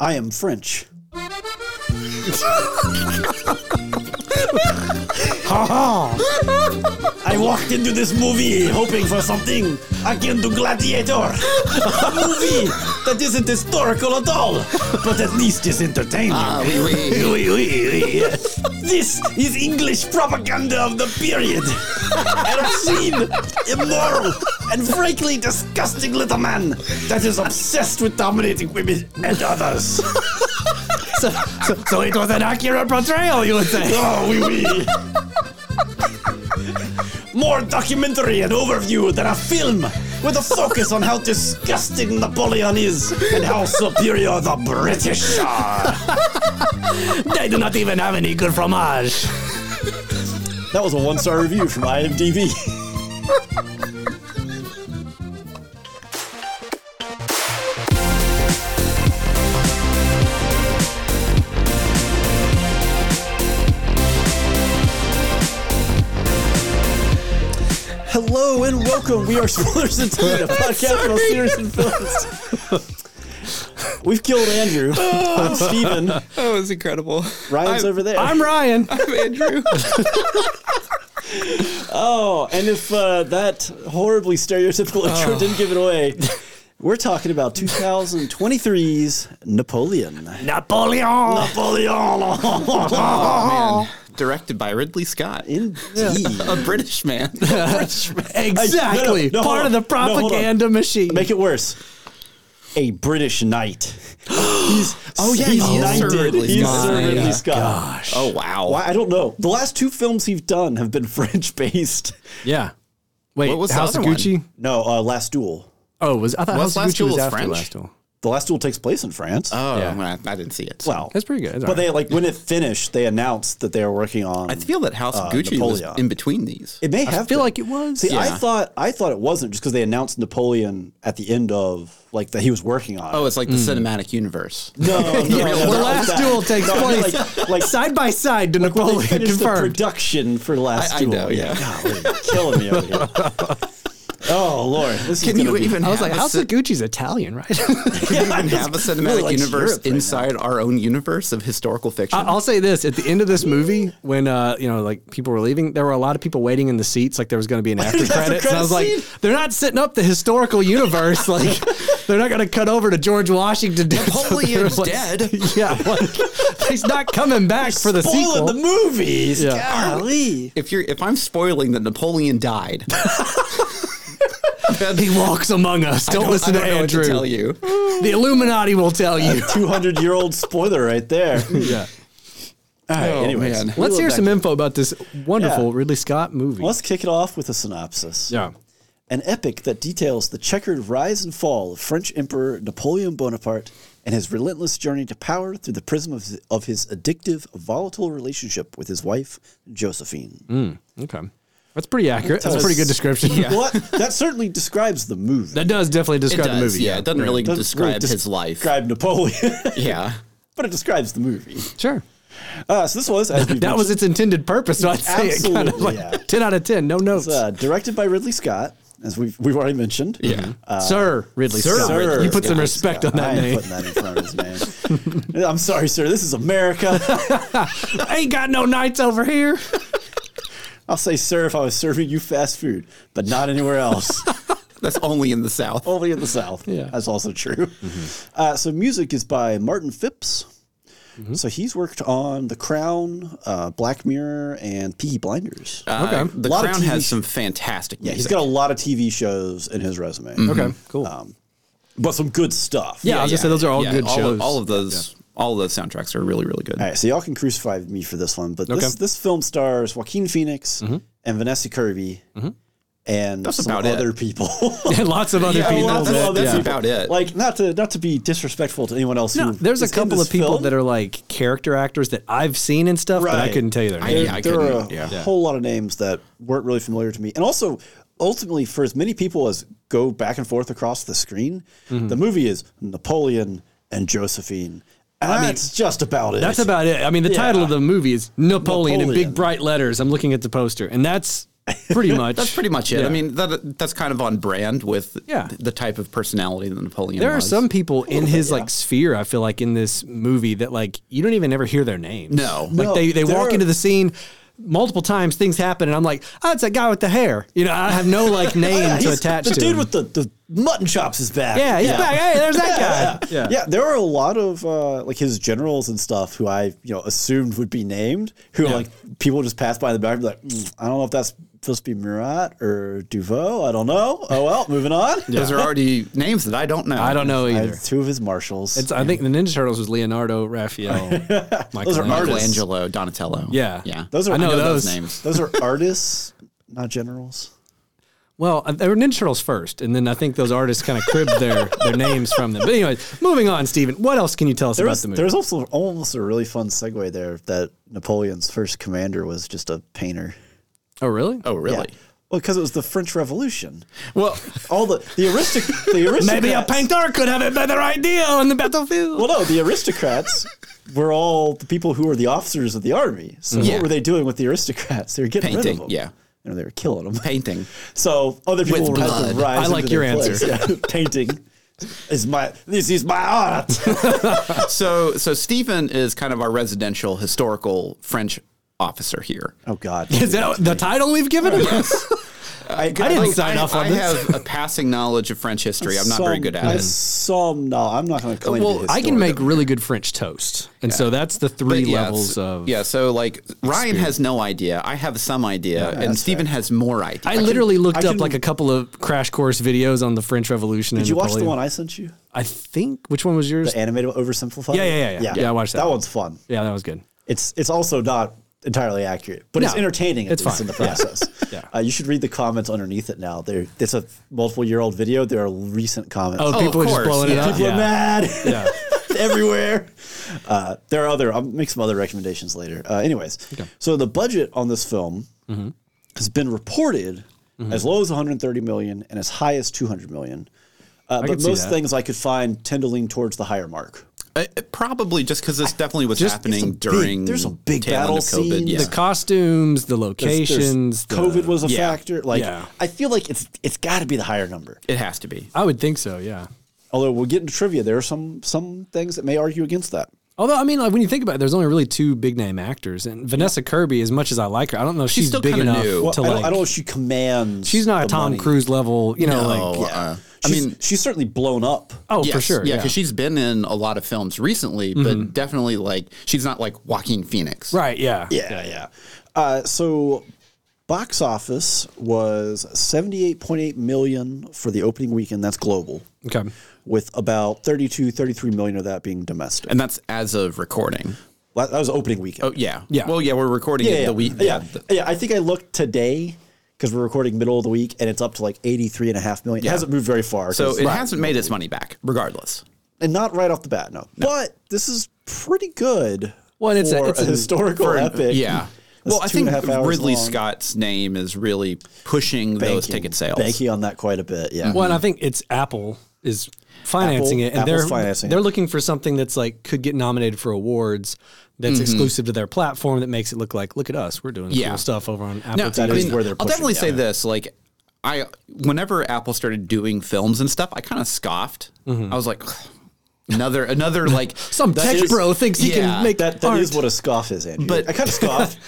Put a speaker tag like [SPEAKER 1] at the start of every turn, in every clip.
[SPEAKER 1] I am French. ha ha! I walked into this movie hoping for something akin to Gladiator, a movie that isn't historical at all, but at least is entertaining.
[SPEAKER 2] Ah, oui, oui.
[SPEAKER 1] Oui, oui, oui. This is English propaganda of the period. An obscene, immoral, and frankly disgusting little man that is obsessed with dominating women and others.
[SPEAKER 3] So, so, so it was an accurate portrayal, you would say.
[SPEAKER 1] Oh, oui, oui. More documentary and overview than a film with a focus on how disgusting Napoleon is and how superior the British are.
[SPEAKER 3] They do not even have any good fromage.
[SPEAKER 1] That was a one star review from IMDb. Hello and welcome. We are Spoilers and Time, a podcast on series and films. We've killed Andrew. I'm Steven.
[SPEAKER 4] That was Oh, incredible.
[SPEAKER 1] Ryan's
[SPEAKER 4] Oh. I'm-
[SPEAKER 1] over there.
[SPEAKER 3] I'm Ryan.
[SPEAKER 4] I'm Andrew.
[SPEAKER 1] Oh, and if uh, that horribly
[SPEAKER 4] Oh.
[SPEAKER 1] stereotypical intro didn't give it away, we're talking about 2023's Napoleon.
[SPEAKER 3] Napoleon.
[SPEAKER 1] Napoleon!
[SPEAKER 4] Oh, man. Directed by Ridley Scott.
[SPEAKER 1] Indeed.
[SPEAKER 4] A British man.
[SPEAKER 3] Exactly.
[SPEAKER 1] Hey, no, no,
[SPEAKER 3] Part
[SPEAKER 1] hold on. No,
[SPEAKER 3] of the
[SPEAKER 1] hold on.
[SPEAKER 3] propaganda machine.
[SPEAKER 1] Make it worse. A British knight. he's oh
[SPEAKER 4] yeah, he is Sir Ridley
[SPEAKER 1] he's
[SPEAKER 4] Scott.
[SPEAKER 1] Sir Ridley
[SPEAKER 4] Yeah.
[SPEAKER 1] Scott.
[SPEAKER 4] oh wow.
[SPEAKER 1] Why I don't know. The last two films he's done have been French based.
[SPEAKER 3] yeah. Wait,
[SPEAKER 4] What was the
[SPEAKER 3] House of
[SPEAKER 4] other one?
[SPEAKER 3] Gucci?
[SPEAKER 1] No, uh, Last Duel.
[SPEAKER 3] Oh, was I thought House of
[SPEAKER 4] Was Last
[SPEAKER 3] Gucci
[SPEAKER 4] Duel
[SPEAKER 3] was
[SPEAKER 4] was
[SPEAKER 3] after
[SPEAKER 4] French?
[SPEAKER 3] Last Duel.
[SPEAKER 1] The Last Duel takes place in France.
[SPEAKER 4] Oh,
[SPEAKER 3] Yeah.
[SPEAKER 4] well, I, I didn't see it.
[SPEAKER 1] wow,
[SPEAKER 3] That's pretty good. That's
[SPEAKER 1] But
[SPEAKER 3] all
[SPEAKER 1] they like when it finished, they announced that they were working on.
[SPEAKER 4] I feel that House of Gucci was
[SPEAKER 1] Napoleon.
[SPEAKER 4] in between these.
[SPEAKER 1] It may have.
[SPEAKER 3] I feel
[SPEAKER 1] been.
[SPEAKER 3] like it was.
[SPEAKER 1] See, I
[SPEAKER 4] Yeah.
[SPEAKER 1] thought I thought it wasn't just because they announced Napoleon at the end of like that he was working on. it.
[SPEAKER 4] Oh, it's like the cinematic universe.
[SPEAKER 1] no, no, no,
[SPEAKER 4] The
[SPEAKER 1] not
[SPEAKER 3] the
[SPEAKER 1] like
[SPEAKER 3] last
[SPEAKER 1] that.
[SPEAKER 3] duel takes
[SPEAKER 1] No, I mean,
[SPEAKER 3] place
[SPEAKER 1] like, like
[SPEAKER 3] side by side to
[SPEAKER 1] when they
[SPEAKER 3] Napoleon
[SPEAKER 1] finished the
[SPEAKER 3] confirmed.
[SPEAKER 1] production for last
[SPEAKER 4] I- I
[SPEAKER 1] duel.
[SPEAKER 4] know, yeah.
[SPEAKER 1] Golly, killing me over here. Oh lord, this is
[SPEAKER 4] Can
[SPEAKER 1] gonna
[SPEAKER 4] you
[SPEAKER 1] be-
[SPEAKER 4] even?
[SPEAKER 3] I was
[SPEAKER 4] have
[SPEAKER 3] like,
[SPEAKER 4] a
[SPEAKER 3] House
[SPEAKER 4] cin-
[SPEAKER 3] of Gucci's Italian, right?
[SPEAKER 4] Can you even have a cinematic
[SPEAKER 1] really like
[SPEAKER 4] universe
[SPEAKER 1] Europe right now.
[SPEAKER 4] inside our own universe of historical fiction?
[SPEAKER 3] I- I'll say this: at the end of this movie, when uh, you know, like people were leaving, there were a lot of people waiting in the seats, like there was going to be an after
[SPEAKER 1] After
[SPEAKER 3] credits. And I was like,
[SPEAKER 1] credit
[SPEAKER 3] they're not setting up the historical universe. Like, they're not going to cut over to George Washington. to-
[SPEAKER 4] Napoleon's
[SPEAKER 3] like-
[SPEAKER 4] dead.
[SPEAKER 3] yeah, like, he's not coming back for the
[SPEAKER 1] spoiling
[SPEAKER 3] sequel.
[SPEAKER 1] the movies.
[SPEAKER 3] Yeah.
[SPEAKER 1] Golly.
[SPEAKER 4] If you're, if I'm spoiling that Napoleon died, then
[SPEAKER 3] he walks among us. Don't,
[SPEAKER 4] I
[SPEAKER 3] listen
[SPEAKER 4] I
[SPEAKER 3] to
[SPEAKER 4] know what
[SPEAKER 3] Andrew.
[SPEAKER 4] tell you.
[SPEAKER 3] The Illuminati will tell you.
[SPEAKER 1] Two hundred year old spoiler right there.
[SPEAKER 3] yeah.
[SPEAKER 1] All right, anyways,
[SPEAKER 4] man.
[SPEAKER 1] we
[SPEAKER 3] Oh, Let's
[SPEAKER 1] will
[SPEAKER 3] hear
[SPEAKER 1] back
[SPEAKER 3] some
[SPEAKER 1] in.
[SPEAKER 3] info about this wonderful
[SPEAKER 1] Yeah.
[SPEAKER 3] Ridley Scott movie.
[SPEAKER 1] Let's kick it off with a synopsis.
[SPEAKER 3] yeah.
[SPEAKER 1] an epic that details the checkered rise and fall of French Emperor Napoleon Bonaparte and his relentless journey to power through the prism of, of his addictive, volatile relationship with his wife, Josephine.
[SPEAKER 3] Okay. That's pretty accurate. Mm, That's a pretty good description. Yeah.
[SPEAKER 1] Well, that, that certainly describes the movie.
[SPEAKER 3] That does definitely
[SPEAKER 4] It
[SPEAKER 3] describe
[SPEAKER 4] does,
[SPEAKER 3] the movie.
[SPEAKER 4] yeah, it doesn't really
[SPEAKER 1] Doesn't really
[SPEAKER 4] describe
[SPEAKER 1] des-
[SPEAKER 4] his life.
[SPEAKER 1] Describe Napoleon,
[SPEAKER 4] yeah,
[SPEAKER 1] but it describes the movie.
[SPEAKER 3] Sure.
[SPEAKER 1] Uh, so this was, as we
[SPEAKER 3] That was its intended purpose. So I'd say it kind of
[SPEAKER 1] Absolutely,
[SPEAKER 3] like
[SPEAKER 1] yeah.
[SPEAKER 3] 10 out of 10. No notes.
[SPEAKER 1] uh, directed by Ridley Scott, as we've, we've already mentioned.
[SPEAKER 4] yeah.
[SPEAKER 1] uh,
[SPEAKER 3] Sir Ridley
[SPEAKER 4] Sir
[SPEAKER 3] Scott.
[SPEAKER 4] Ridley
[SPEAKER 3] you put some
[SPEAKER 4] Scott.
[SPEAKER 3] respect on
[SPEAKER 1] I
[SPEAKER 3] that
[SPEAKER 1] ain't
[SPEAKER 3] name.
[SPEAKER 1] putting that in front of his name. I'm sorry, sir. This is America.
[SPEAKER 3] Ain't got no nights over here.
[SPEAKER 1] I'll say sir if I was serving you fast food, but not anywhere else.
[SPEAKER 4] That's only in the South.
[SPEAKER 1] Only in the South.
[SPEAKER 3] Yeah.
[SPEAKER 1] That's also true. Uh, so music is by Martin Phipps. So he's worked on The Crown, uh, Black Mirror, and Peaky Blinders.
[SPEAKER 4] Uh,
[SPEAKER 3] okay.
[SPEAKER 4] The
[SPEAKER 1] Lot of
[SPEAKER 4] Crown
[SPEAKER 1] TV
[SPEAKER 4] has
[SPEAKER 1] sh-
[SPEAKER 4] some fantastic
[SPEAKER 1] yeah,
[SPEAKER 4] music.
[SPEAKER 1] he's got a lot of TV shows in his resume.
[SPEAKER 3] Okay, cool.
[SPEAKER 1] Um, But some good stuff.
[SPEAKER 3] yeah, I was going to say those are all
[SPEAKER 4] yeah,
[SPEAKER 3] good
[SPEAKER 4] all
[SPEAKER 3] shows.
[SPEAKER 4] Of, all of those, all of those soundtracks are really, really good.
[SPEAKER 1] All right, so y'all can crucify me for this one, but
[SPEAKER 3] Okay.
[SPEAKER 1] this this film stars Joaquin Phoenix and Vanessa Kirby and some
[SPEAKER 4] about it.
[SPEAKER 1] other people.
[SPEAKER 3] and lots of other
[SPEAKER 4] Yeah,
[SPEAKER 3] people.
[SPEAKER 4] well,
[SPEAKER 1] Lots of
[SPEAKER 3] that-
[SPEAKER 4] that's-
[SPEAKER 1] other
[SPEAKER 4] that's
[SPEAKER 3] yeah.
[SPEAKER 1] people.
[SPEAKER 4] about it.
[SPEAKER 1] Like not to not to be disrespectful to anyone else.
[SPEAKER 3] No,
[SPEAKER 1] who
[SPEAKER 3] there's a
[SPEAKER 1] is in
[SPEAKER 3] couple
[SPEAKER 1] this
[SPEAKER 3] of people
[SPEAKER 1] film.
[SPEAKER 3] that are like character actors that I've seen and stuff, but I
[SPEAKER 1] Right.
[SPEAKER 3] couldn't tell you their
[SPEAKER 4] I-
[SPEAKER 3] names.
[SPEAKER 1] There,
[SPEAKER 4] yeah,
[SPEAKER 1] there are a
[SPEAKER 4] couldn't- yeah.
[SPEAKER 1] whole lot of names that weren't really familiar to me, and also ultimately for as many people as go back and forth across the screen,
[SPEAKER 3] Mm-hmm.
[SPEAKER 1] the movie is Napoleon and Josephine. And that's just about it.
[SPEAKER 3] That's about it. I mean, the title of the movie is Napoleon, in
[SPEAKER 1] Napoleon.
[SPEAKER 3] big bright letters. I'm looking at the poster, and that's pretty much.
[SPEAKER 4] That's pretty much it.
[SPEAKER 3] Yeah.
[SPEAKER 4] I mean, that that's kind of on brand with
[SPEAKER 3] Yeah.
[SPEAKER 4] the type of personality that Napoleon
[SPEAKER 3] there are
[SPEAKER 4] was.
[SPEAKER 3] some people in his like sphere. I feel like in this movie that like you don't even ever hear their names.
[SPEAKER 4] No.
[SPEAKER 3] like
[SPEAKER 1] No,
[SPEAKER 3] they they
[SPEAKER 1] there
[SPEAKER 3] walk
[SPEAKER 1] are-
[SPEAKER 3] into the scene. Multiple times things happen, and I'm like, oh, it's that guy with the hair. You know, I have no like name to
[SPEAKER 1] Oh, He's-
[SPEAKER 3] attach
[SPEAKER 1] the
[SPEAKER 3] to.
[SPEAKER 1] dude
[SPEAKER 3] him.
[SPEAKER 1] with the, the mutton chops is back.
[SPEAKER 3] yeah, he's back. Hey, there's that guy.
[SPEAKER 1] Yeah. there are a lot of uh, like his generals and stuff who I you know assumed would be named who like people just pass by in the back and be like "Mm, I don't know if that's supposed to be Murat or Duvaux I don't know oh well moving on
[SPEAKER 4] Those are already names that I don't know.
[SPEAKER 3] I don't know
[SPEAKER 1] I
[SPEAKER 3] either.
[SPEAKER 1] had two of his marshals
[SPEAKER 3] It's, I think the Ninja Turtles was Leonardo, Raphael,
[SPEAKER 1] Oh. Those are
[SPEAKER 3] Michelangelo.
[SPEAKER 1] artists.
[SPEAKER 4] Michelangelo, Donatello.
[SPEAKER 3] Yeah.
[SPEAKER 4] yeah.
[SPEAKER 1] Those are-
[SPEAKER 4] I know those,
[SPEAKER 3] those.
[SPEAKER 4] names.
[SPEAKER 1] those are artists not generals
[SPEAKER 3] Well, uh, they were Ninja Turtles first, and then I think those artists kind of cribbed their, their names from them. But anyway, moving on, Steven, what else can you tell us
[SPEAKER 1] there
[SPEAKER 3] about
[SPEAKER 1] was
[SPEAKER 3] the movie?
[SPEAKER 1] there was also almost a really fun segue there that Napoleon's first commander was just a painter
[SPEAKER 3] oh, really?
[SPEAKER 4] Oh, really?
[SPEAKER 1] yeah well because it was the French Revolution
[SPEAKER 4] Well,
[SPEAKER 1] all the the aristic the aristocrats
[SPEAKER 3] Maybe a painter could have a better idea on the battlefield.
[SPEAKER 1] Well, no, the aristocrats were all the people who were the officers of the army. So
[SPEAKER 4] Yeah.
[SPEAKER 1] what were they doing with the aristocrats? They were getting rid
[SPEAKER 4] Painting,
[SPEAKER 1] of them.
[SPEAKER 4] yeah.
[SPEAKER 1] You know, they were killing them.
[SPEAKER 4] painting.
[SPEAKER 1] So other people
[SPEAKER 4] With
[SPEAKER 1] would have
[SPEAKER 4] blood.
[SPEAKER 1] to rise.
[SPEAKER 3] I like
[SPEAKER 1] into their
[SPEAKER 3] your
[SPEAKER 1] place. Yeah. Painting is my this is my art.
[SPEAKER 4] So, so Stephen is kind of our residential historical French officer here.
[SPEAKER 1] oh God.
[SPEAKER 3] Is that the title we've given him?
[SPEAKER 1] I,
[SPEAKER 3] I didn't sign
[SPEAKER 4] I,
[SPEAKER 3] off on
[SPEAKER 4] I
[SPEAKER 3] this.
[SPEAKER 4] have a passing knowledge of French history. I'm not very good at
[SPEAKER 1] I
[SPEAKER 4] it.
[SPEAKER 1] Some no, I'm not going to claim.
[SPEAKER 4] Well,
[SPEAKER 1] to be
[SPEAKER 3] I can
[SPEAKER 1] historian.
[SPEAKER 3] make really good French toast, and so that's the
[SPEAKER 4] But
[SPEAKER 3] three
[SPEAKER 4] yeah,
[SPEAKER 3] levels
[SPEAKER 4] so-
[SPEAKER 3] of.
[SPEAKER 4] yeah. So like Ryan has no idea. I have some idea, and Stephen has more idea.
[SPEAKER 3] I literally looked
[SPEAKER 1] I
[SPEAKER 3] up
[SPEAKER 1] can-
[SPEAKER 3] like a couple of crash course videos on the French Revolution.
[SPEAKER 1] Did you watch the one I sent you?
[SPEAKER 3] I think which one was yours?
[SPEAKER 1] The animated oversimplified.
[SPEAKER 3] Yeah, yeah, yeah, yeah. Yeah, I watched that
[SPEAKER 1] That
[SPEAKER 3] one.
[SPEAKER 1] one's fun.
[SPEAKER 3] yeah, that was good.
[SPEAKER 1] It's it's also not entirely accurate, but it's
[SPEAKER 3] No,
[SPEAKER 1] entertaining. At
[SPEAKER 3] it's
[SPEAKER 1] it's least
[SPEAKER 3] fine.
[SPEAKER 1] in the process.
[SPEAKER 3] Yeah.
[SPEAKER 1] Uh, you should read the comments underneath it now. There, it's a multiple-year-old video. There are recent comments.
[SPEAKER 3] Oh,
[SPEAKER 4] of
[SPEAKER 3] people are just
[SPEAKER 4] course.
[SPEAKER 3] blowing it
[SPEAKER 4] Yeah.
[SPEAKER 3] up.
[SPEAKER 1] people are
[SPEAKER 3] Yeah.
[SPEAKER 1] mad.
[SPEAKER 3] Yeah.
[SPEAKER 1] everywhere. Uh, there are other. I'll make some other recommendations later. Uh, anyways, so the budget on this film
[SPEAKER 3] Mm-hmm.
[SPEAKER 1] has been reported as low as 130 million and as high as 200 million. Uh, but
[SPEAKER 3] could see
[SPEAKER 1] most
[SPEAKER 3] that.
[SPEAKER 1] things I could find tend to lean towards the higher mark.
[SPEAKER 4] Uh, probably just because this definitely was happening
[SPEAKER 1] big-
[SPEAKER 4] during.
[SPEAKER 1] there's a big
[SPEAKER 4] tail end
[SPEAKER 1] battle
[SPEAKER 4] of COVID.
[SPEAKER 1] scene.
[SPEAKER 4] Yeah.
[SPEAKER 3] The costumes, the
[SPEAKER 1] There's- there's-
[SPEAKER 3] locations, the-
[SPEAKER 1] COVID was a
[SPEAKER 4] Yeah.
[SPEAKER 1] factor. Like
[SPEAKER 3] Yeah.
[SPEAKER 1] I feel like it's it's got to be the higher number.
[SPEAKER 4] it has to be.
[SPEAKER 3] I would think so. Yeah.
[SPEAKER 1] Although we'll get into trivia, there are some some things that may argue against that.
[SPEAKER 3] Although I mean, like when you think about it, there's only really two big name actors, and Vanessa Kirby. As much as I like her, I don't know if she's,
[SPEAKER 4] still
[SPEAKER 3] big
[SPEAKER 4] kinda
[SPEAKER 3] enough
[SPEAKER 4] new.
[SPEAKER 1] Well,
[SPEAKER 3] to
[SPEAKER 1] I,
[SPEAKER 3] like.
[SPEAKER 1] don't, I don't know if she commands.
[SPEAKER 3] she's not a
[SPEAKER 1] the
[SPEAKER 3] Tom
[SPEAKER 1] money.
[SPEAKER 3] Cruise level, you know. Like,
[SPEAKER 4] Oh, uh, I
[SPEAKER 1] She's-
[SPEAKER 4] mean,
[SPEAKER 1] she's certainly blown up.
[SPEAKER 3] oh,
[SPEAKER 4] yes,
[SPEAKER 3] for sure.
[SPEAKER 4] Yeah, because she's been in a lot of films recently, but definitely like she's not like Joaquin Phoenix.
[SPEAKER 3] right. Yeah.
[SPEAKER 1] Yeah, yeah. Uh, so, box office was seventy-eight point eight million for the opening weekend. That's global,
[SPEAKER 3] Okay.
[SPEAKER 1] with about 32, 33 million of that being domestic.
[SPEAKER 4] And that's as of recording.
[SPEAKER 1] That that was opening weekend.
[SPEAKER 4] Oh yeah.
[SPEAKER 3] Yeah.
[SPEAKER 4] Well, yeah, we're recording
[SPEAKER 1] yeah,
[SPEAKER 4] it
[SPEAKER 1] yeah,
[SPEAKER 4] the week.
[SPEAKER 1] yeah, yeah. I think I looked today because we're recording middle of the week, and it's up to like eighty-three and a half million. It hasn't moved very far.
[SPEAKER 4] So
[SPEAKER 1] 'cause-
[SPEAKER 4] it hasn't made its money back, regardless.
[SPEAKER 1] and not right off the bat, no. But this is pretty good.
[SPEAKER 3] Well, and it's a-
[SPEAKER 1] for
[SPEAKER 3] it's a-
[SPEAKER 1] historical
[SPEAKER 4] For an-
[SPEAKER 1] epic.
[SPEAKER 4] Yeah.
[SPEAKER 1] That's
[SPEAKER 4] well, I
[SPEAKER 1] two and
[SPEAKER 4] think
[SPEAKER 1] a half hours
[SPEAKER 4] Ridley
[SPEAKER 1] long.
[SPEAKER 4] Scott's name is really pushing those
[SPEAKER 1] Banking-
[SPEAKER 4] ticket sales.
[SPEAKER 1] Banking on that quite a bit. Yeah.
[SPEAKER 3] Well, and I think it's Apple is financing
[SPEAKER 1] Apple-
[SPEAKER 3] it, and
[SPEAKER 1] Apple's
[SPEAKER 3] they're
[SPEAKER 1] financing
[SPEAKER 3] they're
[SPEAKER 1] it.
[SPEAKER 3] looking for something that's like could get nominated for awards. That's exclusive to their platform. That makes it look like look at us, we're doing
[SPEAKER 4] Yeah.
[SPEAKER 3] cool stuff over on Apple.
[SPEAKER 4] No,
[SPEAKER 3] TV.
[SPEAKER 1] That is where they're
[SPEAKER 4] I'll
[SPEAKER 1] pushing,
[SPEAKER 4] definitely
[SPEAKER 1] yeah.
[SPEAKER 4] say this. Like, I whenever Apple started doing films and stuff, I kind of scoffed.
[SPEAKER 1] Mm-hmm.
[SPEAKER 4] I was like, another another like
[SPEAKER 3] Some tech
[SPEAKER 1] is-
[SPEAKER 3] bro thinks he
[SPEAKER 4] yeah,
[SPEAKER 3] can make
[SPEAKER 1] That that is
[SPEAKER 3] art.
[SPEAKER 1] what a scoff is, Andrew.
[SPEAKER 4] But-
[SPEAKER 1] I kind of scoffed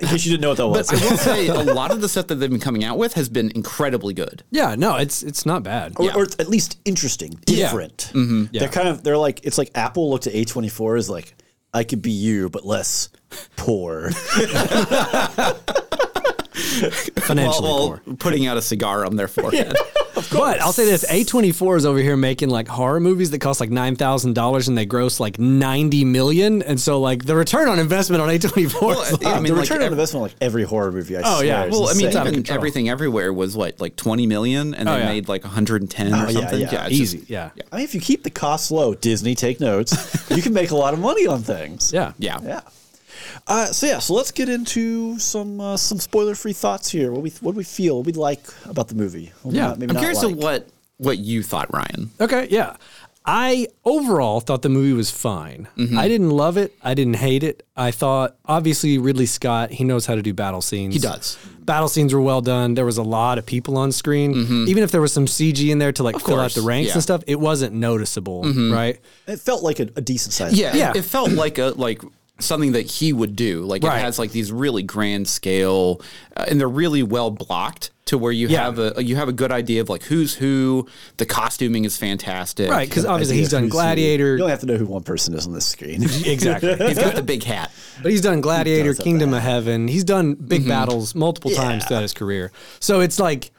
[SPEAKER 1] in case you didn't know what that was.
[SPEAKER 4] But I will say a lot of the stuff that they've been coming out with has been incredibly good.
[SPEAKER 3] yeah, no, it's it's not bad.
[SPEAKER 1] or,
[SPEAKER 4] yeah.
[SPEAKER 1] or at least interesting,
[SPEAKER 3] Yeah.
[SPEAKER 1] different.
[SPEAKER 3] Yeah.
[SPEAKER 1] They're kind of they're like it's like Apple looked at A twenty four as like I could be you, but less poor.
[SPEAKER 3] Financially
[SPEAKER 4] while,
[SPEAKER 3] poor.
[SPEAKER 4] while putting out a cigar on their forehead.
[SPEAKER 3] But I'll say this: A twenty four is over here making like horror movies that cost like nine thousand dollars and they gross like ninety million, and so like the return on investment on A twenty four.
[SPEAKER 4] Well, I
[SPEAKER 1] the
[SPEAKER 4] mean, like,
[SPEAKER 1] return
[SPEAKER 4] ev-
[SPEAKER 1] on investment on like every horror movie. I
[SPEAKER 3] Oh,
[SPEAKER 1] swear
[SPEAKER 3] yeah.
[SPEAKER 1] is
[SPEAKER 4] Well, I mean,
[SPEAKER 1] insane.
[SPEAKER 3] out of
[SPEAKER 4] even
[SPEAKER 3] control.
[SPEAKER 4] everything everywhere was what like twenty million, and they
[SPEAKER 3] yeah.
[SPEAKER 4] made like one hundred and ten or
[SPEAKER 1] Oh, yeah,
[SPEAKER 4] something.
[SPEAKER 1] yeah.
[SPEAKER 4] it's
[SPEAKER 3] Easy,
[SPEAKER 4] just-
[SPEAKER 3] yeah.
[SPEAKER 1] I mean, if you keep the costs low, Disney take notes. you can make a lot of money on things.
[SPEAKER 3] Yeah.
[SPEAKER 4] yeah,
[SPEAKER 1] yeah. Uh, so yeah, so let's get into some uh, some spoiler free thoughts here. What we what we feel, what we like about the movie. What we
[SPEAKER 3] Yeah.
[SPEAKER 1] not- maybe
[SPEAKER 4] I'm
[SPEAKER 1] not
[SPEAKER 4] curious
[SPEAKER 1] like.
[SPEAKER 4] of what what you thought, Ryan.
[SPEAKER 3] Okay, yeah. I overall thought the movie was fine.
[SPEAKER 4] Mm-hmm.
[SPEAKER 3] I didn't love it. I didn't hate it. I thought obviously Ridley Scott, he knows how to do battle scenes. He
[SPEAKER 4] does.
[SPEAKER 3] Battle scenes were well done. There was a lot of people on screen. Even if there was some CG in there to like fill
[SPEAKER 4] Mm-hmm. course,
[SPEAKER 3] out the ranks
[SPEAKER 4] yeah. Mm-hmm.
[SPEAKER 3] and stuff, it wasn't noticeable, right?
[SPEAKER 5] It felt like a, a decent size.
[SPEAKER 4] Yeah, it-
[SPEAKER 3] Yeah.
[SPEAKER 4] It, felt like a like something that he would do. Like
[SPEAKER 3] Right.
[SPEAKER 4] it has like these really grand scale, uh, and they're really well blocked to where you
[SPEAKER 3] Yeah.
[SPEAKER 4] have a you have a good idea of like who's who. The costuming is fantastic.
[SPEAKER 3] Right, cuz obviously
[SPEAKER 5] Idea
[SPEAKER 3] he's done
[SPEAKER 5] who's who.
[SPEAKER 3] Gladiator.
[SPEAKER 5] You don't have to know who one person is on this screen.
[SPEAKER 3] Exactly.
[SPEAKER 4] he's got the big hat.
[SPEAKER 3] But he's done Gladiator,
[SPEAKER 5] does have
[SPEAKER 3] Kingdom of Heaven. He's done big battles multiple times throughout his career. So it's like,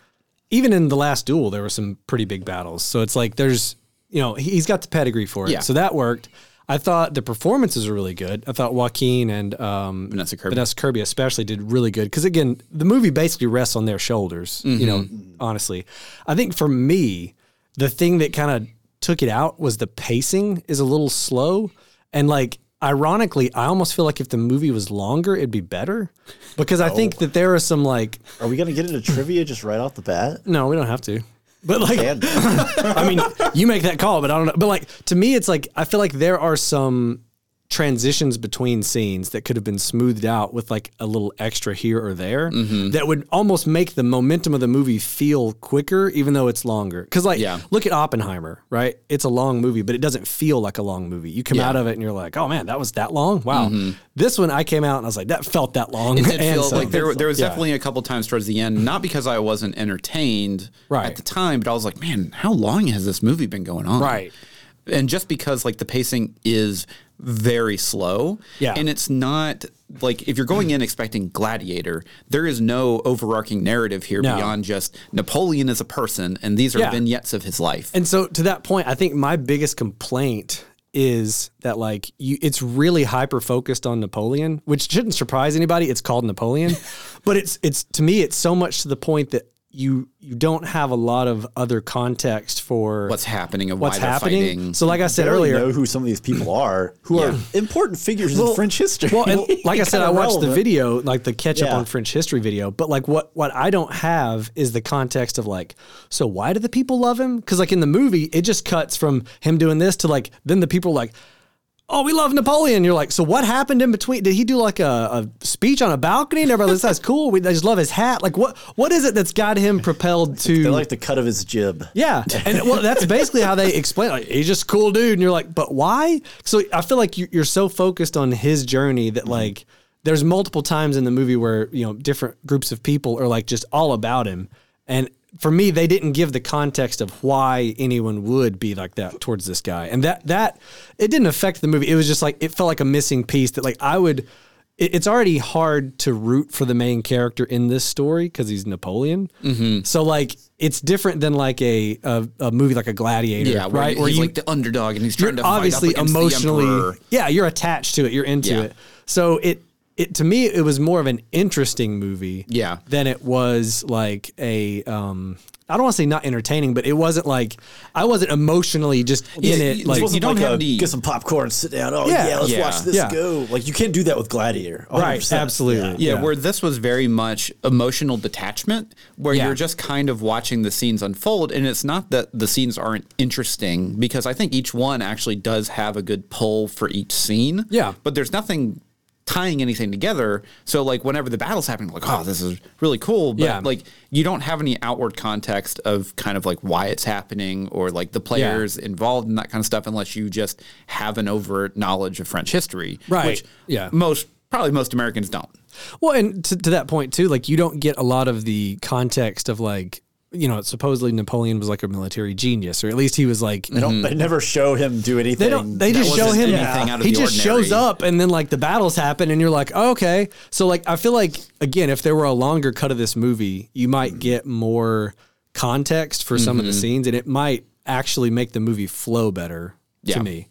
[SPEAKER 3] even in The Last Duel, there were some pretty big battles. So it's like, there's, you know, he- he's got the pedigree for it.
[SPEAKER 4] Yeah.
[SPEAKER 3] So that worked. I thought the performances were really good. I thought Joaquin and um,
[SPEAKER 4] Vanessa Kirby.
[SPEAKER 3] Vanessa Kirby especially did really good because again, the movie basically rests on their shoulders. You know, honestly, I think for me, the thing that kind of took it out was the pacing is a little slow, and like ironically, I almost feel like if the movie was longer, it'd be better because I think that there are some like
[SPEAKER 5] Are we gonna get into trivia just right off the bat?
[SPEAKER 3] no, we don't have to, but like
[SPEAKER 5] And
[SPEAKER 3] I mean, you make that call, but I don't know. But like to me, it's like I feel like there are some transitions between scenes that could have been smoothed out with like a little extra here or there
[SPEAKER 4] Mm-hmm.
[SPEAKER 3] that would almost make the momentum of the movie feel quicker, even though it's longer. Because like,
[SPEAKER 4] Yeah.
[SPEAKER 3] look at Oppenheimer, right? It's a long movie, but it doesn't feel like a long movie. You come out of it and you're like, oh man, that was that long. Wow. This one, I came out and I was like, that felt that long.
[SPEAKER 4] Mm-hmm. It did
[SPEAKER 3] and
[SPEAKER 4] feel
[SPEAKER 3] some.
[SPEAKER 4] like there, there was
[SPEAKER 3] Yeah.
[SPEAKER 4] definitely a couple times towards the end, not because I wasn't entertained
[SPEAKER 3] Right.
[SPEAKER 4] at the time, but I was like, man, how long has this movie been going on?
[SPEAKER 3] Right.
[SPEAKER 4] And just because like the pacing is very slow,
[SPEAKER 3] Yeah.
[SPEAKER 4] and it's not like if you're going in expecting Gladiator, there is no overarching narrative here
[SPEAKER 3] No.
[SPEAKER 4] beyond just Napoleon is a person, and these are
[SPEAKER 3] Yeah.
[SPEAKER 4] vignettes of his life.
[SPEAKER 3] And so to that point, I think my biggest complaint is that like you it's really hyper focused on Napoleon, which shouldn't surprise anybody. It's called Napoleon. but it's it's to me it's so much to the point that you you don't have a lot of other context for
[SPEAKER 4] what's happening and
[SPEAKER 3] what's
[SPEAKER 4] why they're
[SPEAKER 3] happening.
[SPEAKER 4] fighting?
[SPEAKER 3] So like I said
[SPEAKER 5] barely
[SPEAKER 3] earlier,
[SPEAKER 5] know who some of these people are, who are important figures in French history.
[SPEAKER 3] Well, and like I said, I
[SPEAKER 5] Kinda
[SPEAKER 3] watched the
[SPEAKER 5] relevant.
[SPEAKER 3] video, like the catch up
[SPEAKER 5] Yeah.
[SPEAKER 3] on French history video. But like, what what I don't have is the context of like, so why do the people love him? Because like in the movie, it just cuts from him doing this to like then the people are like. Oh, we love Napoleon. You're like, so what happened in between? Did he do like a, a speech on a balcony? And everybody's like, that's cool. We, I just love his hat. Like, what what is it that's got him propelled to?
[SPEAKER 5] They like the cut of his jib.
[SPEAKER 3] Yeah, and well, that's basically how they explain. Like, he's just a cool dude, and you're like, but why? So I feel like you- you're so focused on his journey that like, there's multiple times in the movie where you know different groups of people are like just all about him, and for me, they didn't give the context of why anyone would be like that towards this guy, and that that it didn't affect the movie. It was just like it felt like a missing piece that like I would it- it's already hard to root for the main character in this story because he's Napoleon.
[SPEAKER 4] Mm-hmm.
[SPEAKER 3] So like, it's different than like a a, a movie like a Gladiator,
[SPEAKER 4] yeah, where,
[SPEAKER 3] right?
[SPEAKER 4] he's like the underdog and he's
[SPEAKER 3] you're
[SPEAKER 4] trying to
[SPEAKER 3] obviously
[SPEAKER 4] fight up against the emperor.
[SPEAKER 3] emotionally, yeah, you're attached to it, you're into
[SPEAKER 4] Yeah.
[SPEAKER 3] it. So it it to me it was more of an interesting movie,
[SPEAKER 4] Yeah.
[SPEAKER 3] than it was like a um. I don't want to say not entertaining, but it wasn't like I wasn't emotionally just in
[SPEAKER 4] Yeah,
[SPEAKER 3] it.
[SPEAKER 4] it
[SPEAKER 3] Like
[SPEAKER 4] wasn't You don't
[SPEAKER 5] like
[SPEAKER 4] have
[SPEAKER 5] a,
[SPEAKER 4] any-
[SPEAKER 5] get some popcorn, sit down. Oh
[SPEAKER 3] Yeah.
[SPEAKER 5] yeah, let's
[SPEAKER 4] Yeah.
[SPEAKER 5] watch this
[SPEAKER 3] Yeah.
[SPEAKER 5] go. Like you can't do that with Gladiator. 100%.
[SPEAKER 3] Right, absolutely.
[SPEAKER 5] Yeah.
[SPEAKER 4] Yeah, where this was very much emotional detachment, where
[SPEAKER 3] Yeah.
[SPEAKER 4] you're just kind of watching the scenes unfold. And it's not that the scenes aren't interesting, because I think each one actually does have a good pull for each scene.
[SPEAKER 3] Yeah.
[SPEAKER 4] But there's nothing tying anything together. So, like, whenever the battle's happening, like, oh, this is really cool. But,
[SPEAKER 3] Yeah.
[SPEAKER 4] like, you don't have any outward context of kind of like why it's happening or like the players involved and that kind of stuff, unless you just have an overt knowledge of French history.
[SPEAKER 3] Right.
[SPEAKER 4] Which
[SPEAKER 3] Yeah.
[SPEAKER 4] most, probably most Americans don't.
[SPEAKER 3] Well, and to, to that point too, like you don't get a lot of the context of like you know supposedly Napoleon was like a military genius, or at least he was like
[SPEAKER 5] They don't. They never show him do anything.
[SPEAKER 3] they don't they just show
[SPEAKER 4] wasn't
[SPEAKER 3] him
[SPEAKER 4] anything out of
[SPEAKER 3] he
[SPEAKER 4] the
[SPEAKER 3] just
[SPEAKER 4] ordinary.
[SPEAKER 3] shows up and then like the battles happen and you're like oh, okay so like I feel like again if there were a longer cut of this movie you
[SPEAKER 4] Mm-hmm.
[SPEAKER 3] might get more context for some of the scenes and it might actually make the movie flow better
[SPEAKER 4] Yeah.
[SPEAKER 3] to me.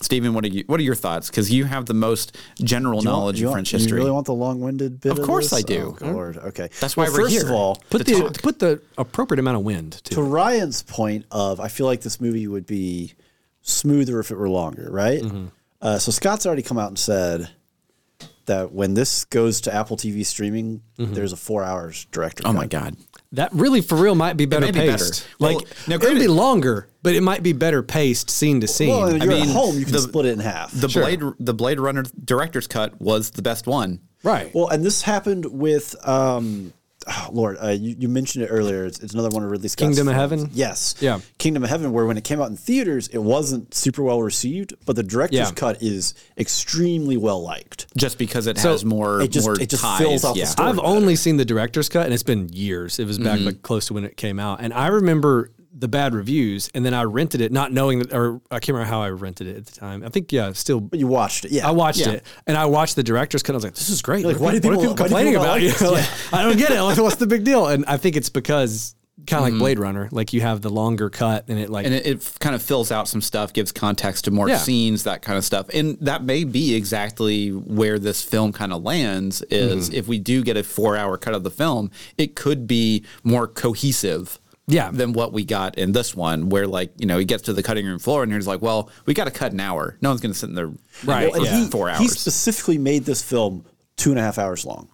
[SPEAKER 4] Stephen, what are you? What are your thoughts? Because you have the most general knowledge
[SPEAKER 5] You
[SPEAKER 4] of
[SPEAKER 5] want-
[SPEAKER 4] French
[SPEAKER 5] you
[SPEAKER 4] history.
[SPEAKER 5] really want the long-winded bit? Of
[SPEAKER 4] course
[SPEAKER 5] this?
[SPEAKER 4] I do.
[SPEAKER 5] Oh, Lord, okay.
[SPEAKER 4] That's why
[SPEAKER 5] Well,
[SPEAKER 4] we're
[SPEAKER 5] first
[SPEAKER 4] here.
[SPEAKER 5] of all,
[SPEAKER 3] Put
[SPEAKER 4] To
[SPEAKER 3] the
[SPEAKER 4] talk.
[SPEAKER 3] put the appropriate amount of wind to
[SPEAKER 5] to Ryan's point of, I feel like this movie would be smoother if it were longer, right?
[SPEAKER 3] Mm-hmm.
[SPEAKER 5] Uh, so Scott's already come out and said
[SPEAKER 3] Mm-hmm.
[SPEAKER 5] that when this goes to Apple TV streaming, there's a four hours director.
[SPEAKER 4] oh my god!
[SPEAKER 3] that really for real might be better
[SPEAKER 4] may be better.
[SPEAKER 3] paced.
[SPEAKER 4] Well,
[SPEAKER 3] like
[SPEAKER 4] now
[SPEAKER 3] it'll
[SPEAKER 4] granted-
[SPEAKER 3] be longer, but it might be better paced scene to scene.
[SPEAKER 1] Well, you're
[SPEAKER 4] mean,
[SPEAKER 1] at home. You can
[SPEAKER 4] the-
[SPEAKER 1] split it in half.
[SPEAKER 4] The Blade the Blade Runner director's cut was the best one.
[SPEAKER 3] right.
[SPEAKER 1] Well, and this happened with, um, oh, Lord, uh, you, you mentioned it earlier. It's, it's another one of Ridley Scott's.
[SPEAKER 3] Kingdom of
[SPEAKER 1] films.
[SPEAKER 3] Heaven?
[SPEAKER 1] Yes.
[SPEAKER 3] Yeah.
[SPEAKER 1] Kingdom of Heaven, where when it came out in theaters, it wasn't super well received, but the director's
[SPEAKER 3] Yeah.
[SPEAKER 1] cut is extremely well liked.
[SPEAKER 4] Just because it
[SPEAKER 3] So
[SPEAKER 4] has more
[SPEAKER 1] it just-
[SPEAKER 4] more
[SPEAKER 1] it just
[SPEAKER 4] ties.
[SPEAKER 1] fills out the
[SPEAKER 4] yeah.
[SPEAKER 1] story.
[SPEAKER 3] I've only seen the director's cut, and it's been years. It was back like close to when it came out, and I remember the bad reviews. And then I rented it, not knowing that, or I can't remember how I rented it at the time. I think yeah, still.
[SPEAKER 1] But you watched it. Yeah.
[SPEAKER 3] I watched
[SPEAKER 4] Yeah.
[SPEAKER 3] it, and I watched the director's cut. I was like, "This is great."
[SPEAKER 1] You're like, why do
[SPEAKER 3] are
[SPEAKER 1] people- why do people
[SPEAKER 3] complaining
[SPEAKER 1] not
[SPEAKER 3] about?
[SPEAKER 1] like
[SPEAKER 3] you
[SPEAKER 1] this?
[SPEAKER 3] know, like, I don't get it. Like, what's the big deal? And I think it's because kind of like Blade Runner, like you have the longer cut, and it like
[SPEAKER 4] and it, it kind of fills out some stuff, gives context to more
[SPEAKER 3] Yeah.
[SPEAKER 4] scenes, that kind of stuff. And that may be exactly where this film kind of lands is if we do get a four hour cut of the film, it could be more cohesive.
[SPEAKER 3] Yeah.
[SPEAKER 4] Than what we got in this one, where like, you know, he gets to the cutting room floor and he's like, Well, we gotta cut an hour. No one's gonna sit in there
[SPEAKER 3] Right,
[SPEAKER 4] for
[SPEAKER 1] Well, and he,
[SPEAKER 4] four
[SPEAKER 1] He
[SPEAKER 4] hours.
[SPEAKER 1] specifically made this film two and a half hours long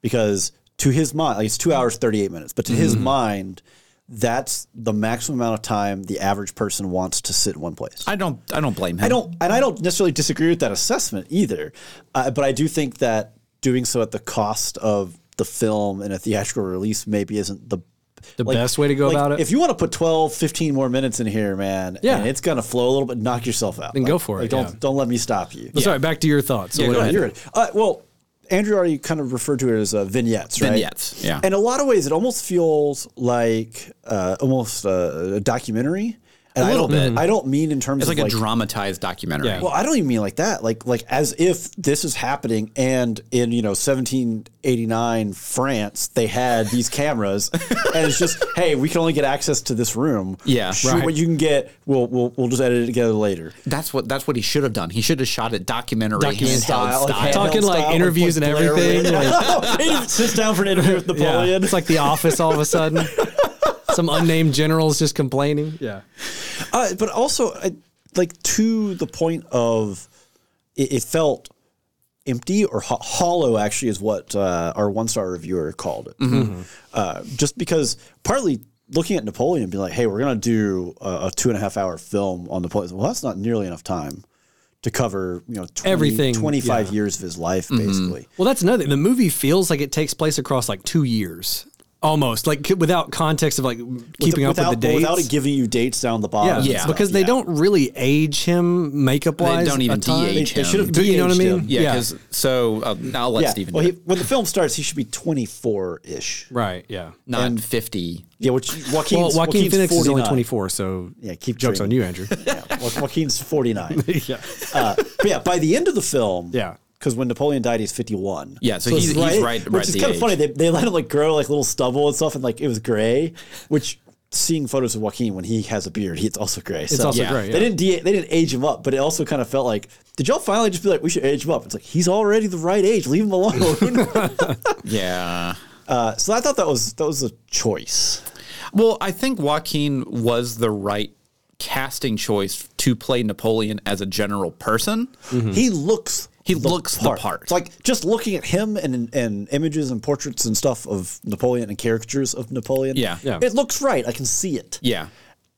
[SPEAKER 1] because to his mind, like it's two hours, 38 minutes, but to his
[SPEAKER 3] Mm-hmm.
[SPEAKER 1] mind, that's the maximum amount of time the average person wants to sit in one place.
[SPEAKER 4] I don't I don't blame him.
[SPEAKER 1] I don't, and I don't necessarily disagree with that assessment either, uh, but I do think that doing so at the cost of the film and a theatrical release maybe isn't the
[SPEAKER 3] The best way to go about it?
[SPEAKER 1] If you want to put 12, 15 more minutes in here, man,
[SPEAKER 3] Yeah.
[SPEAKER 1] and it's gonna flow a little bit. Knock yourself out.
[SPEAKER 3] Then go for it,
[SPEAKER 1] Don't
[SPEAKER 3] yeah.
[SPEAKER 1] don't let me stop you.
[SPEAKER 3] Sorry, back to your thoughts. So
[SPEAKER 4] Yeah,
[SPEAKER 3] what-
[SPEAKER 4] go
[SPEAKER 1] No,
[SPEAKER 4] ahead.
[SPEAKER 1] you're right. Uh, well, Andrew already kind of referred to it as uh, vignettes, right?
[SPEAKER 4] Vignettes, yeah.
[SPEAKER 1] In a lot of ways, it almost feels like uh, almost uh, a documentary. And I
[SPEAKER 4] little
[SPEAKER 1] don't-
[SPEAKER 4] bit.
[SPEAKER 1] I don't mean in terms
[SPEAKER 4] it's
[SPEAKER 1] of
[SPEAKER 4] like, a dramatized documentary.
[SPEAKER 3] Yeah.
[SPEAKER 1] Well, I don't even mean like that. Like like as if this is happening, and in you know 1789 France, they had these cameras, and it's just hey, we can only get access to this room.
[SPEAKER 4] Yeah,
[SPEAKER 1] shoot
[SPEAKER 3] right.
[SPEAKER 1] what you can get. We'll we'll we'll just edit it together later.
[SPEAKER 4] That's what that's what he should have done. He should have shot it documentary
[SPEAKER 3] Documentary
[SPEAKER 4] handheld
[SPEAKER 1] Style,
[SPEAKER 4] style.
[SPEAKER 1] like handheld
[SPEAKER 3] Talking like
[SPEAKER 1] style,
[SPEAKER 3] interviews and
[SPEAKER 1] Blair
[SPEAKER 3] everything,
[SPEAKER 1] Witch.
[SPEAKER 3] like-
[SPEAKER 1] He sits down for an interview with
[SPEAKER 3] yeah,
[SPEAKER 1] Napoleon.
[SPEAKER 3] it's like The Office all of a sudden. Some unnamed generals just complaining. Yeah.
[SPEAKER 1] Uh, but also, I, like to the point of, it, it felt empty or ho- hollow. Actually, is what uh, our one-star reviewer called it.
[SPEAKER 3] Mm-hmm.
[SPEAKER 1] Uh, just because, partly looking at Napoleon, and being like, "Hey, we're gonna do a, a two and a half hour film on Napoleon." Well, that's not nearly enough time to cover you know 20,
[SPEAKER 3] Everything,
[SPEAKER 1] 25
[SPEAKER 3] yeah. Mm-hmm.
[SPEAKER 1] years of his life, basically.
[SPEAKER 3] Well, that's another thing. The movie feels like it takes place across like two years almost, like c- without context of like keeping
[SPEAKER 1] without,
[SPEAKER 3] up with the dates.
[SPEAKER 1] without it giving you dates down the bottom.
[SPEAKER 3] yeah,
[SPEAKER 1] and
[SPEAKER 4] Yeah.
[SPEAKER 1] stuff,
[SPEAKER 3] because they
[SPEAKER 1] yeah.
[SPEAKER 3] don't really age him makeup wise.
[SPEAKER 4] don't even
[SPEAKER 1] They,
[SPEAKER 4] de-age
[SPEAKER 1] they
[SPEAKER 4] him.
[SPEAKER 1] should have.
[SPEAKER 3] Do you know what I
[SPEAKER 1] de-aged him.
[SPEAKER 3] mean?
[SPEAKER 4] Yeah,
[SPEAKER 3] Yeah.
[SPEAKER 4] because so uh, I'll let
[SPEAKER 1] Yeah.
[SPEAKER 4] Steven
[SPEAKER 1] well,
[SPEAKER 4] do
[SPEAKER 1] he,
[SPEAKER 4] it.
[SPEAKER 1] when the film starts, he should be 24 ish.
[SPEAKER 3] Right. Yeah.
[SPEAKER 4] not 50.
[SPEAKER 1] Yeah, which Joaquin's,
[SPEAKER 3] Well, Joaquin
[SPEAKER 1] Joaquin's
[SPEAKER 3] Phoenix
[SPEAKER 1] 49.
[SPEAKER 3] is only 24, so
[SPEAKER 1] Yeah, keep
[SPEAKER 3] jokes
[SPEAKER 1] dreaming.
[SPEAKER 3] on you, Andrew.
[SPEAKER 1] Yeah, Jo- Joaquin's 49.
[SPEAKER 3] yeah.
[SPEAKER 1] Uh, but yeah, by the end of the film,
[SPEAKER 3] Yeah.
[SPEAKER 1] because when Napoleon died, he's 51.
[SPEAKER 4] Yeah, so
[SPEAKER 1] it's
[SPEAKER 4] he's- he's right-
[SPEAKER 1] Which
[SPEAKER 4] right
[SPEAKER 1] is
[SPEAKER 4] the
[SPEAKER 1] kind of
[SPEAKER 4] age.
[SPEAKER 1] funny. They, they let him like grow like little stubble and stuff, and like it was gray, which. Seeing photos of Joaquin when he has a beard, he's also gray. It's
[SPEAKER 3] also
[SPEAKER 4] Yeah. gray,
[SPEAKER 1] They
[SPEAKER 3] yeah.
[SPEAKER 1] didn't de- they didn't age him up, but it also kind of felt like, did y'all finally just be like, we should age him up? It's like he's already the right age. Leave him alone.
[SPEAKER 4] Yeah.
[SPEAKER 1] uh, so I thought that was that was a choice.
[SPEAKER 4] Well, I think Joaquin was the right casting choice to play Napoleon as a general person.
[SPEAKER 1] He looks.
[SPEAKER 4] Mm-hmm. He looks the part.
[SPEAKER 1] It's like just looking at him and and images and portraits and stuff of Napoleon and caricatures of Napoleon.
[SPEAKER 4] Yeah.
[SPEAKER 3] Yeah.
[SPEAKER 1] It looks right. I can see it.
[SPEAKER 4] Yeah.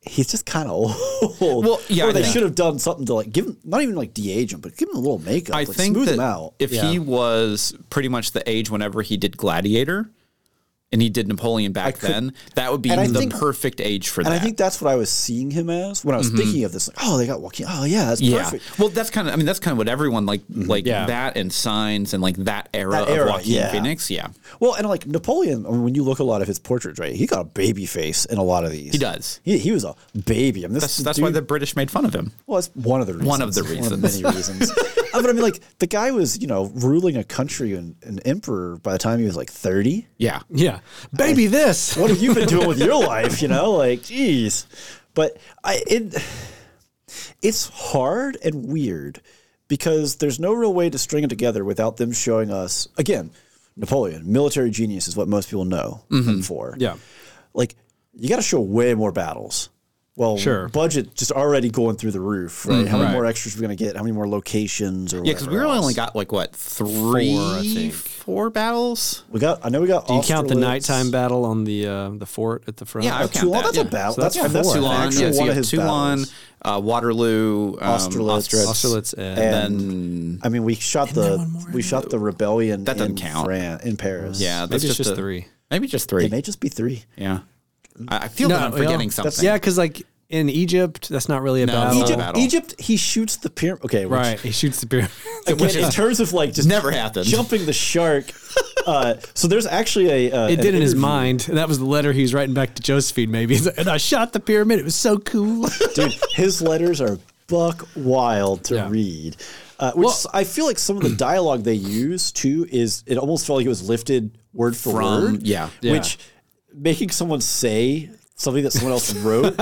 [SPEAKER 1] He's just kind of old.
[SPEAKER 4] Well, yeah,
[SPEAKER 1] Or
[SPEAKER 4] I
[SPEAKER 1] they
[SPEAKER 4] think-
[SPEAKER 1] should have done something to like give him not even like de-age him, but give him a little makeup.
[SPEAKER 4] I
[SPEAKER 1] like
[SPEAKER 4] think
[SPEAKER 1] smooth
[SPEAKER 4] that
[SPEAKER 1] him out.
[SPEAKER 4] if
[SPEAKER 3] Yeah.
[SPEAKER 4] he was pretty much the age whenever he did Gladiator and he did Napoleon back
[SPEAKER 1] could-
[SPEAKER 4] then, that would be
[SPEAKER 1] And I
[SPEAKER 4] the
[SPEAKER 1] think-
[SPEAKER 4] perfect age for
[SPEAKER 1] and
[SPEAKER 4] that. Mm-hmm.
[SPEAKER 1] I think that's what I was seeing him as when I was thinking of this. Like, oh, they got Joaquin. Oh, yeah, that's
[SPEAKER 4] Yeah.
[SPEAKER 1] perfect. Mm-hmm.
[SPEAKER 4] Well, that's kind of. I mean, that's kind of what everyone like, like
[SPEAKER 3] Yeah.
[SPEAKER 4] that and Signs and like that era,
[SPEAKER 1] That era,
[SPEAKER 4] of Joaquin
[SPEAKER 1] yeah.
[SPEAKER 4] Phoenix. Yeah,
[SPEAKER 1] Well, and like Napoleon, I mean, when you look at a lot of his portraits, right, he got a baby face in a lot of these.
[SPEAKER 4] He does.
[SPEAKER 1] He, he was a baby. I mean, this
[SPEAKER 4] that's that's why
[SPEAKER 1] dude-
[SPEAKER 4] the British made fun of him.
[SPEAKER 1] Well, that's one of the reasons.
[SPEAKER 4] One of the reasons.
[SPEAKER 1] many reasons. Uh, but I mean, like, the guy was, you know, ruling a country and an emperor by the time he was like 30.
[SPEAKER 4] Yeah.
[SPEAKER 3] Yeah. Baby, this.
[SPEAKER 1] What have you been doing with your life? You know, like, jeez. But I, it, it's hard and weird because there's no real way to string it together without them showing us, again, Napoleon, military
[SPEAKER 4] Mm-hmm.
[SPEAKER 1] genius is what most people know him for.
[SPEAKER 3] Yeah.
[SPEAKER 1] Like, you got to show way more battles. well,
[SPEAKER 3] Sure. Mm-hmm.
[SPEAKER 1] budget just already going through the roof, right? How many more extras we're going to get? How many more locations? Or
[SPEAKER 4] Yeah, because we really only got like what three, four,
[SPEAKER 6] think.
[SPEAKER 4] battles.
[SPEAKER 1] we got. I know we got.
[SPEAKER 3] Do you count the nighttime battle on the uh, the fort at the front?
[SPEAKER 4] Yeah, I count
[SPEAKER 1] Toulon,
[SPEAKER 4] that,
[SPEAKER 1] that's
[SPEAKER 4] yeah.
[SPEAKER 1] a battle.
[SPEAKER 3] So
[SPEAKER 1] that's
[SPEAKER 3] that's
[SPEAKER 1] and that's
[SPEAKER 3] four.
[SPEAKER 1] an
[SPEAKER 4] Toulon,
[SPEAKER 1] actual
[SPEAKER 4] yes,
[SPEAKER 1] one
[SPEAKER 4] you
[SPEAKER 1] of
[SPEAKER 4] have
[SPEAKER 1] his
[SPEAKER 4] Toulon,
[SPEAKER 1] battles.
[SPEAKER 4] uh, Waterloo, um,
[SPEAKER 1] Austerlitz.
[SPEAKER 4] Austerlitz.
[SPEAKER 3] Austerlitz and,
[SPEAKER 1] And, I mean, we shot the we shot the rebellion.
[SPEAKER 4] That doesn't
[SPEAKER 1] in
[SPEAKER 4] count.
[SPEAKER 1] Fran- in Paris.
[SPEAKER 4] Yeah, that's
[SPEAKER 3] maybe it's just
[SPEAKER 4] a-
[SPEAKER 3] three.
[SPEAKER 4] Maybe just three.
[SPEAKER 1] it may just be three.
[SPEAKER 4] yeah, I, I feel that I'm
[SPEAKER 3] yeah.
[SPEAKER 4] forgetting
[SPEAKER 3] That's-
[SPEAKER 4] something.
[SPEAKER 3] Yeah, because like in Egypt, that's not really a
[SPEAKER 4] No,
[SPEAKER 3] battle.
[SPEAKER 4] it's not a
[SPEAKER 1] Egypt,
[SPEAKER 4] battle.
[SPEAKER 1] Egypt, he shoots the pyramid. Okay, which,
[SPEAKER 3] Right, he shoots the pyramid.
[SPEAKER 1] Again, in terms of like just
[SPEAKER 4] never happened.
[SPEAKER 1] Jumping the shark. Uh, so there's actually a. Uh,
[SPEAKER 3] It
[SPEAKER 1] an
[SPEAKER 3] did in his
[SPEAKER 1] interview-
[SPEAKER 3] mind. That was the letter he was writing back to Josephine. Maybe He's like, and I shot the pyramid. It was so cool.
[SPEAKER 1] dude. His letters are buck wild to
[SPEAKER 3] Yeah.
[SPEAKER 1] read. Uh, which s- I feel like some of the dialogue they use too is it almost felt like it was lifted word for
[SPEAKER 4] From-
[SPEAKER 1] word.
[SPEAKER 4] yeah.
[SPEAKER 1] which making someone say something that someone else wrote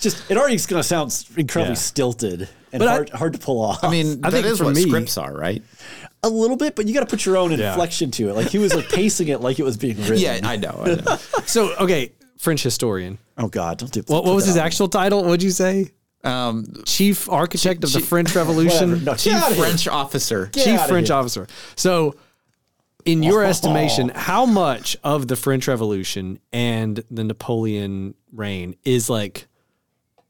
[SPEAKER 1] just it already is going to sound s- incredibly
[SPEAKER 3] Yeah.
[SPEAKER 1] stilted and
[SPEAKER 3] But I-
[SPEAKER 1] hard hard to pull off.
[SPEAKER 4] I mean,
[SPEAKER 3] I
[SPEAKER 4] that
[SPEAKER 3] think
[SPEAKER 4] is
[SPEAKER 3] for
[SPEAKER 4] what
[SPEAKER 3] me-
[SPEAKER 4] scripts are, right?
[SPEAKER 1] a little bit, but you got to put your own
[SPEAKER 3] Yeah.
[SPEAKER 1] inflection to it. Like he was like pacing it like it was being written.
[SPEAKER 4] Yeah, I know. I know.
[SPEAKER 3] so okay, French historian.
[SPEAKER 1] Oh God, don't do.
[SPEAKER 3] What, what was his actual title? What'd you say?
[SPEAKER 4] um,
[SPEAKER 3] Chief Architect of the French Revolution.
[SPEAKER 1] No,
[SPEAKER 4] chief
[SPEAKER 1] get out of here.
[SPEAKER 4] French officer.
[SPEAKER 1] Get
[SPEAKER 3] Chief
[SPEAKER 1] outta
[SPEAKER 3] French
[SPEAKER 1] here. Oh.
[SPEAKER 3] officer. So, in your estimation, how much of the French Revolution and the Napoleon reign is like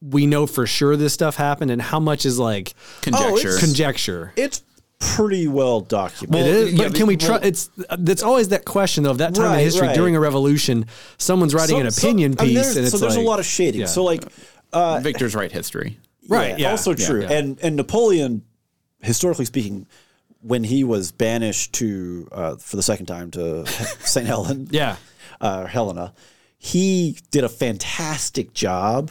[SPEAKER 3] we know for sure this stuff happened, and how much is like
[SPEAKER 4] Conjecture.
[SPEAKER 3] conjecture?
[SPEAKER 1] It's pretty well documented.
[SPEAKER 3] It is,
[SPEAKER 4] yeah,
[SPEAKER 3] but
[SPEAKER 4] but-
[SPEAKER 3] can we
[SPEAKER 4] well-
[SPEAKER 3] trust? It's that's always that question though. Of that time
[SPEAKER 1] Right,
[SPEAKER 3] in history,
[SPEAKER 1] right.
[SPEAKER 3] during a revolution, someone's writing an
[SPEAKER 1] So- so-
[SPEAKER 3] opinion
[SPEAKER 1] I mean,
[SPEAKER 3] piece,
[SPEAKER 1] there's,
[SPEAKER 3] and it's
[SPEAKER 1] so there's
[SPEAKER 3] like-
[SPEAKER 1] a lot of shading.
[SPEAKER 3] yeah.
[SPEAKER 1] So like,
[SPEAKER 4] Victor's right history.
[SPEAKER 3] Right, yeah,
[SPEAKER 1] also
[SPEAKER 3] yeah,
[SPEAKER 1] true.
[SPEAKER 3] yeah.
[SPEAKER 1] And and Napoleon, historically speaking, when he was banished to uh, for the second time to St. Helen,
[SPEAKER 3] yeah,
[SPEAKER 1] uh, Helena, he did a fantastic job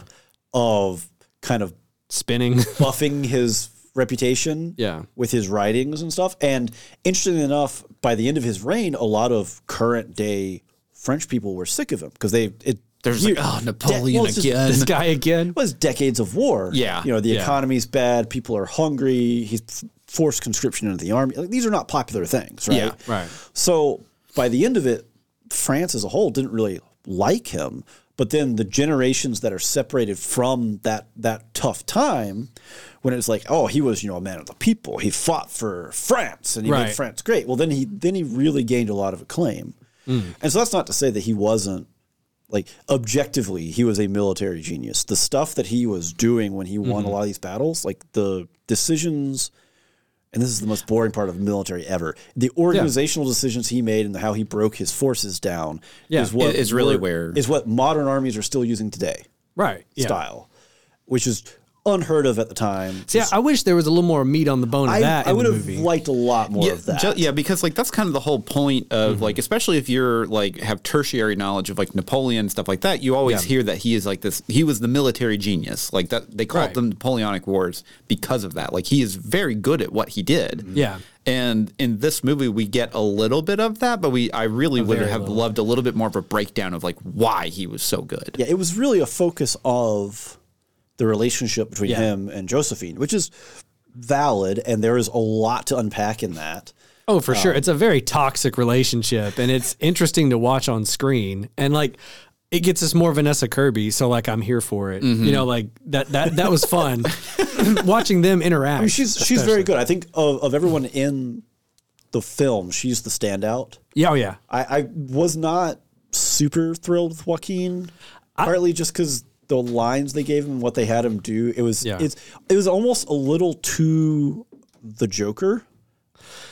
[SPEAKER 1] of kind of
[SPEAKER 3] spinning.
[SPEAKER 1] buffing his reputation
[SPEAKER 3] Yeah.
[SPEAKER 1] with his writings and stuff. And interestingly enough, by the end of his reign, a lot of current day French people were sick of him because they it
[SPEAKER 4] There's like, oh, Napoleon
[SPEAKER 1] well, it's just-
[SPEAKER 4] again.
[SPEAKER 3] this guy again.
[SPEAKER 1] was decades of war.
[SPEAKER 4] Yeah.
[SPEAKER 1] You know, the
[SPEAKER 3] Yeah.
[SPEAKER 1] economy's bad, people are hungry, he's f- forced conscription into the army. Like, these are not popular things, right?
[SPEAKER 4] Yeah,
[SPEAKER 3] right.
[SPEAKER 1] So by the end of it, France as a whole didn't really like him. But then the generations that are separated from that that tough time, when it's like, oh, he was you know a man of the people, he fought for France and he
[SPEAKER 3] Right.
[SPEAKER 1] made France great. Well, then he then he really gained a lot of acclaim, and so that's not to say that he wasn't like objectively he was a military genius the stuff that he was doing when he won a lot of these battles like the decisions and this is the most boring part of military ever the organizational decisions he made and how he broke his forces down
[SPEAKER 3] Yeah,
[SPEAKER 1] is what
[SPEAKER 4] it is really
[SPEAKER 1] were-
[SPEAKER 4] where-
[SPEAKER 1] is what modern armies are still using today
[SPEAKER 3] Right. Yeah.
[SPEAKER 1] style which is unheard of at the time
[SPEAKER 3] Yeah, I wish there was a little more meat on the bone of
[SPEAKER 1] I,
[SPEAKER 3] that.
[SPEAKER 1] I
[SPEAKER 3] in the
[SPEAKER 1] would have
[SPEAKER 3] movie.
[SPEAKER 1] liked a lot more of that Mm-hmm.
[SPEAKER 4] ju- yeah, because like that's kind of the whole point of like, especially if you're like have tertiary knowledge of like Napoleon stuff like that. You always
[SPEAKER 3] Yeah.
[SPEAKER 4] hear that he is like this. He was the military genius. Like that they called
[SPEAKER 3] Right.
[SPEAKER 4] them Napoleonic Wars because of that. Like he is very good at what he did.
[SPEAKER 1] Mm-hmm.
[SPEAKER 3] Yeah.
[SPEAKER 4] And in this movie, we get a little bit of that, but we I really would
[SPEAKER 3] very
[SPEAKER 4] have
[SPEAKER 3] little.
[SPEAKER 4] loved a little bit more of a breakdown of like why he was so good.
[SPEAKER 1] Yeah, it was really a focus of the relationship between
[SPEAKER 3] Yeah.
[SPEAKER 1] him and Josephine, which is valid, and there is a lot to unpack in that.
[SPEAKER 3] Oh, for
[SPEAKER 1] Um,
[SPEAKER 3] sure. It's a very toxic relationship and it's interesting to watch on screen. And like it gets us more Vanessa Kirby, so like I'm here for it.
[SPEAKER 1] Mm-hmm.
[SPEAKER 3] You know, like that that that was fun. Watching them interact.
[SPEAKER 1] Oh, She's she's very good. I think of, of everyone in the film, she's the standout.
[SPEAKER 3] yeah, oh, yeah.
[SPEAKER 1] I, I was not super thrilled with Joaquin, partly just because the lines they gave him, and what they had him do, it was
[SPEAKER 3] Yeah.
[SPEAKER 1] it's it was almost a little too the Joker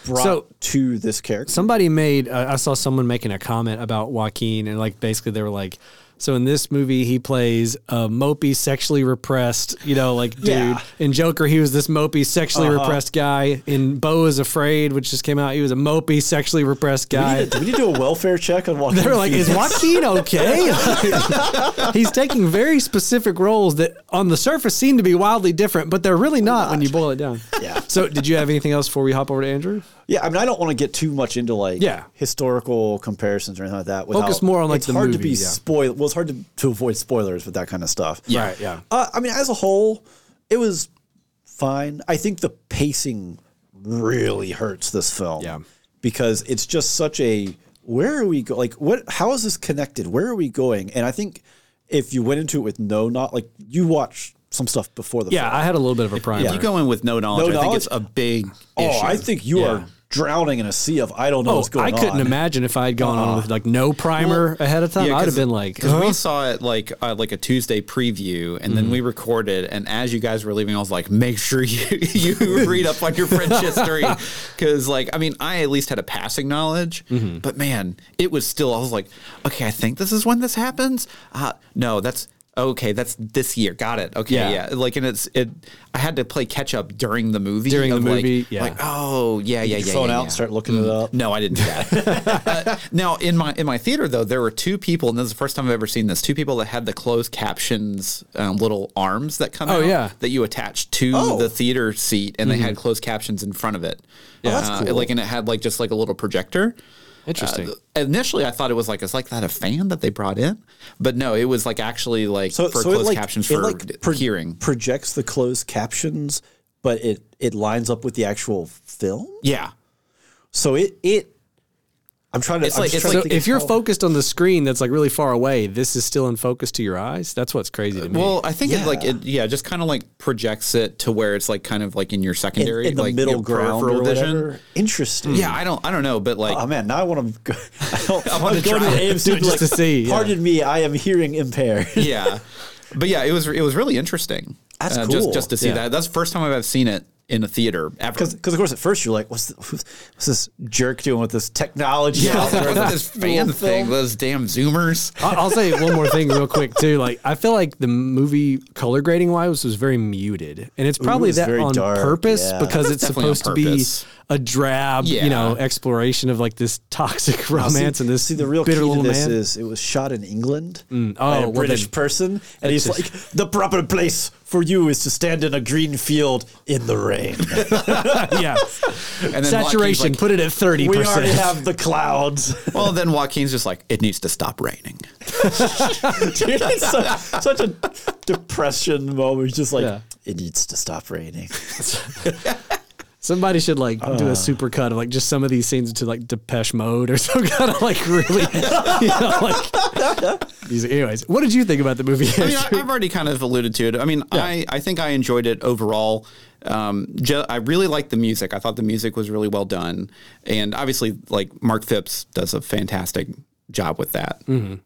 [SPEAKER 1] brought
[SPEAKER 3] So-
[SPEAKER 1] to this character.
[SPEAKER 3] Somebody made uh, I saw someone making a comment about Joaquin and like basically they were like so in this movie he plays a mopey sexually repressed, you know, like dude.
[SPEAKER 1] Yeah. Uh-huh.
[SPEAKER 3] In Joker he was this mopey sexually repressed guy. In Bo is Afraid, which just came out, he was a mopey sexually repressed guy.
[SPEAKER 1] Do we need to do a welfare check on Joaquin.
[SPEAKER 3] They were like,
[SPEAKER 1] Phoenix?
[SPEAKER 3] "Is Joaquin okay?" He's taking very specific roles that, on the surface, seem to be wildly different, but they're really not when you boil it down.
[SPEAKER 1] Yeah.
[SPEAKER 3] So, did you have anything else before we hop over to Andrew?
[SPEAKER 1] Yeah, I mean, I don't want to get too much into like
[SPEAKER 3] Yeah.
[SPEAKER 1] historical comparisons or anything like that. without-
[SPEAKER 3] Focus more on, like,
[SPEAKER 1] it's
[SPEAKER 3] the
[SPEAKER 1] hard to
[SPEAKER 3] movie,
[SPEAKER 1] be
[SPEAKER 3] yeah.
[SPEAKER 1] spoil. Well, it's hard to, to avoid spoilers with that kind of stuff.
[SPEAKER 3] Right. Yeah.
[SPEAKER 1] Uh, I mean, as a whole, it was fine. I think the pacing really hurts this film.
[SPEAKER 3] Yeah.
[SPEAKER 1] Because it's just such a where are we go? Like, what? How is this connected? Where are we going? And I think if you went into it with no, not like you watch some stuff before the
[SPEAKER 3] Yeah,
[SPEAKER 1] film.
[SPEAKER 3] I had a little bit of a primer.
[SPEAKER 4] If you go in with no knowledge,
[SPEAKER 1] No
[SPEAKER 4] I think it's a
[SPEAKER 1] knowledge?
[SPEAKER 4] big
[SPEAKER 1] Oh,
[SPEAKER 4] issue.
[SPEAKER 1] I think you
[SPEAKER 4] Yeah.
[SPEAKER 1] are drowning in a sea of I don't know
[SPEAKER 3] Oh,
[SPEAKER 1] what's
[SPEAKER 3] I
[SPEAKER 1] going on. Uh-huh.
[SPEAKER 3] couldn't imagine if I had gone on with like no primer ahead of time. I'd have been like,
[SPEAKER 4] because we
[SPEAKER 3] huh? Mm-hmm.
[SPEAKER 4] saw it like uh, like a Tuesday preview, and then we recorded. And as you guys were leaving, I was like, make sure you you read up on your French history, because like I mean, I at least had a passing knowledge,
[SPEAKER 3] Mm-hmm.
[SPEAKER 4] but man, it was still. I was like, okay, I think this is when this happens. Uh, no, that's. Okay, that's this year. Got it. Okay,
[SPEAKER 3] Yeah.
[SPEAKER 4] yeah. Like, and it's it. I had to play catch up during the movie.
[SPEAKER 3] During the
[SPEAKER 4] of, like-
[SPEAKER 3] movie, yeah.
[SPEAKER 4] Like, oh yeah, yeah, yeah.
[SPEAKER 1] Phone
[SPEAKER 4] yeah,
[SPEAKER 1] out,
[SPEAKER 4] yeah. Mm.
[SPEAKER 1] start looking it up.
[SPEAKER 4] No, I didn't do that. uh, now in my in my theater though, there were two people, and this is the first time I've ever seen this. Two people that had the closed captions um, little arms that come
[SPEAKER 3] Oh,
[SPEAKER 4] out
[SPEAKER 3] yeah.
[SPEAKER 4] that you attach to
[SPEAKER 1] Oh. Mm-hmm.
[SPEAKER 4] the theater seat, and they had closed captions in front of it. Yeah,
[SPEAKER 1] Oh, that's cool.
[SPEAKER 4] Like and it had like just like a little projector.
[SPEAKER 3] Interesting.
[SPEAKER 4] Uh, initially, I thought it was like it's like that a fan that they brought in, but no, it was like actually like
[SPEAKER 1] So,
[SPEAKER 4] for
[SPEAKER 1] so
[SPEAKER 4] closed
[SPEAKER 1] it like,
[SPEAKER 4] captions
[SPEAKER 1] it
[SPEAKER 4] for
[SPEAKER 1] like pro-
[SPEAKER 4] hearing.
[SPEAKER 1] projects the closed captions, but it it lines up with the actual film.
[SPEAKER 4] yeah,
[SPEAKER 1] So it it. I'm trying to.
[SPEAKER 4] It's
[SPEAKER 1] I'm
[SPEAKER 4] like-
[SPEAKER 1] just trying
[SPEAKER 4] it's
[SPEAKER 1] to
[SPEAKER 3] so
[SPEAKER 4] like
[SPEAKER 1] think
[SPEAKER 3] if
[SPEAKER 1] of
[SPEAKER 3] you're
[SPEAKER 1] how-
[SPEAKER 3] focused on the screen that's like really far away, this is still in focus to your eyes. That's what's crazy to me.
[SPEAKER 4] Well, I think it like
[SPEAKER 1] Yeah.
[SPEAKER 4] it yeah, just kind of like projects it to where it's like kind of like in your
[SPEAKER 1] in,
[SPEAKER 4] secondary,
[SPEAKER 1] in the
[SPEAKER 4] like
[SPEAKER 1] middle
[SPEAKER 4] your
[SPEAKER 1] ground
[SPEAKER 4] peripheral
[SPEAKER 1] or
[SPEAKER 4] vision.
[SPEAKER 1] whatever. Interesting.
[SPEAKER 4] Yeah, I don't I don't know, but like
[SPEAKER 1] Oh man, now I want to go. I, don't, I
[SPEAKER 4] wanna
[SPEAKER 1] want to go to
[SPEAKER 4] try
[SPEAKER 1] the
[SPEAKER 4] it.
[SPEAKER 1] AMC
[SPEAKER 3] Do it
[SPEAKER 1] and be
[SPEAKER 3] just
[SPEAKER 1] like,
[SPEAKER 3] to see, yeah.
[SPEAKER 1] Pardon me, I am hearing impaired.
[SPEAKER 4] yeah, but yeah, it was it was really interesting. Uh,
[SPEAKER 1] That's
[SPEAKER 4] Just
[SPEAKER 1] cool.
[SPEAKER 4] just to see
[SPEAKER 1] Yeah.
[SPEAKER 4] that. That's the first time I've ever seen it in a theater ever.
[SPEAKER 1] Because, of course, at first you're like, "What's, the, what's this jerk doing with this technology?"
[SPEAKER 4] yeah, I
[SPEAKER 1] out
[SPEAKER 4] was like,
[SPEAKER 1] there?"
[SPEAKER 4] what's this fan
[SPEAKER 1] Little
[SPEAKER 4] thing?
[SPEAKER 1] film.
[SPEAKER 4] Those damn Zoomers.
[SPEAKER 3] I- I'll say one more thing real quick too. Like I feel like the movie color grading wise was very muted, and it's probably
[SPEAKER 1] it's
[SPEAKER 3] that
[SPEAKER 1] very
[SPEAKER 3] on
[SPEAKER 1] dark,
[SPEAKER 3] purpose
[SPEAKER 1] yeah.
[SPEAKER 3] because it's
[SPEAKER 4] definitely on
[SPEAKER 3] supposed to be
[SPEAKER 4] purpose.
[SPEAKER 3] a drab, you know,
[SPEAKER 4] Yeah.
[SPEAKER 3] exploration of like this toxic romance and this
[SPEAKER 1] See, the real key
[SPEAKER 3] bitter
[SPEAKER 1] to
[SPEAKER 3] little
[SPEAKER 1] this
[SPEAKER 3] man.
[SPEAKER 1] is it was shot in England
[SPEAKER 3] Oh,
[SPEAKER 1] by a
[SPEAKER 3] well
[SPEAKER 1] British
[SPEAKER 3] then-
[SPEAKER 1] person, and he's like, "The proper place for you is to stand in a green field in the rain.
[SPEAKER 3] yeah,
[SPEAKER 4] And then
[SPEAKER 3] saturation.
[SPEAKER 4] Joaquin's
[SPEAKER 3] put it at thirty
[SPEAKER 1] we already
[SPEAKER 3] percent.
[SPEAKER 1] have the clouds."
[SPEAKER 4] like- well, then Joaquin's just like, it needs to stop raining.
[SPEAKER 1] Dude, it's such, such a depression moment. It's Just like
[SPEAKER 3] Yeah.
[SPEAKER 1] it needs to stop raining.
[SPEAKER 3] Somebody should like do
[SPEAKER 1] Uh.
[SPEAKER 3] a super cut of like just some of these scenes into like Depeche Mode or some kind of like really, you know, like. these- Anyways, what did you think about the movie?
[SPEAKER 4] I mean, I, I've already kind of alluded to it. I mean, I, I think I enjoyed it overall. Um, ju- I really liked the music. I thought the music was really well done, and obviously, like Mark Phipps does a fantastic job with that.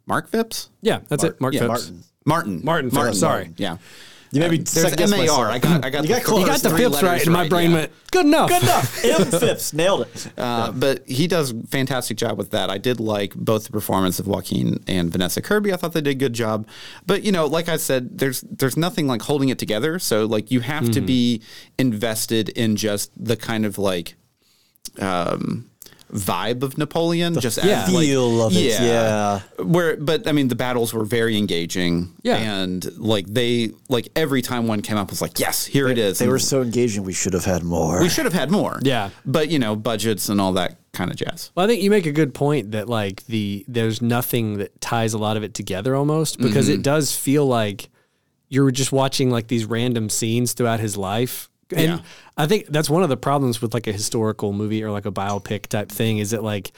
[SPEAKER 4] Mark Phipps,
[SPEAKER 3] yeah, that's it. Mark
[SPEAKER 4] Yeah.
[SPEAKER 3] Phipps.
[SPEAKER 1] Martin,
[SPEAKER 4] Martin,
[SPEAKER 3] Martin Phipps, sorry.
[SPEAKER 4] yeah. Uh,
[SPEAKER 1] you maybe
[SPEAKER 4] There's
[SPEAKER 1] second
[SPEAKER 4] M A R. I got, I got,
[SPEAKER 1] You got
[SPEAKER 4] the,
[SPEAKER 1] close.
[SPEAKER 3] You got
[SPEAKER 1] First
[SPEAKER 3] the
[SPEAKER 4] three
[SPEAKER 3] Phipps
[SPEAKER 4] letters
[SPEAKER 3] right, and my brain
[SPEAKER 4] yeah.
[SPEAKER 3] went, good enough.
[SPEAKER 1] Good enough. M Phipps nailed it.
[SPEAKER 4] Uh, but he does fantastic job with that. I did like both the performance of Joaquin and Vanessa Kirby. I thought they did a good job. But you know, like I said, there's there's nothing like holding it together. So like you have
[SPEAKER 1] Hmm.
[SPEAKER 4] to be invested in just the kind of like um vibe of Napoleon. just
[SPEAKER 3] yeah.
[SPEAKER 4] as, like-
[SPEAKER 1] Feel of it, yeah.
[SPEAKER 4] Where but I mean the battles were very engaging.
[SPEAKER 3] Yeah.
[SPEAKER 4] And like they like every time one came up was like, Yes, here it is.
[SPEAKER 1] They
[SPEAKER 4] And
[SPEAKER 1] were so engaging. We should have had more.
[SPEAKER 4] we should have had more.
[SPEAKER 3] Yeah.
[SPEAKER 4] But you know, budgets and all that kind of jazz.
[SPEAKER 3] Well, I think you make a good point that like the there's nothing that ties a lot of it together almost because it does feel like you're just watching like these random scenes throughout his life. And
[SPEAKER 4] Yeah.
[SPEAKER 3] I think that's one of the problems with like a historical movie or like a biopic type thing is that like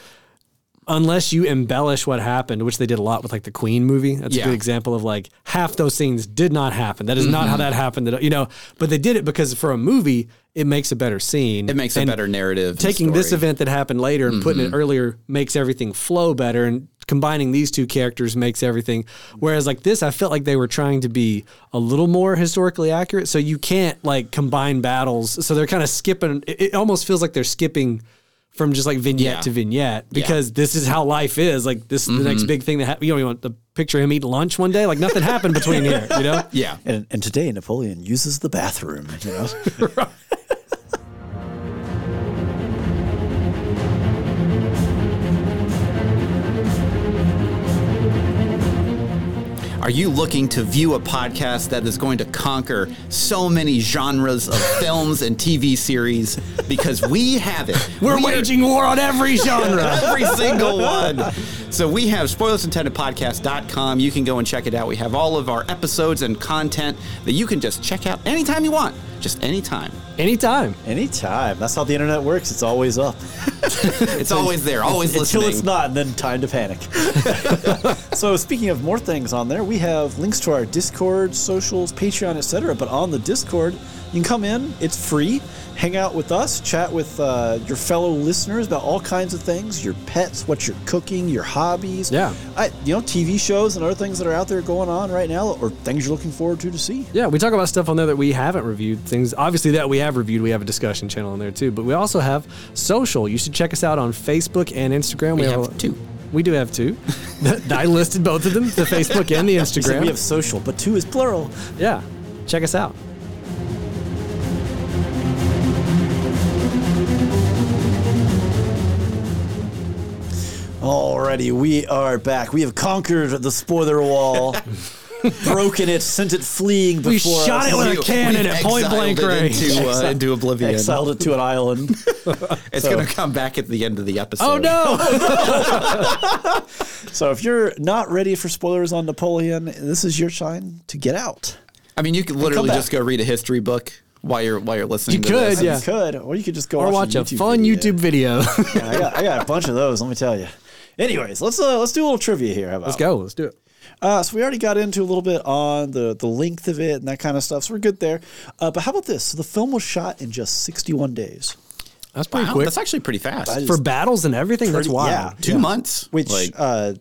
[SPEAKER 3] unless you embellish what happened, which they did a lot with like the Queen movie. That's a
[SPEAKER 4] Yeah.
[SPEAKER 3] good example of like half those scenes did not happen. That is not how that happened. That you know, but they did it because for a movie, it makes a better scene.
[SPEAKER 4] It makes a
[SPEAKER 3] And
[SPEAKER 4] better narrative. and
[SPEAKER 3] taking this
[SPEAKER 4] story. Mm-hmm.
[SPEAKER 3] event that happened later and putting it earlier makes everything flow better and combining these two characters makes everything whereas like this i felt like they were trying to be a little more historically accurate so you can't like combine battles so they're kind of skipping it, it almost feels like they're skipping from just like vignette
[SPEAKER 4] Yeah. Mm-hmm.
[SPEAKER 3] to vignette because this is how life is like this is the next big thing that happened you know you want the picture of him eating lunch one day like nothing happened between here you know
[SPEAKER 4] Yeah.
[SPEAKER 1] and, and today Napoleon uses the bathroom. You know,
[SPEAKER 4] Are you looking to view a podcast that is going to conquer so many genres of films and TV series? Because we have it.
[SPEAKER 3] we're
[SPEAKER 4] We are-
[SPEAKER 3] waging war on every genre
[SPEAKER 4] Every single one. So we have spoilersintendedpodcast.com. You can go and check it out. We have all of our episodes and content that you can just check out anytime you want. Just anytime.
[SPEAKER 3] Anytime.
[SPEAKER 1] Anytime. That's how the internet works. It's always up.
[SPEAKER 4] It's always there, always
[SPEAKER 1] Until
[SPEAKER 4] listening.
[SPEAKER 1] it's not, and then time to panic. so speaking of more things on there, we have links to our Discord, socials, Patreon, etc. But on the Discord, you can come in. It's free. Hang out with us. Chat with uh, your fellow listeners about all kinds of things: your pets, what you're cooking, your hobbies.
[SPEAKER 3] Yeah.
[SPEAKER 1] I, you know, TV shows and other things that are out there going on right now, or things you're looking forward to to see.
[SPEAKER 3] Yeah, we talk about stuff on there that we haven't reviewed. Things obviously that we have reviewed. We have a discussion channel on there too, but we also have social. You should check us out on Facebook and Instagram.
[SPEAKER 4] We have two.
[SPEAKER 3] We do have two. I listed both of them: the Facebook and the
[SPEAKER 1] You said
[SPEAKER 3] Instagram.
[SPEAKER 1] we have social, but two is plural.
[SPEAKER 3] yeah, check us out.
[SPEAKER 1] Alrighty, we are back. We have conquered the spoiler wall, broken it, sent it fleeing
[SPEAKER 3] We
[SPEAKER 1] before
[SPEAKER 3] shot
[SPEAKER 1] us,
[SPEAKER 3] it with a
[SPEAKER 4] You-
[SPEAKER 3] cannon
[SPEAKER 4] we
[SPEAKER 3] at point
[SPEAKER 4] exiled
[SPEAKER 3] blank
[SPEAKER 4] it
[SPEAKER 3] range.
[SPEAKER 4] Into, uh, into oblivion.
[SPEAKER 1] exiled it to an island.
[SPEAKER 4] It's going to come back at the end of the episode.
[SPEAKER 3] Oh no!
[SPEAKER 1] so if you're not ready for spoilers on Napoleon, this is your sign to get out.
[SPEAKER 4] I mean, you could literally
[SPEAKER 1] back.
[SPEAKER 4] just go read a history book while you're while you're listening.
[SPEAKER 3] You
[SPEAKER 4] to
[SPEAKER 3] could,
[SPEAKER 4] this.
[SPEAKER 3] yeah.
[SPEAKER 1] You could, or you could just go
[SPEAKER 3] or watch a fun YouTube video.
[SPEAKER 1] video. Yeah, I, got, I got a bunch of those. Let me tell you. Anyways, let's uh, let's do a little trivia here. How about
[SPEAKER 3] Let's go. Let's do it.
[SPEAKER 1] Uh, so we already got into a little bit on the, the length of it and that kind of stuff. So we're good there. Uh, but how about this? So the film was shot in just 61 days.
[SPEAKER 3] That's pretty
[SPEAKER 4] Wow,
[SPEAKER 3] quick
[SPEAKER 4] that's actually pretty fast.
[SPEAKER 1] That is
[SPEAKER 3] for battles and everything. that's
[SPEAKER 1] pretty-
[SPEAKER 3] wild.
[SPEAKER 1] yeah.
[SPEAKER 4] Two months.
[SPEAKER 1] which
[SPEAKER 4] like,
[SPEAKER 1] uh,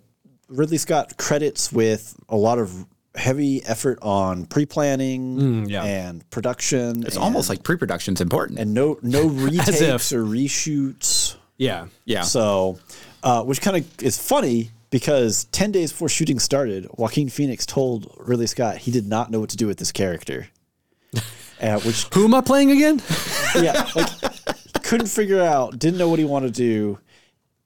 [SPEAKER 1] Ridley Scott credits with a lot of heavy effort on pre-planning
[SPEAKER 3] yeah.
[SPEAKER 1] and production.
[SPEAKER 4] Mm, it's almost like pre-production's important.
[SPEAKER 1] and no no
[SPEAKER 3] if.
[SPEAKER 1] retakes or reshoots.
[SPEAKER 3] Yeah.
[SPEAKER 4] yeah.
[SPEAKER 1] So, uh, which kind of is funny because ten days before shooting started, Joaquin Phoenix told Ridley Scott he did not know what to do with this character, uh, which
[SPEAKER 3] Who am I playing again?
[SPEAKER 1] yeah, like couldn't figure out, didn't know what he wanted to do,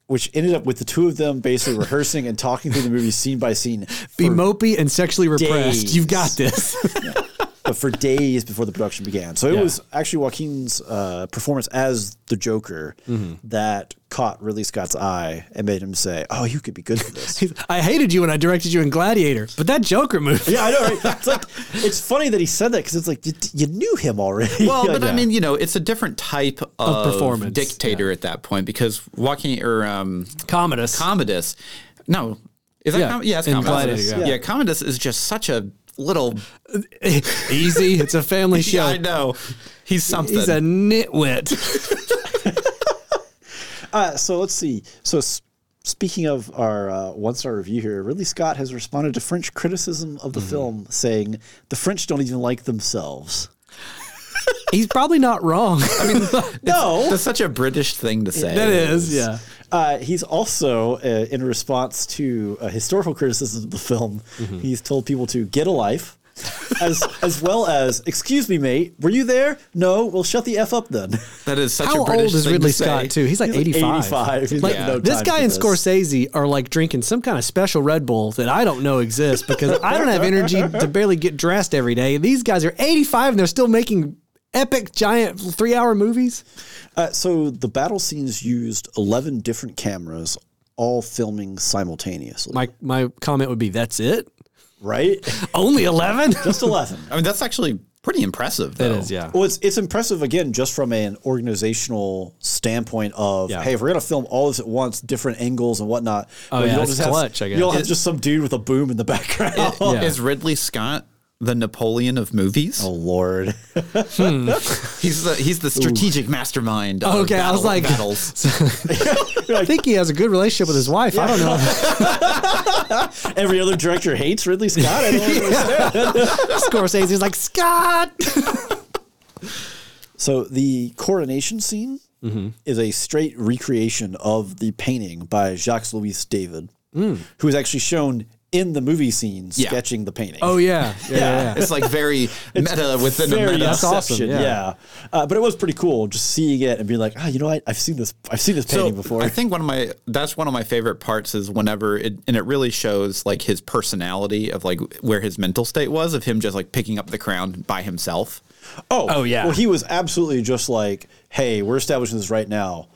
[SPEAKER 1] which ended up with the two of them basically rehearsing and talking through the movie scene by scene,
[SPEAKER 3] Be mopey and sexually repressed.
[SPEAKER 1] days.
[SPEAKER 3] You've got this.
[SPEAKER 1] but for days before the production began. So it
[SPEAKER 3] Yeah.
[SPEAKER 1] was actually Joaquin's uh, performance as the Joker
[SPEAKER 4] Mm-hmm.
[SPEAKER 1] that caught Ridley Scott's eye and made him say, "Oh, you could be good for this."
[SPEAKER 3] I hated you when I directed you in Gladiator, but that Joker movie.
[SPEAKER 1] yeah, I know, right? It's like it's funny that he said that because it's like you, you knew him already.
[SPEAKER 4] Well,
[SPEAKER 1] Yeah,
[SPEAKER 4] but I
[SPEAKER 1] yeah.
[SPEAKER 4] mean, you know, it's a different type of,
[SPEAKER 3] performance,
[SPEAKER 4] dictator at that point because Joaquin or um,
[SPEAKER 3] Commodus.
[SPEAKER 4] Commodus, no, is that
[SPEAKER 3] Yeah,
[SPEAKER 4] yeah, Com- yeah, it's
[SPEAKER 3] in
[SPEAKER 4] Commodus.
[SPEAKER 3] Gladiator,
[SPEAKER 4] yeah.
[SPEAKER 3] yeah.
[SPEAKER 4] Commodus is just such a little.
[SPEAKER 3] Easy. It's a family show.
[SPEAKER 4] Yeah, I know. He's something.
[SPEAKER 3] He's a nitwit.
[SPEAKER 1] Uh, so let's see. So s- speaking of our uh, one-star review here, Ridley Scott has responded to French criticism of the
[SPEAKER 3] Mm-hmm.
[SPEAKER 1] film, saying the French don't even like themselves.
[SPEAKER 3] He's probably not wrong. I mean,
[SPEAKER 1] No,
[SPEAKER 4] That's such a British thing to say.
[SPEAKER 3] that is, yeah.
[SPEAKER 1] uh, he's also uh, in response to uh, historical criticism of the film.
[SPEAKER 3] Mm-hmm.
[SPEAKER 1] He's told people to get a life. as as well as, excuse me, mate, were you there? No, well, shut the f up then.
[SPEAKER 4] That is such
[SPEAKER 3] How
[SPEAKER 4] a British
[SPEAKER 3] old is
[SPEAKER 4] thing
[SPEAKER 3] Ridley
[SPEAKER 4] to say.
[SPEAKER 3] Scott, too? He's like
[SPEAKER 1] He's like
[SPEAKER 3] 85.
[SPEAKER 1] 85. He's
[SPEAKER 3] Like,
[SPEAKER 1] got no
[SPEAKER 3] this
[SPEAKER 1] time
[SPEAKER 3] guy
[SPEAKER 1] for
[SPEAKER 3] and
[SPEAKER 1] this.
[SPEAKER 3] Scorsese are like drinking some kind of special Red Bull that I don't know exists because I don't have energy to barely get dressed every day. These guys are 85 and they're still making epic, giant three hour movies.
[SPEAKER 1] Uh, so the battle scenes used eleven different cameras, all filming simultaneously.
[SPEAKER 3] My, my comment would be that's it?
[SPEAKER 1] right?
[SPEAKER 3] Only 11?
[SPEAKER 1] just 11.
[SPEAKER 4] I mean, that's actually pretty impressive. Though.
[SPEAKER 3] That is, yeah.
[SPEAKER 1] Well, it's, it's impressive, again, just from an organizational standpoint of,
[SPEAKER 3] Yeah.
[SPEAKER 1] hey, if we're going to film all this at once, different angles and whatnot. Oh,
[SPEAKER 3] yeah, it's clutch, I guess.
[SPEAKER 1] You don't have
[SPEAKER 4] It-
[SPEAKER 1] just some dude with a boom in the background. oh,
[SPEAKER 3] Yeah.
[SPEAKER 4] Is Ridley Scott the Napoleon of movies?
[SPEAKER 1] Lord.
[SPEAKER 4] He's the he's the strategic mastermind. Of
[SPEAKER 3] Okay, I was
[SPEAKER 4] battle-
[SPEAKER 3] like-
[SPEAKER 4] battles.
[SPEAKER 3] I think he has a good relationship with his wife. I don't know.
[SPEAKER 1] Every other director hates Ridley Scott. I don't understand.
[SPEAKER 3] Scorsese's like, Scott!
[SPEAKER 1] So the coronation scene is a straight recreation of the painting by Jacques Louis David, who is actually shown in the movie scene
[SPEAKER 4] Yeah.
[SPEAKER 1] sketching the painting.
[SPEAKER 3] Oh, yeah. Yeah, yeah, yeah.
[SPEAKER 4] It's like very meta within the
[SPEAKER 1] very
[SPEAKER 4] meta.
[SPEAKER 3] That's awesome,
[SPEAKER 1] Inception,
[SPEAKER 3] yeah.
[SPEAKER 1] Yeah, Uh, but it was pretty cool just seeing it and being like, ah, you know what? I've seen this. I've seen this painting before.
[SPEAKER 4] I think one of my that's one of my favorite parts is whenever it and it really shows like his personality of like where his mental state was of him just like picking up the crown by himself.
[SPEAKER 1] oh,
[SPEAKER 3] Oh, yeah.
[SPEAKER 1] Well, he was absolutely just like, hey, we're establishing this right now.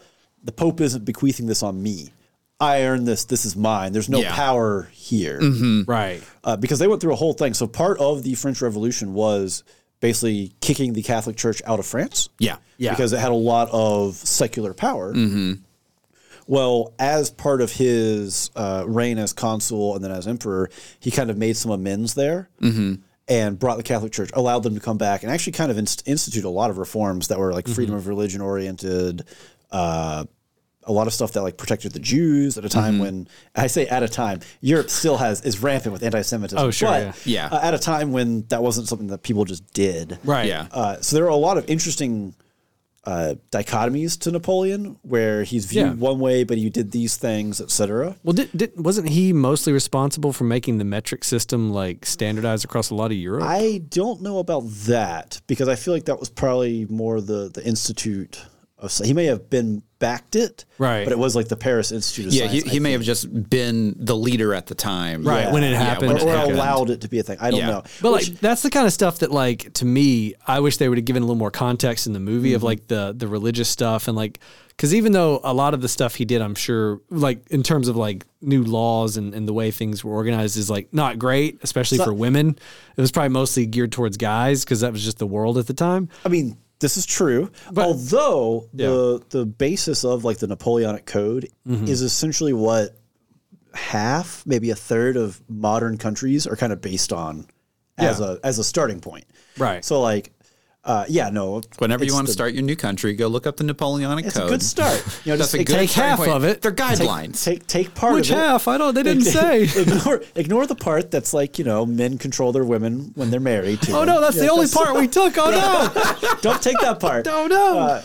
[SPEAKER 1] The Pope isn't bequeathing this on me. I earned this. This is mine. There's no
[SPEAKER 4] Yeah.
[SPEAKER 1] power here
[SPEAKER 3] Right.
[SPEAKER 1] uh, because they went through a whole thing. So part of the French Revolution was basically kicking the Catholic Church out of France.
[SPEAKER 4] Yeah.
[SPEAKER 3] Yeah. Mm-hmm.
[SPEAKER 1] Because it had a lot of secular power. Well, as part of his uh, reign as consul and then as emperor, he kind of made some amends there
[SPEAKER 3] Mm-hmm.
[SPEAKER 1] and brought the Catholic Church, allowed them to come back, and actually kind of inst- institute a lot of reforms that were
[SPEAKER 3] Mm-hmm.
[SPEAKER 1] like freedom of religion oriented. Uh, a lot of stuff that like protected the Jews at a
[SPEAKER 3] Mm-hmm.
[SPEAKER 1] time when I say at a time Europe still has is rampant with anti-Semitism.
[SPEAKER 3] Oh, sure,
[SPEAKER 1] but,
[SPEAKER 3] yeah.
[SPEAKER 4] Yeah.
[SPEAKER 1] uh, at a time when that wasn't something that people just did.
[SPEAKER 3] Right.
[SPEAKER 4] Yeah.
[SPEAKER 1] Uh, so there are a lot of interesting uh, dichotomies to Napoleon, where he's viewed
[SPEAKER 3] Yeah.
[SPEAKER 1] one way, but he did these things, etc.
[SPEAKER 3] Well, did, did, wasn't he mostly responsible for making the metric system like standardized across a lot of Europe?
[SPEAKER 1] I don't know about that because I feel like that was probably more the the Institute of. Sci- He may have been backed it,
[SPEAKER 3] Right.
[SPEAKER 1] But it was like the Paris Institute of
[SPEAKER 4] Yeah, he,
[SPEAKER 1] Science. I
[SPEAKER 4] he may have just been the leader at the time.
[SPEAKER 3] Right,
[SPEAKER 4] Yeah.
[SPEAKER 3] when it
[SPEAKER 4] Yeah,
[SPEAKER 3] happened.
[SPEAKER 4] when
[SPEAKER 1] think.
[SPEAKER 4] it
[SPEAKER 1] or, or
[SPEAKER 4] happened.
[SPEAKER 1] allowed it to be a thing. I don't
[SPEAKER 4] Yeah.
[SPEAKER 1] know.
[SPEAKER 3] But like that's the kind of stuff that like to me, I wish they would have given a little more context in the movie of like the the religious stuff and like because even though a lot of the stuff he did, I'm sure like in terms of like new laws and, and the way things were organized is like not great, especially for women. It was probably mostly geared towards guys because that was just the world at the time.
[SPEAKER 1] I mean, this is true. Although the the basis of like the Napoleonic Code
[SPEAKER 3] Mm-hmm.
[SPEAKER 1] is essentially what half, maybe a third of modern countries are kind of based on as
[SPEAKER 3] Yeah.
[SPEAKER 1] a as a starting point.
[SPEAKER 3] Right.
[SPEAKER 1] So like, uh, yeah, no.
[SPEAKER 4] Whenever
[SPEAKER 1] it's
[SPEAKER 4] you want to
[SPEAKER 1] the-
[SPEAKER 4] start your new country, go look up the Napoleonic
[SPEAKER 1] it's
[SPEAKER 4] Code.
[SPEAKER 1] a good start. You know,
[SPEAKER 4] That's
[SPEAKER 1] just
[SPEAKER 4] a good
[SPEAKER 3] take
[SPEAKER 4] starting
[SPEAKER 3] half
[SPEAKER 4] point.
[SPEAKER 3] of it.
[SPEAKER 4] They're guidelines.
[SPEAKER 1] take take part
[SPEAKER 3] Which
[SPEAKER 1] of it.
[SPEAKER 3] half? I don't. They didn't say.
[SPEAKER 1] ignore ignore the part that's like you know men control their women when they're married. To
[SPEAKER 3] Oh
[SPEAKER 1] them.
[SPEAKER 3] no, that's
[SPEAKER 1] Yeah,
[SPEAKER 3] the only part we took. Oh no. Oh,
[SPEAKER 1] Don't take that part.
[SPEAKER 3] don't know.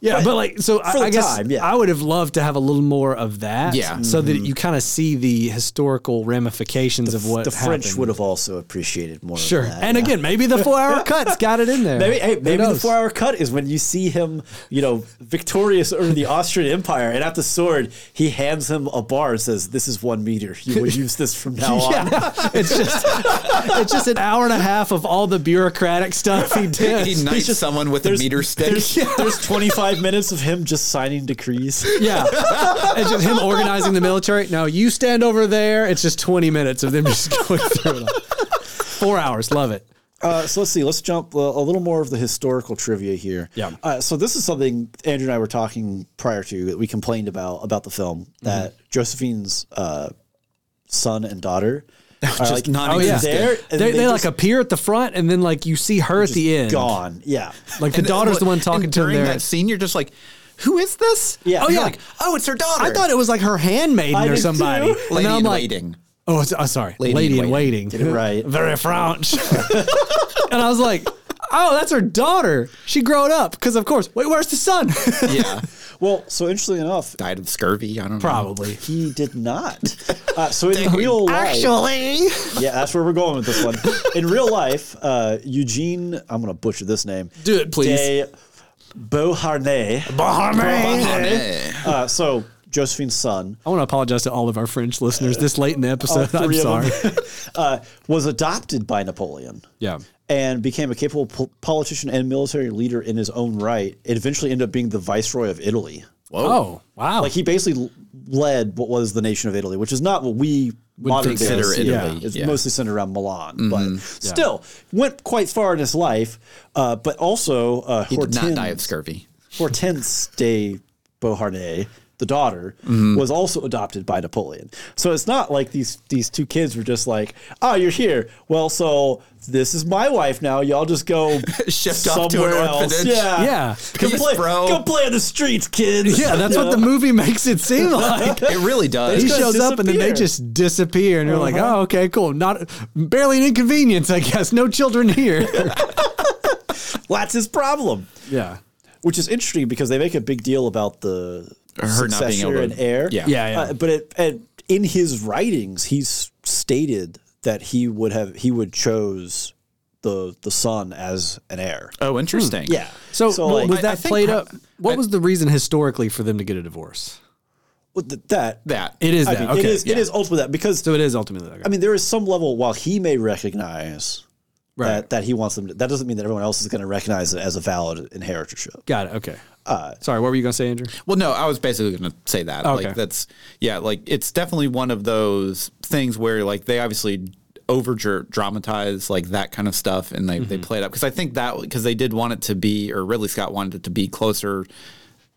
[SPEAKER 3] yeah, but, like, so I,
[SPEAKER 1] for the
[SPEAKER 3] I guess
[SPEAKER 1] Uh, time, yeah. Mm-hmm.
[SPEAKER 3] I would have loved to have a little more of that.
[SPEAKER 4] Yeah.
[SPEAKER 3] So that you kind of see the historical ramifications of what
[SPEAKER 1] the French
[SPEAKER 3] happened.
[SPEAKER 1] would have also appreciated more.
[SPEAKER 3] Sure.
[SPEAKER 1] of that,
[SPEAKER 3] and
[SPEAKER 1] yeah.
[SPEAKER 3] again, maybe the four hour cuts got it in there.
[SPEAKER 1] Maybe hey,
[SPEAKER 3] Who
[SPEAKER 1] maybe the
[SPEAKER 3] knows?
[SPEAKER 1] four hour cut is when you see him, you know, victorious over the Austrian Empire, and at the sword, he hands him a bar and says, "This is one meter. You will use this from now on."
[SPEAKER 3] Yeah. it's just it's just an hour and a half of all the bureaucratic stuff he did.
[SPEAKER 4] he knifed
[SPEAKER 1] just-
[SPEAKER 4] someone with a
[SPEAKER 1] There's,
[SPEAKER 4] meter stick.
[SPEAKER 1] There's, there's 25 minutes of him just signing decrees.
[SPEAKER 3] yeah. It's just him organizing the military. No, you stand over there. It's just 20 minutes of them just going through it all. Four hours. Love it.
[SPEAKER 1] Uh, so let's see. Let's jump uh, a little more of the historical trivia here.
[SPEAKER 3] Yeah.
[SPEAKER 1] Uh, so this is something Andrew and I were talking prior to that we complained about about the film
[SPEAKER 3] Mm-hmm.
[SPEAKER 1] that Josephine's uh, son and daughter are like
[SPEAKER 4] non-existent.
[SPEAKER 1] they're
[SPEAKER 4] Oh, yeah.
[SPEAKER 1] there.
[SPEAKER 3] They,
[SPEAKER 1] and
[SPEAKER 3] they,
[SPEAKER 1] just
[SPEAKER 3] like appear at the front and then like you see her at the end.
[SPEAKER 1] gone. Yeah.
[SPEAKER 3] Like the daughter's the one talking
[SPEAKER 4] and
[SPEAKER 3] to him
[SPEAKER 4] during
[SPEAKER 3] there.
[SPEAKER 4] that scene. You're just like, who is this?
[SPEAKER 1] Yeah.
[SPEAKER 4] And
[SPEAKER 1] Oh,
[SPEAKER 4] you're
[SPEAKER 3] yeah.
[SPEAKER 4] Like, oh, it's her daughter.
[SPEAKER 3] I thought it was like her handmaiden
[SPEAKER 1] I
[SPEAKER 3] or
[SPEAKER 1] did
[SPEAKER 3] somebody.
[SPEAKER 1] too.
[SPEAKER 3] And
[SPEAKER 4] lady
[SPEAKER 3] then I'm
[SPEAKER 4] in
[SPEAKER 3] like,
[SPEAKER 4] waiting.
[SPEAKER 3] Oh, it's, oh, sorry. Lady, in waiting.
[SPEAKER 1] it right.
[SPEAKER 3] Very French. and I was like, oh, that's her daughter. She growed up. Because, of course, wait, where's the son?
[SPEAKER 4] yeah,
[SPEAKER 1] Well, so interestingly enough,
[SPEAKER 4] died of scurvy. I don't
[SPEAKER 3] Probably.
[SPEAKER 1] he did not. Uh, so in real life,
[SPEAKER 4] Actually,
[SPEAKER 1] yeah, that's where we're going with this one. In real life, uh, Eugene, I'm going to butcher this name.
[SPEAKER 3] Do it, please.
[SPEAKER 1] De Beauharnais. Uh, so Josephine's son,
[SPEAKER 3] I want to apologize to all of our French listeners this late in the
[SPEAKER 1] all
[SPEAKER 3] episode.
[SPEAKER 1] three
[SPEAKER 3] I'm
[SPEAKER 1] of
[SPEAKER 3] sorry.
[SPEAKER 1] them, uh, was adopted by Napoleon.
[SPEAKER 3] Yeah.
[SPEAKER 1] And became a capable po- politician and military leader in his own right. It eventually ended up being the viceroy of Italy.
[SPEAKER 3] Oh, wow.
[SPEAKER 1] Like he basically l- led what was the nation of Italy, which is not what we modern day
[SPEAKER 4] consider
[SPEAKER 1] see.
[SPEAKER 4] Italy,
[SPEAKER 1] It's
[SPEAKER 4] yeah. Mm-hmm.
[SPEAKER 1] mostly centered around Milan, but still went quite far in his life. Uh, but also, uh,
[SPEAKER 4] he did not
[SPEAKER 1] Hortense-
[SPEAKER 4] die of scurvy.
[SPEAKER 1] Hortense de Beauharnais, the daughter,
[SPEAKER 4] Mm-hmm.
[SPEAKER 1] was also adopted by Napoleon. So it's not like these these two kids were just like, "Oh, you're here. Well, so this is my wife now. Y'all just go
[SPEAKER 4] Shift off to an
[SPEAKER 1] somewhere else.
[SPEAKER 4] orphanage.
[SPEAKER 1] Yeah,
[SPEAKER 3] Yeah.
[SPEAKER 1] Go
[SPEAKER 4] Peace,
[SPEAKER 1] play,
[SPEAKER 4] bro.
[SPEAKER 1] go play in the streets, kids.
[SPEAKER 3] yeah, that's what the movie makes it seem like.
[SPEAKER 4] It really does.
[SPEAKER 3] He
[SPEAKER 1] just
[SPEAKER 3] shows up and then they
[SPEAKER 1] disappear.
[SPEAKER 3] just disappear, and you're like, "Oh, okay, cool. Not barely an inconvenience, I guess. No children here."
[SPEAKER 1] That's his problem.
[SPEAKER 3] yeah,
[SPEAKER 1] Which is interesting because they make a big deal about the
[SPEAKER 4] Her not being
[SPEAKER 1] successor
[SPEAKER 4] able to-
[SPEAKER 1] and heir.
[SPEAKER 4] Yeah.
[SPEAKER 3] Yeah, yeah.
[SPEAKER 1] Uh, but it, and in his writings, he's stated that he would have he would chose the the son as an heir.
[SPEAKER 4] oh,
[SPEAKER 3] Hmm.
[SPEAKER 4] interesting.
[SPEAKER 1] Yeah.
[SPEAKER 3] So, w-
[SPEAKER 1] like,
[SPEAKER 3] was
[SPEAKER 4] I-
[SPEAKER 3] that
[SPEAKER 4] I think
[SPEAKER 3] played
[SPEAKER 4] pro-
[SPEAKER 3] up? What was the reason historically for them to get a divorce?
[SPEAKER 1] with th- that
[SPEAKER 4] that
[SPEAKER 3] It is
[SPEAKER 1] I
[SPEAKER 3] that.
[SPEAKER 1] mean,
[SPEAKER 3] okay,
[SPEAKER 1] it is
[SPEAKER 3] yeah.
[SPEAKER 1] it is ultimately that because
[SPEAKER 3] So it is ultimately that.
[SPEAKER 1] I mean there is some level while he may recognize
[SPEAKER 3] Right.
[SPEAKER 1] that that he wants them. To, that doesn't mean that everyone else is going to recognize it as a valid inheritorship.
[SPEAKER 3] Got it. Okay.
[SPEAKER 1] Uh,
[SPEAKER 3] Sorry, what were you going to say, Andrew?
[SPEAKER 4] Well, no, I was basically going to say that.
[SPEAKER 3] Okay.
[SPEAKER 4] Like that's yeah, like it's definitely one of those things where like they obviously over dramatize like that kind of stuff and they,
[SPEAKER 3] Mm-hmm.
[SPEAKER 4] they play it up because I think that because they did want it to be or Ridley Scott wanted it to be closer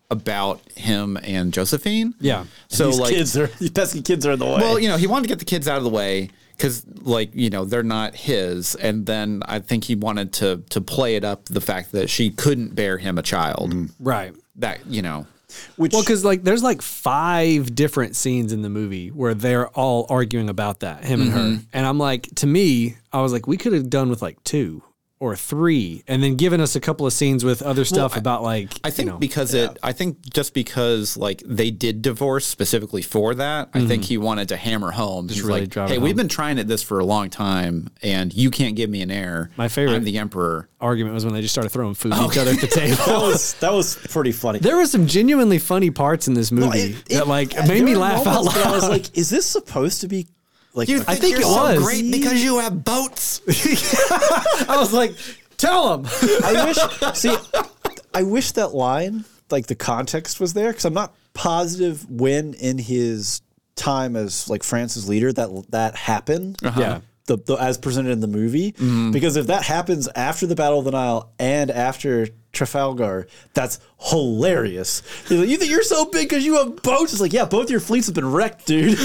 [SPEAKER 4] about him and Josephine.
[SPEAKER 3] Yeah. And
[SPEAKER 4] So
[SPEAKER 1] these
[SPEAKER 4] like
[SPEAKER 1] kids are these pesky kids are in the way.
[SPEAKER 4] well, you know, he wanted to get the kids out of the way because, like, you know, they're not his. And then I think he wanted to to play it up the fact that she couldn't bear him a child.
[SPEAKER 3] Mm-hmm. Right.
[SPEAKER 4] That you know,
[SPEAKER 1] Which
[SPEAKER 3] Well, because like there's like five different scenes in the movie where they're all arguing about that, him
[SPEAKER 1] Mm-hmm.
[SPEAKER 3] and her. And I'm like, to me, I was like, we could have done with like two or three, and then given us a couple of scenes with other stuff about like
[SPEAKER 4] I
[SPEAKER 3] you
[SPEAKER 4] think
[SPEAKER 3] know,
[SPEAKER 4] because it, I think just because like they did divorce specifically for that, I think he wanted to hammer home. Just
[SPEAKER 3] Mm-hmm. really
[SPEAKER 4] like,
[SPEAKER 3] drive
[SPEAKER 4] hey,
[SPEAKER 3] it home.
[SPEAKER 4] we've been trying at this for a long time, and you can't give me an heir.
[SPEAKER 3] My favorite-
[SPEAKER 4] I'm the emperor.
[SPEAKER 3] argument was when they just started throwing food at each other at the
[SPEAKER 1] that
[SPEAKER 3] table.
[SPEAKER 1] was that was pretty funny.
[SPEAKER 3] there were some genuinely funny parts in this movie
[SPEAKER 1] it- it-
[SPEAKER 3] that like made
[SPEAKER 1] there
[SPEAKER 3] me
[SPEAKER 1] were
[SPEAKER 3] laugh out
[SPEAKER 1] moments that I
[SPEAKER 3] loud.
[SPEAKER 1] was like, is this supposed to be like
[SPEAKER 4] You
[SPEAKER 1] a-
[SPEAKER 3] I think it was.
[SPEAKER 4] because you have boats.
[SPEAKER 3] I was like, tell them.
[SPEAKER 1] I wish. See, I wish that line, like the context, was there because I'm not positive when in his time as like France's leader that that happened.
[SPEAKER 3] Uh-huh. Yeah. Mm-hmm.
[SPEAKER 1] The, the, as presented in the movie, because if that happens after the Battle of the Nile and after Trafalgar, that's hilarious. He's like, you think you're so big because you have boats? It's like, yeah, both your fleets have been wrecked, dude.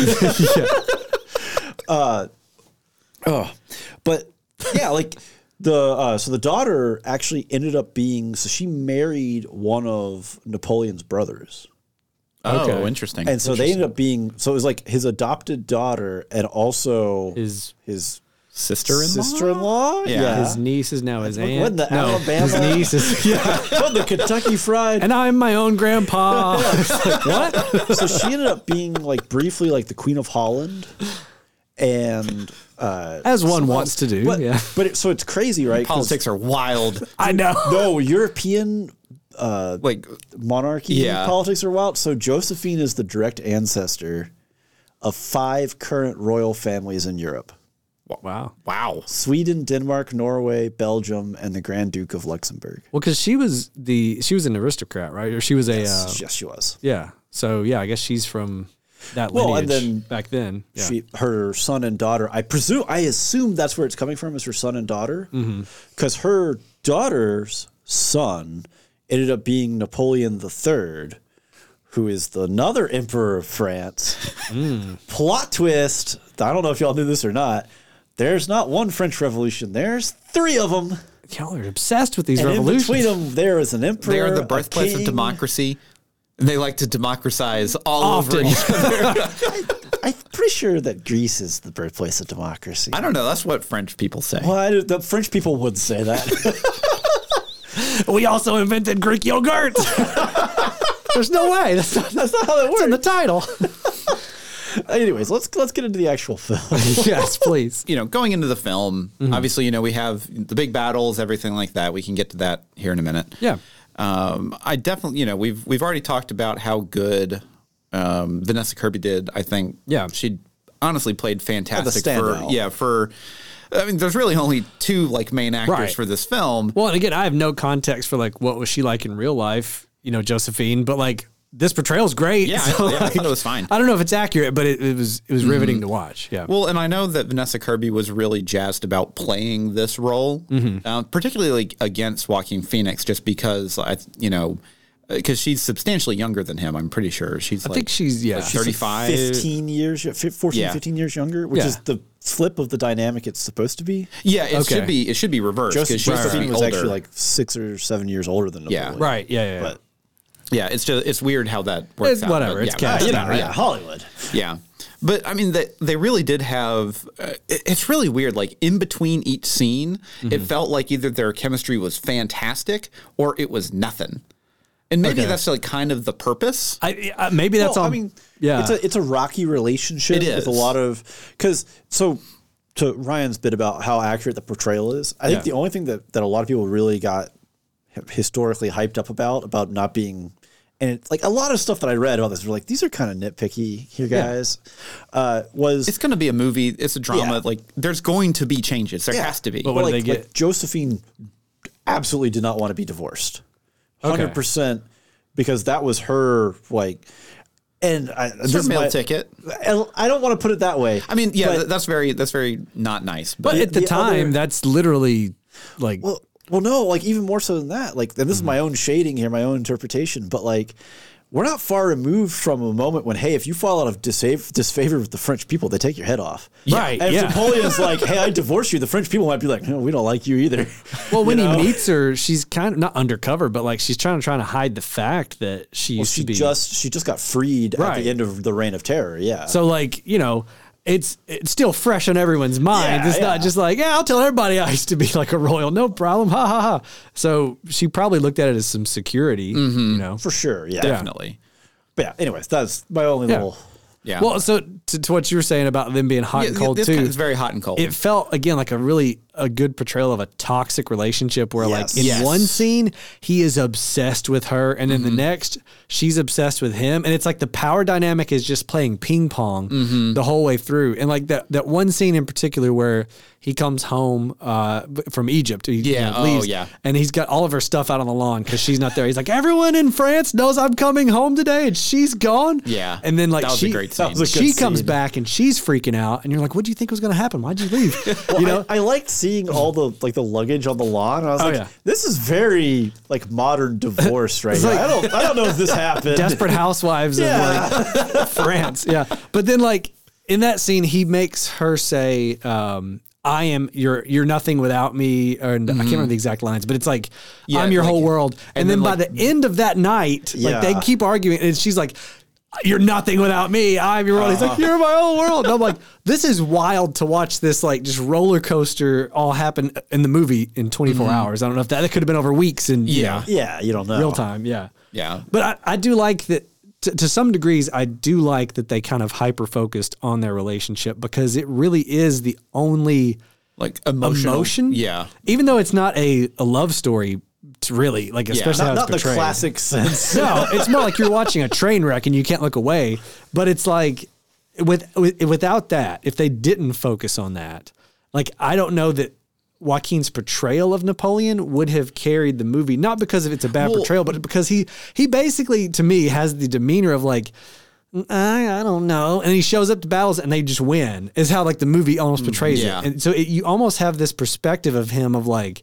[SPEAKER 1] Oh, but yeah, like the uh, so the daughter actually ended up being so she married one of Napoleon's brothers,
[SPEAKER 4] Oh,
[SPEAKER 3] Okay.
[SPEAKER 4] interesting.
[SPEAKER 1] and so they ended up being so it was like his adopted daughter and also
[SPEAKER 3] His-
[SPEAKER 1] his
[SPEAKER 4] sister-in-law.
[SPEAKER 1] sister-in-law,
[SPEAKER 4] Yeah.
[SPEAKER 3] His niece is now his aunt.
[SPEAKER 1] Wasn't the
[SPEAKER 3] no, his
[SPEAKER 1] Alabama-
[SPEAKER 3] niece is yeah.
[SPEAKER 1] Well, the Kentucky Fried.
[SPEAKER 3] And I'm my own grandpa. It's like, what?
[SPEAKER 1] so she ended up being like briefly like the Queen of Holland, and uh,
[SPEAKER 3] As one wants to do.
[SPEAKER 1] but,
[SPEAKER 3] Oh, yeah.
[SPEAKER 1] but it, so it's crazy, right? 'Cause
[SPEAKER 4] Politics are wild.
[SPEAKER 3] I know.
[SPEAKER 1] No European
[SPEAKER 4] like
[SPEAKER 1] monarchy
[SPEAKER 4] Yeah.
[SPEAKER 1] politics are wild. So Josephine is the direct ancestor of five current royal families in Europe.
[SPEAKER 3] Wow.
[SPEAKER 4] wow.
[SPEAKER 1] Sweden, Denmark, Norway, Belgium, and the Grand Duke of Luxembourg.
[SPEAKER 3] Well, because she was the she was an aristocrat, right? Or she was a uh,
[SPEAKER 1] yes, she was.
[SPEAKER 3] yeah. So yeah, I guess she's from that lineage
[SPEAKER 1] Well, and then
[SPEAKER 3] back then. Yeah.
[SPEAKER 1] She, her son and daughter. I presume, I assume that's where it's coming from. Is her son and daughter?
[SPEAKER 4] Mm-hmm.
[SPEAKER 1] Because her daughter's son ended up being Napoleon the Third, who is the another emperor of France.
[SPEAKER 4] Mm.
[SPEAKER 1] Plot twist. I don't know if y'all knew this or not. There's not one French Revolution. There's three of them.
[SPEAKER 3] Y'all are obsessed with these
[SPEAKER 1] And in
[SPEAKER 3] revolutions.
[SPEAKER 1] between them, there is an emperor.
[SPEAKER 4] They are the
[SPEAKER 1] a
[SPEAKER 4] birthplace of
[SPEAKER 1] king.
[SPEAKER 4] democracy. And they like to democratize all
[SPEAKER 3] Often.
[SPEAKER 4] over. again.
[SPEAKER 1] I'm pretty sure that Greece is the birthplace of democracy.
[SPEAKER 4] I don't know. That's what French people say.
[SPEAKER 1] Well, I, the French people would say that.
[SPEAKER 3] we also invented Greek yogurt. There's no way. That's not,
[SPEAKER 1] That's not how that
[SPEAKER 3] that's
[SPEAKER 1] works.
[SPEAKER 3] in the title.
[SPEAKER 1] Anyways, let's let's get into the actual film.
[SPEAKER 3] yes, please.
[SPEAKER 4] You know, going into the film, obviously, you know, we have the big battles, everything like that. We can get to that here in a minute.
[SPEAKER 3] Yeah.
[SPEAKER 4] Um, I definitely, you know, we've we've already talked about how good um, Vanessa Kirby did. I think,
[SPEAKER 3] Yeah.
[SPEAKER 4] she honestly played fantastic for,
[SPEAKER 1] standout.
[SPEAKER 4] yeah, for. I mean, there's really only two like main actors
[SPEAKER 3] Right.
[SPEAKER 4] for this film.
[SPEAKER 3] Well, and again, I have no context for like what was she like in real life, you know, Josephine, but like this portrayal's great.
[SPEAKER 4] Yeah, I-
[SPEAKER 3] so,
[SPEAKER 4] yeah, I
[SPEAKER 3] like,
[SPEAKER 4] thought it was fine. Mm-hmm.
[SPEAKER 3] I don't know if it's accurate, but it, it was it was riveting to watch. Yeah.
[SPEAKER 4] Well, and I know that Vanessa Kirby was really jazzed about playing this role,
[SPEAKER 3] Mm-hmm.
[SPEAKER 4] uh, particularly against Joaquin Phoenix, just because I, you know, because she's substantially younger than him. I'm pretty sure she's.
[SPEAKER 3] I
[SPEAKER 4] like,
[SPEAKER 3] think she's yeah.
[SPEAKER 4] like 35.
[SPEAKER 1] 15 years, fif- 14,
[SPEAKER 4] Yeah.
[SPEAKER 1] 15 years younger, which
[SPEAKER 3] Yeah.
[SPEAKER 1] is the flip of the dynamic it's supposed to be.
[SPEAKER 4] yeah, it
[SPEAKER 3] Okay.
[SPEAKER 4] should be. It should be reversed
[SPEAKER 1] Joseph,
[SPEAKER 4] because she's supposed to
[SPEAKER 1] Josephine
[SPEAKER 4] be
[SPEAKER 1] was
[SPEAKER 4] older.
[SPEAKER 1] actually like six or seven years older than
[SPEAKER 4] Yeah.
[SPEAKER 1] Napoleon.
[SPEAKER 3] right. Yeah. Yeah. yeah.
[SPEAKER 1] But
[SPEAKER 4] yeah, it's just it's weird how that works.
[SPEAKER 3] It's
[SPEAKER 4] out,
[SPEAKER 3] whatever,
[SPEAKER 4] but
[SPEAKER 3] it's
[SPEAKER 4] yeah,
[SPEAKER 3] cash.
[SPEAKER 1] you
[SPEAKER 4] it's
[SPEAKER 1] know,
[SPEAKER 4] not-
[SPEAKER 1] yeah,
[SPEAKER 4] yeah.
[SPEAKER 1] Hollywood.
[SPEAKER 4] Yeah. But I mean, they, they really did have. Uh, it- it's really weird. Like in between each scene,
[SPEAKER 3] Mm-hmm.
[SPEAKER 4] it felt like either their chemistry was fantastic or it was nothing. And maybe
[SPEAKER 3] Okay.
[SPEAKER 4] that's like kind of the purpose.
[SPEAKER 3] I, I, maybe that's
[SPEAKER 1] Well, I
[SPEAKER 3] all.
[SPEAKER 1] mean,
[SPEAKER 3] yeah.
[SPEAKER 1] it's a it's a rocky relationship
[SPEAKER 4] It
[SPEAKER 1] with a
[SPEAKER 4] is.
[SPEAKER 1] lot of because so to Ryan's bit about how accurate the portrayal is. I think the only thing that that a lot of people really got h- historically hyped up about about not being and it's like a lot of stuff that I read about this were like these are kind of nitpicky here, guys. Uh, was
[SPEAKER 4] It's going to be a movie. It's a drama.
[SPEAKER 1] Yeah.
[SPEAKER 4] Like there's going to be changes. There has to be.
[SPEAKER 3] But what
[SPEAKER 1] like,
[SPEAKER 3] did they
[SPEAKER 1] like
[SPEAKER 3] get?
[SPEAKER 1] Josephine absolutely did not want to be divorced.
[SPEAKER 3] Okay.
[SPEAKER 1] Hundred percent, because that was her like. and I, this
[SPEAKER 4] It's
[SPEAKER 1] is
[SPEAKER 4] a meal
[SPEAKER 1] my-
[SPEAKER 4] ticket.
[SPEAKER 1] I I don't want to put it that way.
[SPEAKER 4] I mean, yeah,
[SPEAKER 1] but-
[SPEAKER 4] th- that's very that's very not nice. But,
[SPEAKER 3] But at the,
[SPEAKER 1] the
[SPEAKER 3] time,
[SPEAKER 1] other-
[SPEAKER 3] that's literally like
[SPEAKER 1] Well, well, no, like even more so than that. Like, and this is my
[SPEAKER 4] Mm-hmm.
[SPEAKER 1] own shading here, my own interpretation, but like, we're not far removed from a moment when, hey, if you fall out of disfav- disfavor with the French people, they take your head off.
[SPEAKER 3] Right,
[SPEAKER 1] And
[SPEAKER 3] yeah.
[SPEAKER 1] if Napoleon's like, hey, I divorce you, the French people might be like, no, we don't like you either.
[SPEAKER 3] Well, when
[SPEAKER 1] You know?
[SPEAKER 3] he meets her, she's kind of not undercover, but like she's trying to trying to hide the fact that she used
[SPEAKER 1] she
[SPEAKER 3] to be.
[SPEAKER 1] just she just got freed at
[SPEAKER 3] Right.
[SPEAKER 1] the end of the reign of terror. Yeah.
[SPEAKER 3] so like you know, it's it's still fresh on everyone's mind.
[SPEAKER 1] Yeah,
[SPEAKER 3] it's not
[SPEAKER 1] yeah.
[SPEAKER 3] just like yeah, I'll tell everybody I used to be like a royal, no problem, ha ha ha. So she probably looked at it as some security,
[SPEAKER 1] Mm-hmm.
[SPEAKER 3] you know.
[SPEAKER 1] for sure. Yeah.
[SPEAKER 4] definitely,
[SPEAKER 1] But yeah. Anyways, that's my only
[SPEAKER 3] Yeah.
[SPEAKER 1] little.
[SPEAKER 4] yeah.
[SPEAKER 3] Well, so to, to what you were saying about them being hot
[SPEAKER 4] Yeah,
[SPEAKER 3] and cold
[SPEAKER 4] it's
[SPEAKER 3] too,
[SPEAKER 4] kind of- it's very hot and cold.
[SPEAKER 3] it felt again like a really a good portrayal of a toxic relationship where
[SPEAKER 1] Yes.
[SPEAKER 3] like in
[SPEAKER 4] Yes. Mm-hmm.
[SPEAKER 3] one scene he is obsessed with her and in the next she's obsessed with him and it's like the power dynamic is just playing ping pong
[SPEAKER 4] Mm-hmm.
[SPEAKER 3] the whole way through and like that that one scene in particular where he comes home uh, b- from Egypt he, you
[SPEAKER 4] Yeah,
[SPEAKER 3] know,
[SPEAKER 4] oh,
[SPEAKER 3] leaves,
[SPEAKER 4] yeah.
[SPEAKER 3] and he's got all of her stuff out on the lawn because she's not there he's like everyone in France knows I'm coming home today and she's gone
[SPEAKER 4] Yeah.
[SPEAKER 3] and then like
[SPEAKER 4] That was a
[SPEAKER 3] she
[SPEAKER 4] great That was
[SPEAKER 1] scene. a good
[SPEAKER 3] she comes
[SPEAKER 1] scene.
[SPEAKER 3] back and she's freaking out and you're like what do you think was going to happen why'd you leave
[SPEAKER 1] Well,
[SPEAKER 3] you know
[SPEAKER 1] I, I liked seeing all the like the luggage on the lawn. I was
[SPEAKER 3] Oh,
[SPEAKER 1] like,
[SPEAKER 3] yeah.
[SPEAKER 1] this is very like modern divorce right now.
[SPEAKER 3] like-
[SPEAKER 1] I don't I don't know if this happened.
[SPEAKER 3] desperate housewives of like France. Yeah. But then like in that scene, he makes her say, um, I am you're you're nothing without me, or I can't remember the exact lines, but it's like
[SPEAKER 4] Yeah,
[SPEAKER 3] I'm your
[SPEAKER 4] like-
[SPEAKER 3] whole world. And,
[SPEAKER 4] and
[SPEAKER 3] then,
[SPEAKER 4] then,
[SPEAKER 3] by
[SPEAKER 4] like-
[SPEAKER 3] the end of that night, like they
[SPEAKER 1] Yeah.
[SPEAKER 3] keep arguing, and she's like, "You're nothing without me. I'm your world." He's like, "You're my whole world." And I'm like, "This is wild to watch this like just roller coaster all happen in the movie in 24 hours." I don't know if that, that could have been over weeks and you
[SPEAKER 4] Yeah.
[SPEAKER 3] know,
[SPEAKER 1] Yeah, you don't know.
[SPEAKER 3] real time. Yeah.
[SPEAKER 4] Yeah.
[SPEAKER 3] But I, I do like that to, to some degrees, I do like that they kind of hyper focused on their relationship because it really is the only
[SPEAKER 4] like emotional.
[SPEAKER 3] emotion.
[SPEAKER 4] Yeah.
[SPEAKER 3] Even though it's not a, a love story, it's really like, especially
[SPEAKER 1] Not,
[SPEAKER 3] how
[SPEAKER 1] not
[SPEAKER 3] it's
[SPEAKER 1] the
[SPEAKER 3] portrayed.
[SPEAKER 1] classic sense.
[SPEAKER 3] No, it's more like you're watching a train wreck and you can't look away. But it's like with, with without that, if they didn't focus on that, like I don't know that Joaquin's portrayal of Napoleon would have carried the movie. Not because of it's a bad portrayal, but because he he basically to me has the demeanor of like. I, I don't know. And he shows up to battles and they just win, is how like the movie almost portrays
[SPEAKER 4] yeah.
[SPEAKER 3] it. And so it, you almost have this perspective of him of like,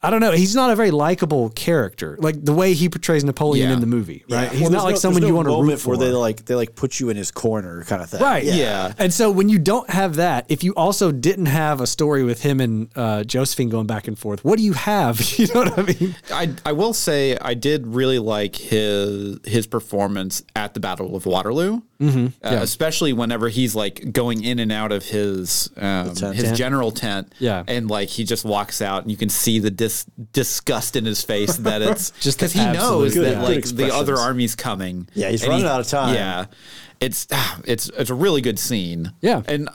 [SPEAKER 3] I don't know. He's not a very likable character, like the way he portrays Napoleon
[SPEAKER 4] Yeah.
[SPEAKER 3] in the movie, right?
[SPEAKER 1] Yeah.
[SPEAKER 3] He's
[SPEAKER 1] Well,
[SPEAKER 3] not
[SPEAKER 1] there's
[SPEAKER 3] like
[SPEAKER 1] no-
[SPEAKER 3] someone
[SPEAKER 1] there's
[SPEAKER 3] you
[SPEAKER 1] no
[SPEAKER 3] want to root
[SPEAKER 1] moment
[SPEAKER 3] for,
[SPEAKER 1] where they like they like put you in his corner kind of thing.
[SPEAKER 3] right?
[SPEAKER 1] Yeah.
[SPEAKER 4] Yeah.
[SPEAKER 3] And so when you don't have that, if you also didn't have a story with him and uh, Josephine going back and forth, what do you have? You know what I mean?
[SPEAKER 4] I I will say I did really like his his performance at the Battle of Waterloo, mm-hmm. especially whenever he's like going in and out of his um, his general tent,
[SPEAKER 3] Yeah.
[SPEAKER 4] and like he just walks out and you can see the dis- disgust in his face that it's
[SPEAKER 3] Just
[SPEAKER 4] because
[SPEAKER 3] the
[SPEAKER 4] he knows
[SPEAKER 3] absolute- Good-
[SPEAKER 4] that
[SPEAKER 1] good
[SPEAKER 4] like the
[SPEAKER 1] expressions.
[SPEAKER 4] other army's coming.
[SPEAKER 1] Yeah, he's
[SPEAKER 4] and
[SPEAKER 1] running out of time.
[SPEAKER 4] Yeah, it's ah, it's it's a really good scene.
[SPEAKER 3] Yeah.
[SPEAKER 4] and.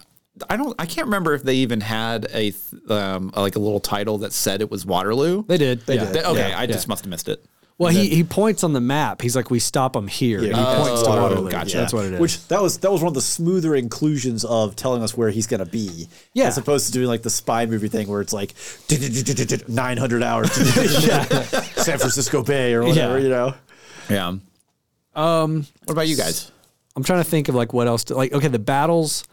[SPEAKER 4] I don't. I can't remember if they even had a th- um, like a little title that said it was Waterloo.
[SPEAKER 3] They did. They
[SPEAKER 4] Th- okay,
[SPEAKER 3] Yeah.
[SPEAKER 4] I
[SPEAKER 3] Yeah.
[SPEAKER 4] just must have missed it.
[SPEAKER 3] Well, he, he points on the map. He's like, we stop him here. And he
[SPEAKER 1] Oh,
[SPEAKER 3] points to Waterloo.
[SPEAKER 4] gotcha.
[SPEAKER 3] That's what it is.
[SPEAKER 1] Which that was that was one of the smoother inclusions of telling us where he's gonna be.
[SPEAKER 3] Yeah.
[SPEAKER 1] As opposed to doing like the spy movie thing where it's like nine hundred hours San Francisco Bay or whatever,
[SPEAKER 3] Yeah.
[SPEAKER 1] you know.
[SPEAKER 4] Yeah. Um, what about you guys?
[SPEAKER 3] I'm trying to think of like what else to like. Okay, the battles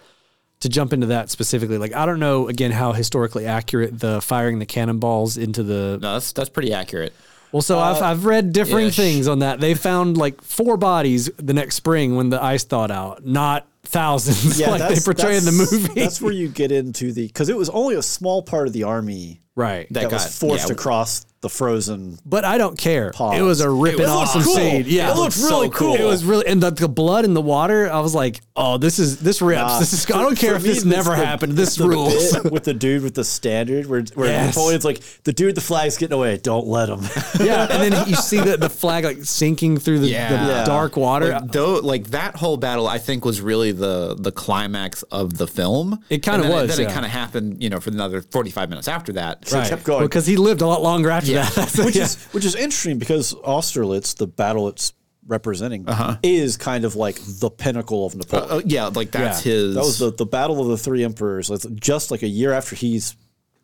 [SPEAKER 3] to jump into that specifically. Like I don't know again how historically accurate the firing the cannonballs into the.
[SPEAKER 4] No, that's that's pretty accurate.
[SPEAKER 3] Well, so
[SPEAKER 1] Uh,
[SPEAKER 3] I've I've read differing
[SPEAKER 4] ish.
[SPEAKER 3] things on that. They found like four bodies the next spring when the ice thawed out, not thousands like they
[SPEAKER 1] that's-
[SPEAKER 3] portray in the
[SPEAKER 1] that's-
[SPEAKER 3] movie.
[SPEAKER 1] That's where you get into the because it was only a small part of the army
[SPEAKER 3] right.
[SPEAKER 4] That-
[SPEAKER 1] that,
[SPEAKER 4] got-
[SPEAKER 1] was forced
[SPEAKER 4] yeah.
[SPEAKER 1] acroed the frozen.
[SPEAKER 3] but I don't care.
[SPEAKER 1] Pause.
[SPEAKER 3] It was a ripping
[SPEAKER 4] It looked
[SPEAKER 3] awesome
[SPEAKER 4] cool.
[SPEAKER 3] scene. Yeah,
[SPEAKER 4] It looked
[SPEAKER 3] so
[SPEAKER 4] really cool.
[SPEAKER 3] It was really and the, the blood in the water. I was like, oh, this is this rips.
[SPEAKER 1] Uh,
[SPEAKER 3] this is. I don't
[SPEAKER 1] for-
[SPEAKER 3] care
[SPEAKER 1] for
[SPEAKER 3] if
[SPEAKER 1] me,
[SPEAKER 3] this never
[SPEAKER 1] the-
[SPEAKER 3] happened. This
[SPEAKER 1] the
[SPEAKER 3] rules.
[SPEAKER 1] bit with the dude with the standard where where
[SPEAKER 3] Yes.
[SPEAKER 1] Napoleon's like the dude with the flag's getting away. Don't let him.
[SPEAKER 3] yeah, and then you see the, the flag like sinking through the, the
[SPEAKER 4] Yeah. Yeah.
[SPEAKER 3] dark water.
[SPEAKER 4] Like, though, like that whole battle, I think was really the the climax of the film.
[SPEAKER 3] It kinda
[SPEAKER 4] And then
[SPEAKER 3] was,
[SPEAKER 4] Then
[SPEAKER 3] yeah.
[SPEAKER 4] it kind of happened, you know, for another forty five minutes after that.
[SPEAKER 1] Right. kept going.
[SPEAKER 3] because he lived a lot longer after that.
[SPEAKER 4] Yeah.
[SPEAKER 3] So,
[SPEAKER 1] which
[SPEAKER 3] yeah.
[SPEAKER 1] is which is interesting because Austerlitz, the battle it's representing,
[SPEAKER 3] Uh-huh.
[SPEAKER 1] is kind of like the pinnacle of Napoleon.
[SPEAKER 4] Uh, yeah, like that's
[SPEAKER 3] Yeah.
[SPEAKER 4] his.
[SPEAKER 1] that was the, the battle of the three emperors. It's just like a year after he's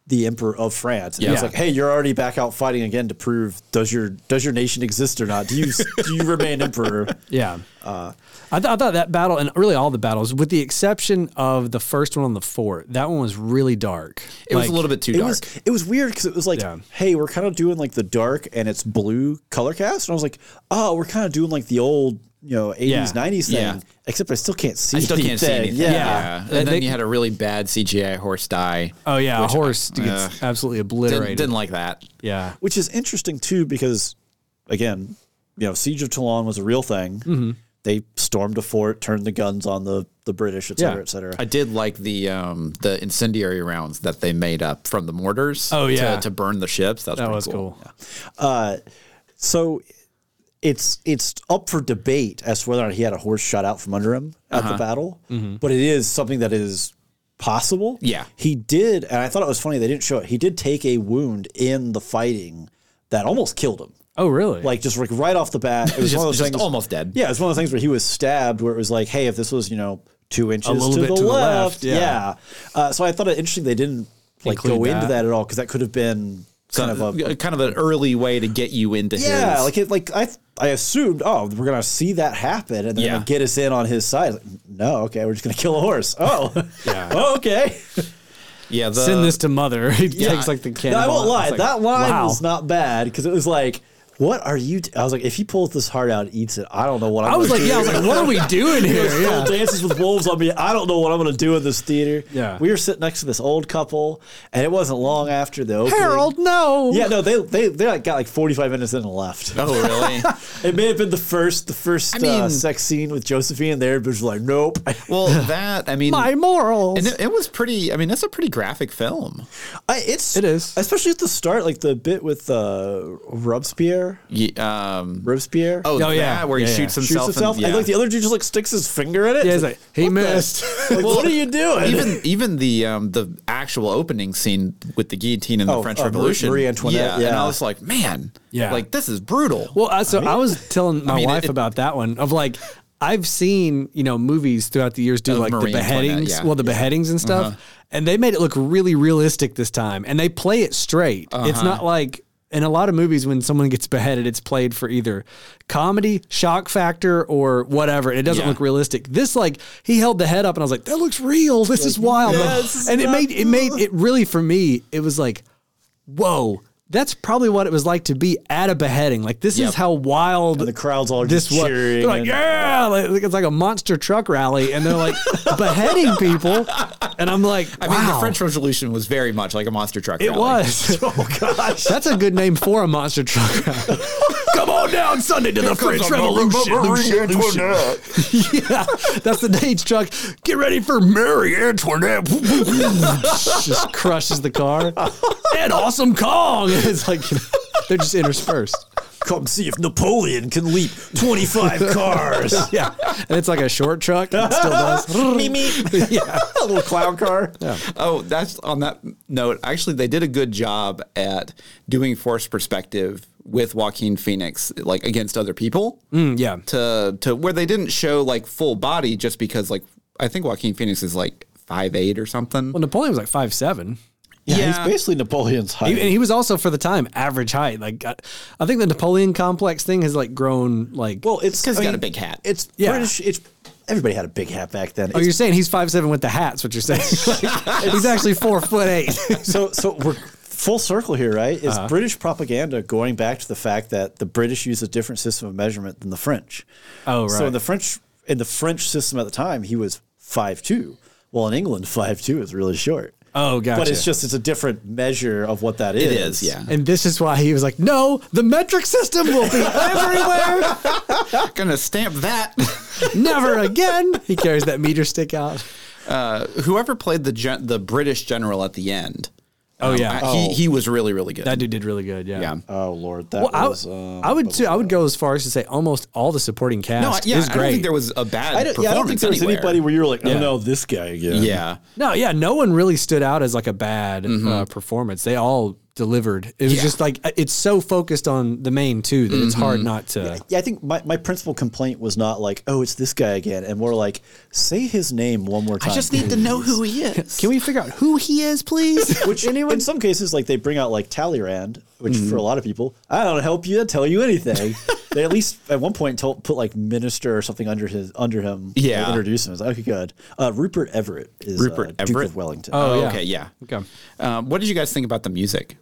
[SPEAKER 1] the emperor of France. And
[SPEAKER 4] Yeah.
[SPEAKER 1] it's like, hey, you're already back out fighting again to prove does your does your nation exist or not? Do you do you remain emperor?
[SPEAKER 3] Yeah. I, th- I thought that battle, and really all the battles, with the exception of the first one on the fort, that one was really dark.
[SPEAKER 4] It was a little bit too
[SPEAKER 1] It
[SPEAKER 4] dark.
[SPEAKER 1] was it was weird because it was like,
[SPEAKER 3] Yeah.
[SPEAKER 1] hey, we're kind of doing like the dark and it's blue color cast, and I was like, oh, we're kind of doing like the old you know 80s
[SPEAKER 3] Yeah.
[SPEAKER 1] 90s thing,
[SPEAKER 4] Yeah.
[SPEAKER 1] except I still can't see.
[SPEAKER 4] I still can't see anything.
[SPEAKER 1] Yeah.
[SPEAKER 3] Yeah.
[SPEAKER 4] And
[SPEAKER 3] They-
[SPEAKER 4] then
[SPEAKER 3] they-
[SPEAKER 4] you had a really bad CGI horse die.
[SPEAKER 3] Oh, yeah. A
[SPEAKER 4] Which I-
[SPEAKER 3] horse gets absolutely
[SPEAKER 4] Didn't,
[SPEAKER 3] obliterated.
[SPEAKER 4] didn't like that.
[SPEAKER 3] yeah.
[SPEAKER 1] which is interesting too because again, you know, siege of Toulon was a real thing.
[SPEAKER 4] Mm-hmm.
[SPEAKER 1] They stormed a fort, turned the guns on the the British, et cetera,
[SPEAKER 3] Yeah.
[SPEAKER 1] et cetera.
[SPEAKER 4] I did like the um, the incendiary rounds that they made up from the mortars.
[SPEAKER 3] Oh,
[SPEAKER 4] to-
[SPEAKER 3] yeah.
[SPEAKER 4] to, burn the ships. That was,
[SPEAKER 3] That
[SPEAKER 4] pretty
[SPEAKER 3] was cool.
[SPEAKER 1] Uh, So it's it's up for debate as to whether or not he had a horse shot out from under him at
[SPEAKER 4] Uh-huh.
[SPEAKER 1] the battle, but it is something that is possible.
[SPEAKER 4] Mm-hmm. Yeah.
[SPEAKER 1] he did, and I thought it was funny they didn't show it. He did take a wound in the fighting that almost killed him.
[SPEAKER 3] Oh, really?
[SPEAKER 1] Like just like right off the bat, it was
[SPEAKER 4] Just,
[SPEAKER 1] one of those
[SPEAKER 4] just
[SPEAKER 1] things.
[SPEAKER 4] almost dead.
[SPEAKER 1] Yeah, it's one of the things where he was stabbed, where it was like, hey, if this was you know two inches
[SPEAKER 3] little
[SPEAKER 1] to,
[SPEAKER 3] bit
[SPEAKER 1] the,
[SPEAKER 3] to the
[SPEAKER 1] left,
[SPEAKER 3] left, yeah.
[SPEAKER 1] yeah. Uh, so I thought it interesting they didn't like
[SPEAKER 3] Include
[SPEAKER 1] go into
[SPEAKER 3] that.
[SPEAKER 1] that at all because that could have been
[SPEAKER 4] So- uh,
[SPEAKER 1] kind of a
[SPEAKER 4] kind of an early way to get you into
[SPEAKER 1] yeah,
[SPEAKER 4] his.
[SPEAKER 1] like it, like I I assumed, oh, we're gonna see that happen and they're
[SPEAKER 4] Yeah.
[SPEAKER 1] gonna get us in on his side. Like, no, okay, we're just gonna kill a horse. Oh, yeah. okay.
[SPEAKER 4] yeah, the,
[SPEAKER 3] Send this to mother. He takes
[SPEAKER 4] uh, I-
[SPEAKER 3] like the
[SPEAKER 1] No,
[SPEAKER 3] cannonball.
[SPEAKER 1] I won't lie,
[SPEAKER 3] It's like,
[SPEAKER 1] that line
[SPEAKER 3] wow.
[SPEAKER 1] was not bad because it was like, what are you? d- I was like, if he pulls this heart out and eats it, I don't know what I'm.
[SPEAKER 3] I was
[SPEAKER 1] gonna do.
[SPEAKER 3] like, yeah, I was like, what are we doing here?
[SPEAKER 1] Little
[SPEAKER 3] Yeah.
[SPEAKER 1] dances with wolves on me. I don't know what I'm going to do in this theater.
[SPEAKER 3] Yeah.
[SPEAKER 1] we were sitting next to this old couple, and it wasn't long after the opening.
[SPEAKER 3] Harold, no.
[SPEAKER 1] Yeah, no, they they they like got like 45 minutes in and left.
[SPEAKER 4] oh, really?
[SPEAKER 1] It may have been the first, the first
[SPEAKER 4] I mean-
[SPEAKER 1] uh, sex scene with Josephine there, but it was like, nope.
[SPEAKER 4] well, that I mean,
[SPEAKER 3] My morals.
[SPEAKER 4] and it, it was pretty. I mean, that's a pretty graphic film.
[SPEAKER 1] I, it's
[SPEAKER 3] It is.
[SPEAKER 1] especially at the start, like the bit with uh, Robespierre,
[SPEAKER 4] Ye- um,
[SPEAKER 1] Robespierre.
[SPEAKER 4] oh,
[SPEAKER 3] Oh, yeah.
[SPEAKER 4] that where he
[SPEAKER 3] Yeah, yeah.
[SPEAKER 4] shoots
[SPEAKER 1] shoots
[SPEAKER 4] himself.
[SPEAKER 1] himself,
[SPEAKER 4] and, yeah.
[SPEAKER 1] and like the other dude just like sticks his finger in it.
[SPEAKER 3] Yeah,
[SPEAKER 1] It's
[SPEAKER 3] he's like, he
[SPEAKER 1] what the-
[SPEAKER 3] missed.
[SPEAKER 1] like, what are you doing?
[SPEAKER 4] even even the um, the actual opening scene with the guillotine and the
[SPEAKER 1] Oh,
[SPEAKER 4] French
[SPEAKER 1] uh, Marie-
[SPEAKER 4] Revolution,
[SPEAKER 1] Marie Antoinette,
[SPEAKER 4] and
[SPEAKER 1] yeah.
[SPEAKER 4] I was like, man,
[SPEAKER 3] Yeah.
[SPEAKER 4] like this is brutal.
[SPEAKER 3] Well, uh, so I, was telling my
[SPEAKER 4] mean, it-
[SPEAKER 3] wife
[SPEAKER 4] it-
[SPEAKER 3] about that one of like I've seen you know movies throughout the years do
[SPEAKER 4] Of
[SPEAKER 3] like
[SPEAKER 4] Marie
[SPEAKER 3] the
[SPEAKER 4] Antoinette,
[SPEAKER 3] beheadings,
[SPEAKER 4] yeah, Uh-huh.
[SPEAKER 3] well the beheadings and stuff, and they made it look really realistic this time, and they play it straight. It's
[SPEAKER 4] Uh-huh.
[SPEAKER 3] not like. In a lot of movies, when someone gets beheaded, it's played for either comedy, shock factor, or whatever, and it doesn't
[SPEAKER 4] Yeah.
[SPEAKER 3] look realistic. This, like, he held the head up, and I was like, "That looks real. This is wild."
[SPEAKER 1] yeah, this is
[SPEAKER 3] and it
[SPEAKER 1] not
[SPEAKER 3] made it made it really for me. It was like, whoa, that's probably what it was like to be at a beheading. Like this
[SPEAKER 4] Yep.
[SPEAKER 3] is how wild
[SPEAKER 1] And the crowd's all
[SPEAKER 3] this was.
[SPEAKER 1] cheering
[SPEAKER 3] They're like,
[SPEAKER 1] and-
[SPEAKER 3] yeah, like, like it's like a monster truck rally, and they're like beheading people, and I'm like,
[SPEAKER 4] I
[SPEAKER 3] wow,
[SPEAKER 4] mean, the French Revolution was very much like a monster truck.
[SPEAKER 3] it
[SPEAKER 4] rally.
[SPEAKER 3] was.
[SPEAKER 1] oh gosh,
[SPEAKER 3] That's a good name for a monster truck rally. Come on down Sunday to the French yeah, that's the Dage truck. Get ready for Mary Antoinette. just crushes the car. And Awesome Kong. It's like, you know, they're just interspersed.
[SPEAKER 1] come see if Napoleon can leap 25 cars.
[SPEAKER 3] Yeah. Mm, And it's like a short truck. It still does.
[SPEAKER 1] me, me.
[SPEAKER 3] Yeah.
[SPEAKER 1] a little clown car.
[SPEAKER 4] Oh, that's on that note. Actually, they did a good job at doing force perspective with Joaquin Phoenix, like against other people,
[SPEAKER 3] Mm, yeah.
[SPEAKER 4] to to where they didn't show like full body, just because like I think Joaquin Phoenix is like five eight or something.
[SPEAKER 3] Well, Napoleon was like five seven,
[SPEAKER 1] Yeah,
[SPEAKER 4] Yeah.
[SPEAKER 1] he's basically Napoleon's height.
[SPEAKER 3] and he was also for the time average height. Like, I, I think the Napoleon complex thing has like grown. Like,
[SPEAKER 1] Well, it's
[SPEAKER 4] 'cause he's got a big hat.
[SPEAKER 1] It's
[SPEAKER 3] Yeah.
[SPEAKER 1] British. It's everybody had a big hat back then.
[SPEAKER 3] oh,
[SPEAKER 1] It's-
[SPEAKER 3] you're saying he's five seven with the hats? What you're saying? Like, he's actually four foot eight.
[SPEAKER 1] so so we're full circle here, right? Is
[SPEAKER 3] Uh-huh.
[SPEAKER 1] British propaganda going back to the fact that the British use a different system of measurement than the French?
[SPEAKER 3] Oh,
[SPEAKER 1] So
[SPEAKER 3] right.
[SPEAKER 1] in the French in the French system at the time, he was five two. Well, in England, five two is really short.
[SPEAKER 3] Oh,
[SPEAKER 1] But
[SPEAKER 3] gotcha.
[SPEAKER 1] it's just it's a different measure of what that is.
[SPEAKER 4] it is, yeah.
[SPEAKER 3] And this is why he was like, no, the metric system will be everywhere.
[SPEAKER 4] Not Ah, gonna stamp that.
[SPEAKER 3] Never again. He carries that meter stick out.
[SPEAKER 4] Whoever played the gen- the British general at the end.
[SPEAKER 3] Oh,
[SPEAKER 4] um,
[SPEAKER 3] yeah.
[SPEAKER 4] I- he he was really really good.
[SPEAKER 3] That dude did really good. Yeah.
[SPEAKER 4] yeah.
[SPEAKER 1] Oh Lord, that
[SPEAKER 3] Well, I,
[SPEAKER 1] was. um,
[SPEAKER 3] I would too. I would go as far as to say almost all the supporting
[SPEAKER 4] No, I-
[SPEAKER 3] cast
[SPEAKER 4] yeah,
[SPEAKER 3] is
[SPEAKER 4] I
[SPEAKER 3] great.
[SPEAKER 4] don't think there was a bad
[SPEAKER 1] I don't,
[SPEAKER 4] performance
[SPEAKER 1] yeah, I don't think there was
[SPEAKER 4] anywhere.
[SPEAKER 1] anybody where you were like, oh no, this guy again.
[SPEAKER 4] Yeah.
[SPEAKER 1] Mm-hmm.
[SPEAKER 3] No, yeah, no one really stood out as like a bad uh, performance. They all delivered. It was
[SPEAKER 4] Yeah.
[SPEAKER 3] just like uh, it's so focused on the main too that it's hard not to.
[SPEAKER 1] Mm-hmm. Yeah, I think my, my principal complaint was not like, oh, it's this guy again, and more like, say his name one more time.
[SPEAKER 4] I just need to know who he is.
[SPEAKER 3] Can we figure out who he is, please?
[SPEAKER 1] Which in some cases, like they bring out like Talleyrand, which for a lot of people, I don't help you, I tell you anything. they at least at one point told, put like minister or something under his under him. like,
[SPEAKER 4] Yeah.
[SPEAKER 1] introduce him. It's like, okay, good. Uh, Rupert Everett is
[SPEAKER 4] Rupert
[SPEAKER 1] uh, Duke
[SPEAKER 4] Everett?
[SPEAKER 1] of Wellington.
[SPEAKER 4] Oh,
[SPEAKER 3] Oh, yeah.
[SPEAKER 4] okay, yeah.
[SPEAKER 3] Okay.
[SPEAKER 4] Um, what did you guys think about the music?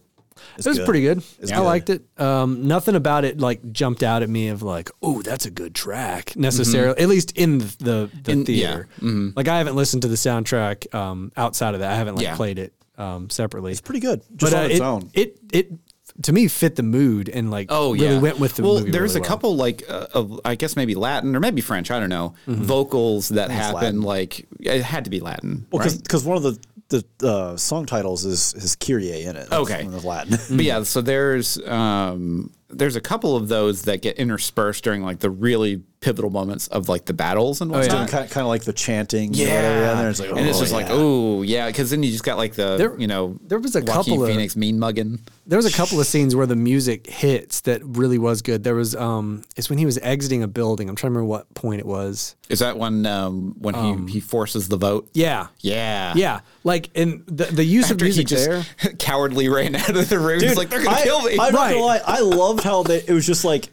[SPEAKER 3] it was
[SPEAKER 1] good.
[SPEAKER 3] pretty good. I
[SPEAKER 1] good.
[SPEAKER 3] liked it. Um, nothing about it like jumped out at me of like, oh, that's a good track necessarily. At least in the the, the theater. Like I haven't listened to the soundtrack um, outside of that. I haven't like
[SPEAKER 4] Yeah.
[SPEAKER 3] played it um, separately. It's
[SPEAKER 1] pretty good. Just on
[SPEAKER 3] uh,
[SPEAKER 1] its
[SPEAKER 3] it,
[SPEAKER 1] own.
[SPEAKER 3] It it to me fit the mood and like
[SPEAKER 4] Oh yeah,
[SPEAKER 3] really went with the
[SPEAKER 4] well.
[SPEAKER 3] movie.
[SPEAKER 4] there's
[SPEAKER 3] really
[SPEAKER 4] a
[SPEAKER 3] well.
[SPEAKER 4] couple like uh, of I guess maybe Latin or maybe French. I don't know vocals that
[SPEAKER 1] Latin.
[SPEAKER 4] happen like it had to be Latin.
[SPEAKER 1] Well,
[SPEAKER 4] right?
[SPEAKER 1] because one of the the uh, song titles is is Kyrie in it. That's
[SPEAKER 4] Okay.
[SPEAKER 1] one of Latin.
[SPEAKER 4] But yeah, so there's um, there's a couple of those that get interspersed during like the really pivotal moments of like the battles and whatnot.
[SPEAKER 1] kind, of, like the chanting. and
[SPEAKER 4] Yeah,
[SPEAKER 1] whatever, and, there's like,
[SPEAKER 4] and it's
[SPEAKER 1] oh,
[SPEAKER 4] just like,
[SPEAKER 1] yeah.
[SPEAKER 4] oh yeah, because then you just got like the
[SPEAKER 3] There-
[SPEAKER 4] you know
[SPEAKER 3] there was a
[SPEAKER 4] Joaquin
[SPEAKER 3] couple of-
[SPEAKER 4] Phoenix mean mugging.
[SPEAKER 3] There was a couple of scenes where the music hits that really was good. There was um, it's when he was exiting a building. I'm trying to remember what point it was.
[SPEAKER 4] Is that when um, when he he forces the vote?
[SPEAKER 3] Yeah,
[SPEAKER 4] yeah,
[SPEAKER 3] yeah. Like and the the use of
[SPEAKER 4] After he
[SPEAKER 3] music
[SPEAKER 4] just
[SPEAKER 3] there.
[SPEAKER 4] cowardly ran out of the room. He's like, they're gonna
[SPEAKER 1] I,
[SPEAKER 4] kill me.
[SPEAKER 1] I'm not
[SPEAKER 3] Right.
[SPEAKER 1] gonna lie. I loved how they. It was just like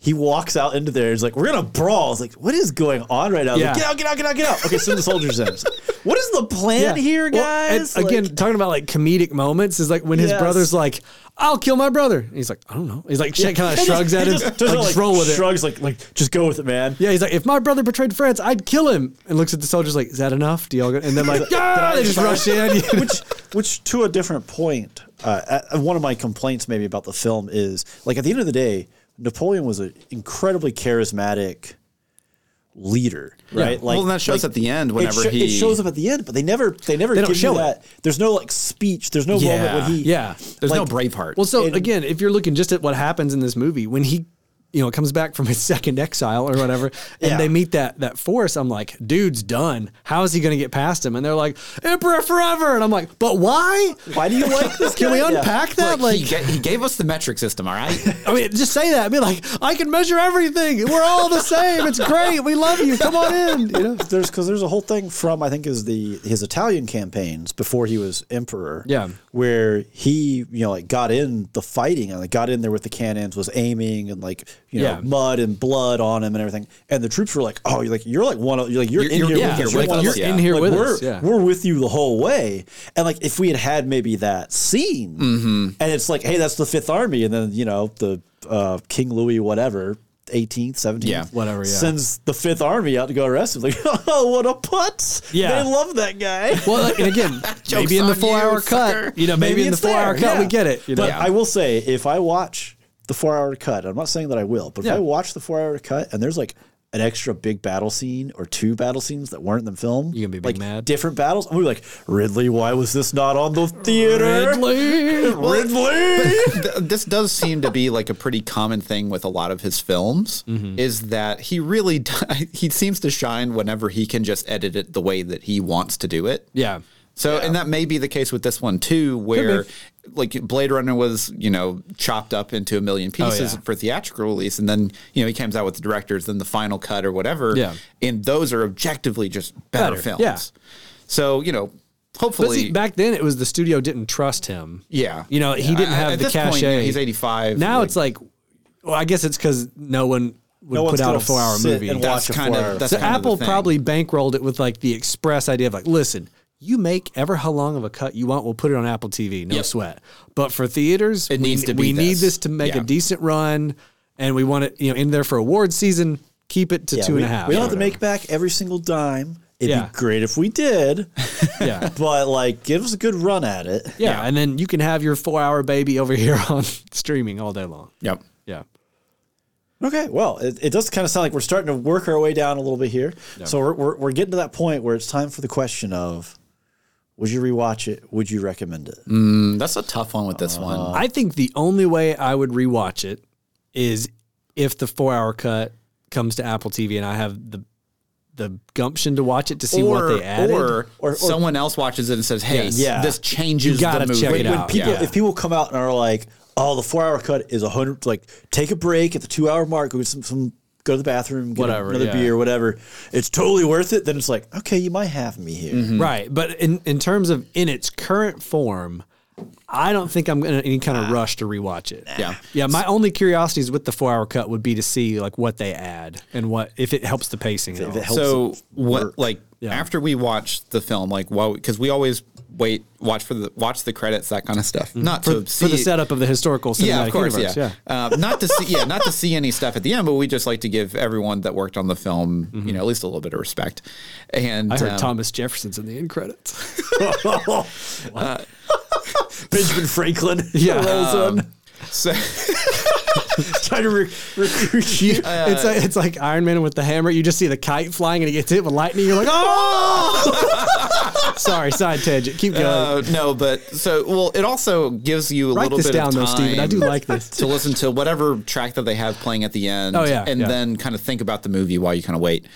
[SPEAKER 1] he walks out into there. He's like, "We're gonna brawl." It's like, "What is going on right now?" He's like,
[SPEAKER 3] Yeah.
[SPEAKER 1] get out! Get out! Get out! Get out! Okay, send the soldiers in. It's like, what is the plan
[SPEAKER 3] Yeah.
[SPEAKER 1] here,
[SPEAKER 3] Well, and
[SPEAKER 1] guys?
[SPEAKER 3] again,
[SPEAKER 1] Like,
[SPEAKER 3] talking about like comedic moments is like when his
[SPEAKER 1] Yes.
[SPEAKER 3] brother's like, "I'll kill my brother." And he's like, "I don't know." He's like, shit, kind
[SPEAKER 1] he
[SPEAKER 3] of shrugs
[SPEAKER 1] just-
[SPEAKER 3] at
[SPEAKER 1] he
[SPEAKER 3] him.
[SPEAKER 1] Just,
[SPEAKER 3] Like,
[SPEAKER 1] does all,
[SPEAKER 3] just
[SPEAKER 1] like,
[SPEAKER 3] roll with it.
[SPEAKER 1] Shrugs like like just go with it, man.
[SPEAKER 3] Yeah, he's like, if my brother betrayed France, I'd kill him. And looks at the soldiers like, is that enough? Do y'all go? And then like, yeah, they just rush in.
[SPEAKER 1] which, which to a different point, uh, uh, one of my complaints maybe about the film is like at the end of the day, Napoleon was an incredibly charismatic leader, right? Like
[SPEAKER 4] well, and that shows
[SPEAKER 1] like,
[SPEAKER 4] at the end whenever
[SPEAKER 1] it sho-
[SPEAKER 4] he
[SPEAKER 1] it shows up at the end, but they never they never
[SPEAKER 3] They don't
[SPEAKER 1] give
[SPEAKER 3] show
[SPEAKER 1] you
[SPEAKER 3] it.
[SPEAKER 1] that. There's no like speech. There's no
[SPEAKER 4] Yeah.
[SPEAKER 1] moment when he
[SPEAKER 3] yeah.
[SPEAKER 4] There's no
[SPEAKER 1] like-
[SPEAKER 4] Braveheart.
[SPEAKER 3] Well, so
[SPEAKER 1] And-
[SPEAKER 3] again, if you're looking just at what happens in this movie, when he, you know, comes back from his second exile or whatever, and
[SPEAKER 1] Yeah.
[SPEAKER 3] they meet that that force, I'm like, dude's done. How is he going to get past him? And they're like, Emperor forever. And I'm like, but why?
[SPEAKER 1] Why do you like this?
[SPEAKER 3] Can we
[SPEAKER 1] guy? Yeah.
[SPEAKER 3] unpack that? Like,
[SPEAKER 4] he, ga- he gave us the metric system. All right.
[SPEAKER 3] I mean, just say that. Be like, I can measure everything. We're all the same. It's great. We love you. Come on in. You know.
[SPEAKER 1] there's because there's a whole thing from I think is the his Italian campaigns before he was emperor.
[SPEAKER 3] Yeah.
[SPEAKER 1] where he you know like got in the fighting and like got in there with the cannons, was aiming and like you know
[SPEAKER 3] Yeah.
[SPEAKER 1] mud and blood on him and everything, and the troops were like, oh, you're like you're like one of you're like you're,
[SPEAKER 4] You're-
[SPEAKER 1] in
[SPEAKER 4] you're-
[SPEAKER 1] here
[SPEAKER 4] yeah,
[SPEAKER 1] with us,
[SPEAKER 4] you're
[SPEAKER 1] one
[SPEAKER 4] with
[SPEAKER 1] of
[SPEAKER 4] us,
[SPEAKER 1] us.
[SPEAKER 4] yeah.
[SPEAKER 3] In here
[SPEAKER 1] Like,
[SPEAKER 3] with
[SPEAKER 1] we're,
[SPEAKER 3] us, yeah.
[SPEAKER 1] we're with you the whole way, and like if we had had maybe that scene,
[SPEAKER 3] Mm-hmm.
[SPEAKER 1] and it's like, hey, that's the Fifth Army, and then you know the uh, King Louis whatever. 18th, 17th,
[SPEAKER 4] Yeah.
[SPEAKER 3] Whatever, yeah.
[SPEAKER 1] sends the Fifth Army out to go arrest him. Like, oh, what a put!
[SPEAKER 3] Yeah.
[SPEAKER 1] they love that guy.
[SPEAKER 3] Well, like, and again, maybe in
[SPEAKER 4] on
[SPEAKER 3] the four-hour
[SPEAKER 4] you,
[SPEAKER 3] cut,
[SPEAKER 4] sucker.
[SPEAKER 3] you know, maybe, in the
[SPEAKER 1] it's there,
[SPEAKER 3] four-hour cut,
[SPEAKER 1] yeah.
[SPEAKER 3] we get it. You know?
[SPEAKER 1] But
[SPEAKER 4] Yeah.
[SPEAKER 1] I will say, if I watch the four-hour cut, I'm not saying that I will, but if
[SPEAKER 3] Yeah.
[SPEAKER 1] I watch the four-hour cut and there's like an extra big battle scene or two battle scenes that weren't in the film,
[SPEAKER 3] You gonna be
[SPEAKER 1] like
[SPEAKER 3] big mad?
[SPEAKER 1] different battles. I'm gonna be like, Ridley, why was this not on the theater?
[SPEAKER 3] Ridley.
[SPEAKER 1] Ridley!
[SPEAKER 4] Th- this does seem to be like a pretty common thing with a lot of his films
[SPEAKER 1] Mm-hmm.
[SPEAKER 4] is that he really d- he seems to shine whenever he can just edit it the way that he wants to do it.
[SPEAKER 3] Yeah.
[SPEAKER 4] So and that may be the case with this one too where like Blade Runner was, you know, chopped up into a million pieces
[SPEAKER 3] Oh, yeah.
[SPEAKER 4] for theatrical release and then, you know, he comes out with the directors then the final cut or whatever
[SPEAKER 3] Yeah.
[SPEAKER 4] and those are objectively just better,
[SPEAKER 3] Better,
[SPEAKER 4] films.
[SPEAKER 3] yeah.
[SPEAKER 4] So, you know,
[SPEAKER 3] But
[SPEAKER 4] hopefully
[SPEAKER 3] see, back then it was the studio didn't trust him.
[SPEAKER 4] Yeah.
[SPEAKER 3] You know, he
[SPEAKER 4] Yeah.
[SPEAKER 3] didn't
[SPEAKER 4] At-
[SPEAKER 3] have
[SPEAKER 4] at
[SPEAKER 3] the
[SPEAKER 4] this
[SPEAKER 3] cachet.
[SPEAKER 4] point, you know, he's 85,
[SPEAKER 3] Now
[SPEAKER 4] like-
[SPEAKER 3] it's like, well, I guess it's because no one would
[SPEAKER 1] No one's
[SPEAKER 3] put out a
[SPEAKER 1] gonna
[SPEAKER 3] four hour
[SPEAKER 1] sit
[SPEAKER 3] movie.
[SPEAKER 1] and
[SPEAKER 4] That's
[SPEAKER 1] watch a
[SPEAKER 4] kind
[SPEAKER 1] four-hour
[SPEAKER 4] of that's
[SPEAKER 3] so
[SPEAKER 4] kind of the
[SPEAKER 3] Apple
[SPEAKER 4] thing.
[SPEAKER 3] probably bankrolled it with like the express idea of like, listen, you make ever how long of a cut you want, we'll put it on Apple TV, no
[SPEAKER 4] Yep.
[SPEAKER 3] sweat. But for theaters,
[SPEAKER 4] It
[SPEAKER 3] we,
[SPEAKER 4] needs to be
[SPEAKER 3] we need
[SPEAKER 4] this.
[SPEAKER 3] this to make
[SPEAKER 4] Yeah.
[SPEAKER 3] a decent run, and we want it, you know, in there for awards season. Keep it to
[SPEAKER 1] Yeah,
[SPEAKER 3] two
[SPEAKER 1] we,
[SPEAKER 3] and a half.
[SPEAKER 1] we don't
[SPEAKER 3] or
[SPEAKER 1] have to make back every single dime. It'd
[SPEAKER 3] Yeah.
[SPEAKER 1] be great if we did,
[SPEAKER 3] whatever. yeah.
[SPEAKER 1] but like, give us a good run at it.
[SPEAKER 3] yeah, and then you can have your four hour baby over here on streaming all day long.
[SPEAKER 4] Yep.
[SPEAKER 3] Yeah.
[SPEAKER 1] Okay, well, it, it does kind of sound like we're starting to work our way down a little bit here. So we're, we're, we're getting to that point where it's time for the question of would you rewatch it? Would you recommend it?
[SPEAKER 3] Mm,
[SPEAKER 4] Mm, That's a tough one with this
[SPEAKER 3] Uh,
[SPEAKER 4] one.
[SPEAKER 3] I think the only way I would rewatch it is if the four hour cut comes to Apple TV and I have the the gumption to watch it to see what they added.
[SPEAKER 4] Or,
[SPEAKER 1] Or- or-
[SPEAKER 4] someone else watches it and says, "Hey,
[SPEAKER 1] Yes. Yeah.
[SPEAKER 4] this changes
[SPEAKER 3] You gotta
[SPEAKER 4] the movie."
[SPEAKER 3] check it
[SPEAKER 1] when
[SPEAKER 3] out.
[SPEAKER 1] people
[SPEAKER 4] yeah.
[SPEAKER 1] if people come out and are like, "Oh, the four hour cut is a hundred, like take a break at the two hour mark, go get some, some go to the bathroom, get
[SPEAKER 3] Whatever,
[SPEAKER 1] another
[SPEAKER 3] yeah.
[SPEAKER 1] beer, whatever," it's totally worth it. Then it's like, okay, you might have me here.
[SPEAKER 3] Mm-hmm. Right. But in, in terms of in its current form, I don't think I'm in any kind of rush to rewatch it.
[SPEAKER 4] Ah. Yeah.
[SPEAKER 3] Yeah. My only curiosities with the four hour cut would be to see like what they add and what if it helps the pacing. at all.
[SPEAKER 1] it helps
[SPEAKER 4] so
[SPEAKER 1] it work.
[SPEAKER 4] what like
[SPEAKER 3] Yeah.
[SPEAKER 4] after we watch the film like while because we always wait watch for the watch the credits that kind of stuff not to
[SPEAKER 3] Mm-hmm.
[SPEAKER 4] see
[SPEAKER 3] for the setup of the historical cinematic
[SPEAKER 4] yeah of course
[SPEAKER 3] universe.
[SPEAKER 4] yeah, Uh, not to see yeah not to see any stuff at the end but we just like to give everyone that worked on the film you know at least a little bit of respect and
[SPEAKER 3] Mm-hmm. I heard
[SPEAKER 4] um,
[SPEAKER 3] Thomas Jefferson's in the end credits.
[SPEAKER 1] Benjamin Franklin.
[SPEAKER 3] Mm-hmm.
[SPEAKER 1] um,
[SPEAKER 3] Yeah.
[SPEAKER 4] so,
[SPEAKER 1] trying to re- recruit you.
[SPEAKER 3] it's like it's like Iron Man with the hammer. You just see the kite flying and it gets hit with lightning. You're like, oh. Sorry, side tangent. Keep going.
[SPEAKER 4] uh, no but so well it also gives you a
[SPEAKER 3] Write
[SPEAKER 4] little
[SPEAKER 3] this
[SPEAKER 4] bit
[SPEAKER 3] down
[SPEAKER 4] of time
[SPEAKER 3] though, Steven. I do like this.
[SPEAKER 4] to listen to whatever track that they have playing at the end.
[SPEAKER 3] Oh, yeah,
[SPEAKER 4] and
[SPEAKER 3] yeah.
[SPEAKER 4] then kind of think about the movie while you kind of wait.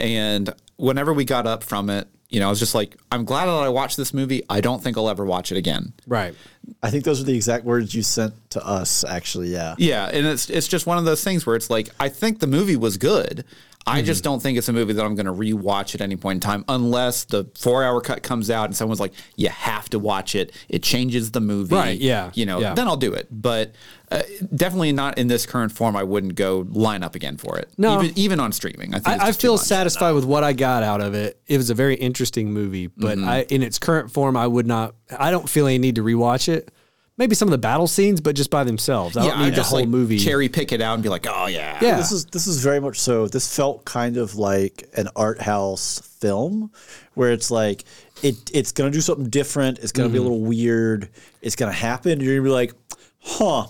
[SPEAKER 4] And whenever we got up from it, you know, I was just like, I'm glad that I watched this movie. I don't think I'll ever watch it again.
[SPEAKER 3] Right.
[SPEAKER 1] I think those are the exact words you sent to us. Actually, yeah.
[SPEAKER 4] Yeah, and it's it's just one of those things where it's like I think the movie was good. I
[SPEAKER 3] Mm-hmm.
[SPEAKER 4] just don't think it's a movie that I'm going to rewatch at any point in time, unless the four hour cut comes out and someone's like, "You have to watch it. It changes the movie."
[SPEAKER 3] Right, yeah,
[SPEAKER 4] You know,
[SPEAKER 3] yeah.
[SPEAKER 4] then I'll do it. But uh, definitely not in this current form. I wouldn't go line up again for it.
[SPEAKER 3] No.
[SPEAKER 4] even, even on streaming. I think it's
[SPEAKER 3] I, I
[SPEAKER 4] just too
[SPEAKER 3] feel
[SPEAKER 4] much.
[SPEAKER 3] satisfied with what I got out of it. It was a very interesting movie, but
[SPEAKER 4] Mm-hmm.
[SPEAKER 3] I, in its current form, I would not. I don't feel any need to rewatch it. Maybe some of the battle scenes, but just by themselves. I
[SPEAKER 4] Yeah,
[SPEAKER 3] don't need
[SPEAKER 4] I'd
[SPEAKER 3] the
[SPEAKER 4] just,
[SPEAKER 3] whole
[SPEAKER 4] like,
[SPEAKER 3] movie.
[SPEAKER 4] Cherry pick it out and be like, "Oh yeah,
[SPEAKER 3] yeah,
[SPEAKER 1] This is this is very much so. This felt kind of like an art house film, where it's like it it's gonna do something different. It's gonna be a
[SPEAKER 3] Mm-hmm.
[SPEAKER 1] little weird. It's gonna happen. You're gonna be like, huh.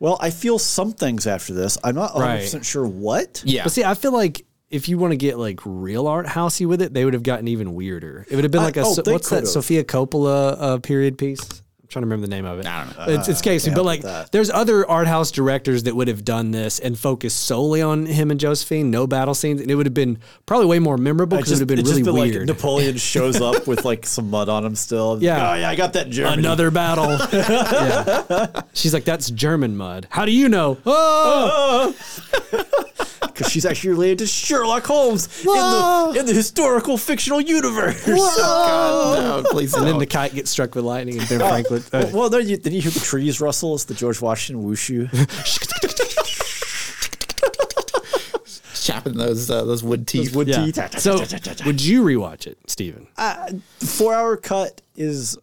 [SPEAKER 1] Well, I feel some things after this. I'm not 100 percent
[SPEAKER 3] Right.
[SPEAKER 1] sure what.
[SPEAKER 4] yeah."
[SPEAKER 3] But see, I feel like if you want to get like real art housey with it, they would have gotten even weirder. It would have been like a
[SPEAKER 1] oh,
[SPEAKER 3] so-
[SPEAKER 1] they
[SPEAKER 3] what's that
[SPEAKER 1] could've.
[SPEAKER 3] Sophia Coppola uh, period piece? I'm trying to remember the name of it.
[SPEAKER 4] I don't know.
[SPEAKER 3] It's, it's Casey, but like there's other art house directors that would have done this and focused solely on him and Josephine, no battle scenes, and it would have been probably way more memorable
[SPEAKER 1] I
[SPEAKER 3] because it
[SPEAKER 1] just-
[SPEAKER 3] would have been
[SPEAKER 1] it's
[SPEAKER 3] really
[SPEAKER 1] just been like
[SPEAKER 3] weird.
[SPEAKER 1] Napoleon shows up with like some mud on him still.
[SPEAKER 3] Yeah.
[SPEAKER 1] Oh yeah, I got that in Germany.
[SPEAKER 3] Another battle. Yeah. She's like, that's German mud. How do you know? Oh,
[SPEAKER 1] because she's actually related to Sherlock Holmes in the
[SPEAKER 3] Whoa.
[SPEAKER 1] in the historical fictional universe.
[SPEAKER 4] God, Oh, no, please.
[SPEAKER 3] and then
[SPEAKER 4] no.
[SPEAKER 3] the kite gets struck with lightning, and Ben Franklin. uh,
[SPEAKER 1] Well, then you, then you hear the trees rustle. It's the George Washington wushu.
[SPEAKER 4] chapping those uh, those wood teeth.
[SPEAKER 1] Those wood
[SPEAKER 3] yeah.
[SPEAKER 1] teeth.
[SPEAKER 3] So, would you rewatch it, Steven?
[SPEAKER 1] The four hour Uh, cut is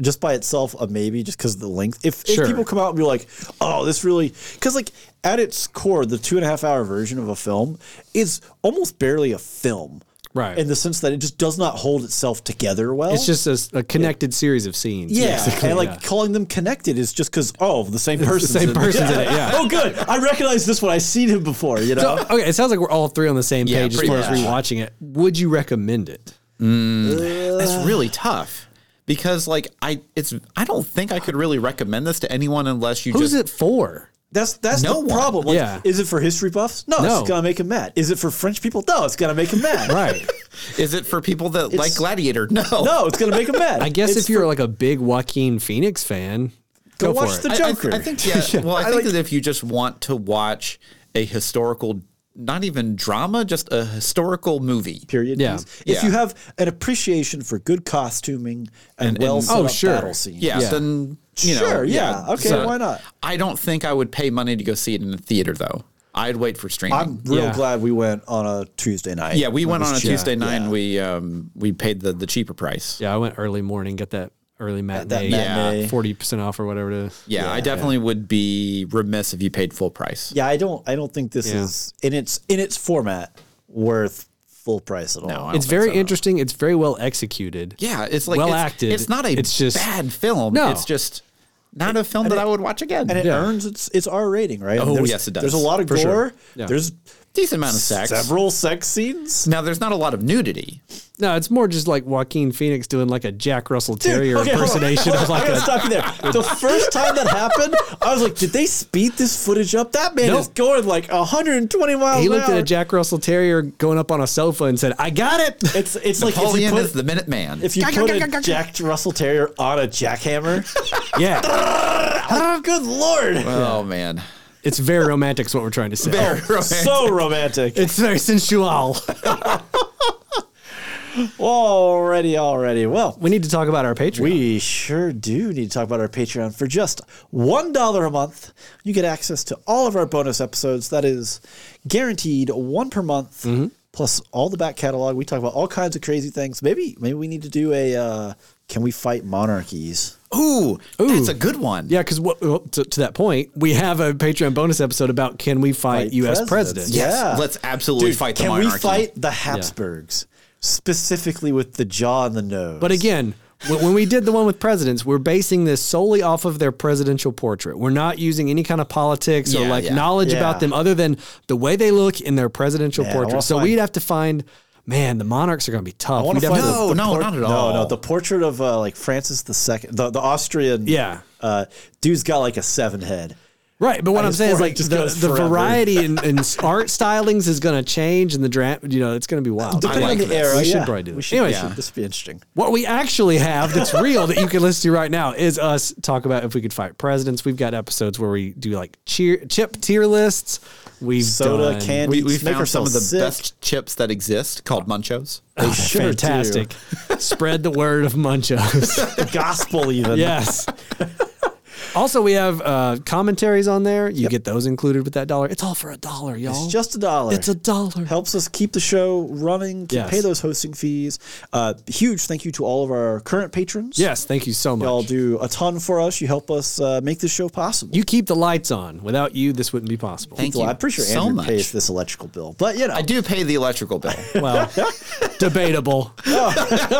[SPEAKER 1] just by itself a maybe, just because of the length. If, if
[SPEAKER 3] Sure.
[SPEAKER 1] people come out and be like, "Oh, this really," because like at its core, the two and a half hour version of a film is almost barely a film,
[SPEAKER 3] Right.
[SPEAKER 1] In the sense that it just does not hold itself together well.
[SPEAKER 3] It's just a, s- a connected series of scenes.
[SPEAKER 1] Yeah,
[SPEAKER 3] basically,
[SPEAKER 1] and like
[SPEAKER 3] yeah.
[SPEAKER 1] calling them connected is just because oh the same person,
[SPEAKER 3] same person's in it, yeah.
[SPEAKER 1] oh good, I recognize this one. I've seen him before. You know,
[SPEAKER 3] So, okay, it sounds like we're all three on the same
[SPEAKER 4] Yeah,
[SPEAKER 3] page as
[SPEAKER 4] pretty
[SPEAKER 3] far as
[SPEAKER 4] much.
[SPEAKER 3] rewatching it. Would you recommend it?
[SPEAKER 4] That's really tough because like I it's I don't think I could really recommend this to anyone unless you
[SPEAKER 3] Who's
[SPEAKER 4] just
[SPEAKER 3] it for?
[SPEAKER 1] that's that's
[SPEAKER 4] No
[SPEAKER 1] the
[SPEAKER 4] one.
[SPEAKER 1] problem. Like,
[SPEAKER 3] Yeah.
[SPEAKER 1] is it for history buffs? No,
[SPEAKER 3] No.
[SPEAKER 1] it's gonna make him mad. Is it for French people? No, it's gonna make him mad.
[SPEAKER 3] Right.
[SPEAKER 4] is it for people that like Gladiator? No.
[SPEAKER 1] No, it's gonna make him mad.
[SPEAKER 3] I guess
[SPEAKER 1] It's
[SPEAKER 3] if you're like a big Joaquin Phoenix fan,
[SPEAKER 1] Go
[SPEAKER 3] go,
[SPEAKER 1] watch the
[SPEAKER 3] for it.
[SPEAKER 4] I- I,
[SPEAKER 1] Joker.
[SPEAKER 4] I think yeah. Well, I,
[SPEAKER 1] I
[SPEAKER 4] think
[SPEAKER 1] like-
[SPEAKER 4] that if you just want to watch a historical not even drama, just a historical movie.
[SPEAKER 1] period.
[SPEAKER 3] Yeah.
[SPEAKER 1] piece. If you
[SPEAKER 4] Yeah.
[SPEAKER 1] have an appreciation for good costuming and, well set
[SPEAKER 3] oh,
[SPEAKER 1] up
[SPEAKER 3] sure.
[SPEAKER 1] battle scenes,
[SPEAKER 4] Yeah,
[SPEAKER 3] Yeah.
[SPEAKER 4] then you know.
[SPEAKER 1] Sure, yeah. Okay, why not?
[SPEAKER 4] I don't think I would pay money to go see it in the theater though. I'd wait for streaming.
[SPEAKER 1] I'm real
[SPEAKER 3] Yeah.
[SPEAKER 1] glad we went on a Tuesday night.
[SPEAKER 4] yeah, we went on a
[SPEAKER 3] cheap.
[SPEAKER 4] Tuesday night. and We um we paid the the cheaper price.
[SPEAKER 3] Yeah, I went early morning, got that early matinee,
[SPEAKER 1] matinee.
[SPEAKER 3] forty percent off or whatever it is.
[SPEAKER 4] Yeah, I definitely would be remiss if you paid full price.
[SPEAKER 1] Yeah, I don't. I don't think this
[SPEAKER 3] Yeah.
[SPEAKER 1] is in its in its format worth full price at all.
[SPEAKER 4] No, I don't
[SPEAKER 3] It's
[SPEAKER 4] think
[SPEAKER 3] very
[SPEAKER 4] so.
[SPEAKER 3] interesting. It's very well executed.
[SPEAKER 4] Yeah, it's like
[SPEAKER 3] well
[SPEAKER 4] it's,
[SPEAKER 3] acted.
[SPEAKER 4] It's not a
[SPEAKER 3] It's just-
[SPEAKER 4] bad film.
[SPEAKER 3] No.
[SPEAKER 4] it's just not a film that I would watch again.
[SPEAKER 1] and it
[SPEAKER 3] Yeah.
[SPEAKER 1] earns its its R rating, right?
[SPEAKER 4] Oh,
[SPEAKER 1] There's-
[SPEAKER 4] yes, it does,
[SPEAKER 1] There's a lot of gore.
[SPEAKER 3] Yeah.
[SPEAKER 1] There's
[SPEAKER 4] decent amount of sex.
[SPEAKER 1] Several sex scenes.
[SPEAKER 4] Now there's not a lot of nudity.
[SPEAKER 3] No, it's more just like Joaquin Phoenix doing like a Jack Russell Terrier
[SPEAKER 1] Okay, hold on.
[SPEAKER 3] impersonation
[SPEAKER 1] I
[SPEAKER 3] of like
[SPEAKER 1] gotta
[SPEAKER 3] a.
[SPEAKER 1] stop you there. The first time that happened, I was like, "Did they speed this footage up? That man is
[SPEAKER 3] Nope.
[SPEAKER 1] going like 120 miles
[SPEAKER 3] He
[SPEAKER 1] an
[SPEAKER 3] looked
[SPEAKER 1] hour."
[SPEAKER 3] at a Jack Russell Terrier going up on a sofa and said, "I got it."
[SPEAKER 1] it's it's like if you
[SPEAKER 4] Napoleon
[SPEAKER 1] put,
[SPEAKER 4] is the Minuteman.
[SPEAKER 1] if you put a Jack Russell Terrier on a jackhammer.
[SPEAKER 3] Yeah,
[SPEAKER 1] oh, good lord!
[SPEAKER 4] oh man,
[SPEAKER 3] it's very romantic. Is what we're trying to say.
[SPEAKER 4] Very romantic.
[SPEAKER 1] So romantic.
[SPEAKER 3] It's very sensual.
[SPEAKER 1] Already, already. Well,
[SPEAKER 3] we need to talk about our Patreon.
[SPEAKER 1] We sure do need to talk about our Patreon. For just $1 a month, you get access to all of our bonus episodes. That is guaranteed one per month,
[SPEAKER 3] Mm-hmm.
[SPEAKER 1] plus all the back catalog. We talk about all kinds of crazy things. Maybe maybe we need to do a uh, can we fight monarchies?
[SPEAKER 4] ooh, that's a good one.
[SPEAKER 3] yeah, because what well, to, to that point, we have a Patreon bonus episode about can we fight,
[SPEAKER 1] Fight
[SPEAKER 3] U.S.
[SPEAKER 1] presidents.
[SPEAKER 3] presidents?
[SPEAKER 4] Yes,
[SPEAKER 1] Yeah.
[SPEAKER 4] let's absolutely fight the
[SPEAKER 1] can
[SPEAKER 4] monarchy.
[SPEAKER 1] we fight the Habsburgs? Specifically with the jaw and the nose.
[SPEAKER 3] But again, wh- when we did the one with presidents, we're basing this solely off of their presidential portrait. We're not using any kind of politics or
[SPEAKER 4] Yeah,
[SPEAKER 3] like
[SPEAKER 4] yeah.
[SPEAKER 3] knowledge
[SPEAKER 1] Yeah.
[SPEAKER 3] about them other than the way they look in their presidential
[SPEAKER 1] Yeah, I wanna
[SPEAKER 3] portrait. So
[SPEAKER 1] find-
[SPEAKER 3] wed have to find, man, the monarchs are going to be tough.
[SPEAKER 1] wanna
[SPEAKER 3] We'd have
[SPEAKER 1] find-
[SPEAKER 3] to-
[SPEAKER 4] No, no, not at all.
[SPEAKER 1] No, no, the portrait of uh, like Francis the second, the, the Austrian,
[SPEAKER 3] Yeah.
[SPEAKER 1] uh, dude's got like a seven head.
[SPEAKER 3] Right, but what
[SPEAKER 1] I
[SPEAKER 3] I'm
[SPEAKER 1] just
[SPEAKER 3] saying is
[SPEAKER 1] wanna
[SPEAKER 3] like
[SPEAKER 1] just
[SPEAKER 3] the,
[SPEAKER 1] goes
[SPEAKER 3] the
[SPEAKER 1] forever.
[SPEAKER 3] variety in, in art stylings is going to change, and the draft, you know, it's going to be wild.
[SPEAKER 1] Depending
[SPEAKER 4] like
[SPEAKER 1] on the
[SPEAKER 4] this.
[SPEAKER 1] era,
[SPEAKER 3] We should
[SPEAKER 1] yeah.
[SPEAKER 3] probably do
[SPEAKER 1] We
[SPEAKER 3] this.
[SPEAKER 1] should,
[SPEAKER 3] Anyway,
[SPEAKER 1] we should.
[SPEAKER 4] yeah.
[SPEAKER 1] this would be interesting.
[SPEAKER 3] What we actually have that's real that you can listen to right now is us talk about if we could fight presidents. We've got episodes where we do like cheer, chip tier lists. We've
[SPEAKER 1] Soda,
[SPEAKER 3] done,
[SPEAKER 1] candy,
[SPEAKER 4] We, we
[SPEAKER 1] make
[SPEAKER 4] found some of the
[SPEAKER 1] ourselves sick.
[SPEAKER 4] best chips that exist called Munchos.
[SPEAKER 1] They
[SPEAKER 3] Sure,
[SPEAKER 1] sure
[SPEAKER 3] fantastic. Spread the word of Munchos.
[SPEAKER 1] do. gospel even.
[SPEAKER 3] yes. Also, we have uh, commentaries on there. You get those included with that dollar. It's all for a dollar, y'all.
[SPEAKER 1] It's just a dollar.
[SPEAKER 3] It's a dollar.
[SPEAKER 1] Helps us keep the show running, keep,
[SPEAKER 3] Yes.
[SPEAKER 1] pay those hosting fees. Uh, huge thank you to all of our current patrons.
[SPEAKER 3] Yes, thank you so much.
[SPEAKER 1] Y'all do a ton for us. You help us uh, make this show possible.
[SPEAKER 3] you keep the lights on. Without you, this wouldn't be possible.
[SPEAKER 4] Thank
[SPEAKER 1] well,
[SPEAKER 4] you
[SPEAKER 1] I'm pretty sure
[SPEAKER 4] so
[SPEAKER 1] Andrew
[SPEAKER 4] much.
[SPEAKER 1] pays this electrical bill, but you know,
[SPEAKER 4] I do pay the electrical bill.
[SPEAKER 3] Well, debatable.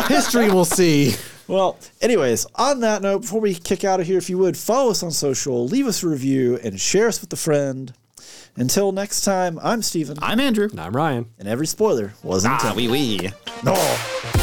[SPEAKER 3] History will see.
[SPEAKER 1] Well, anyways, on that note, before we kick out of here, if you would follow us on social, leave us a review, and share us with a friend. Until next time, I'm Steven,
[SPEAKER 4] I'm Andrew.
[SPEAKER 3] And I'm Ryan.
[SPEAKER 1] and every spoiler was
[SPEAKER 4] Ah,
[SPEAKER 1] intended.
[SPEAKER 4] wee wee.
[SPEAKER 1] No.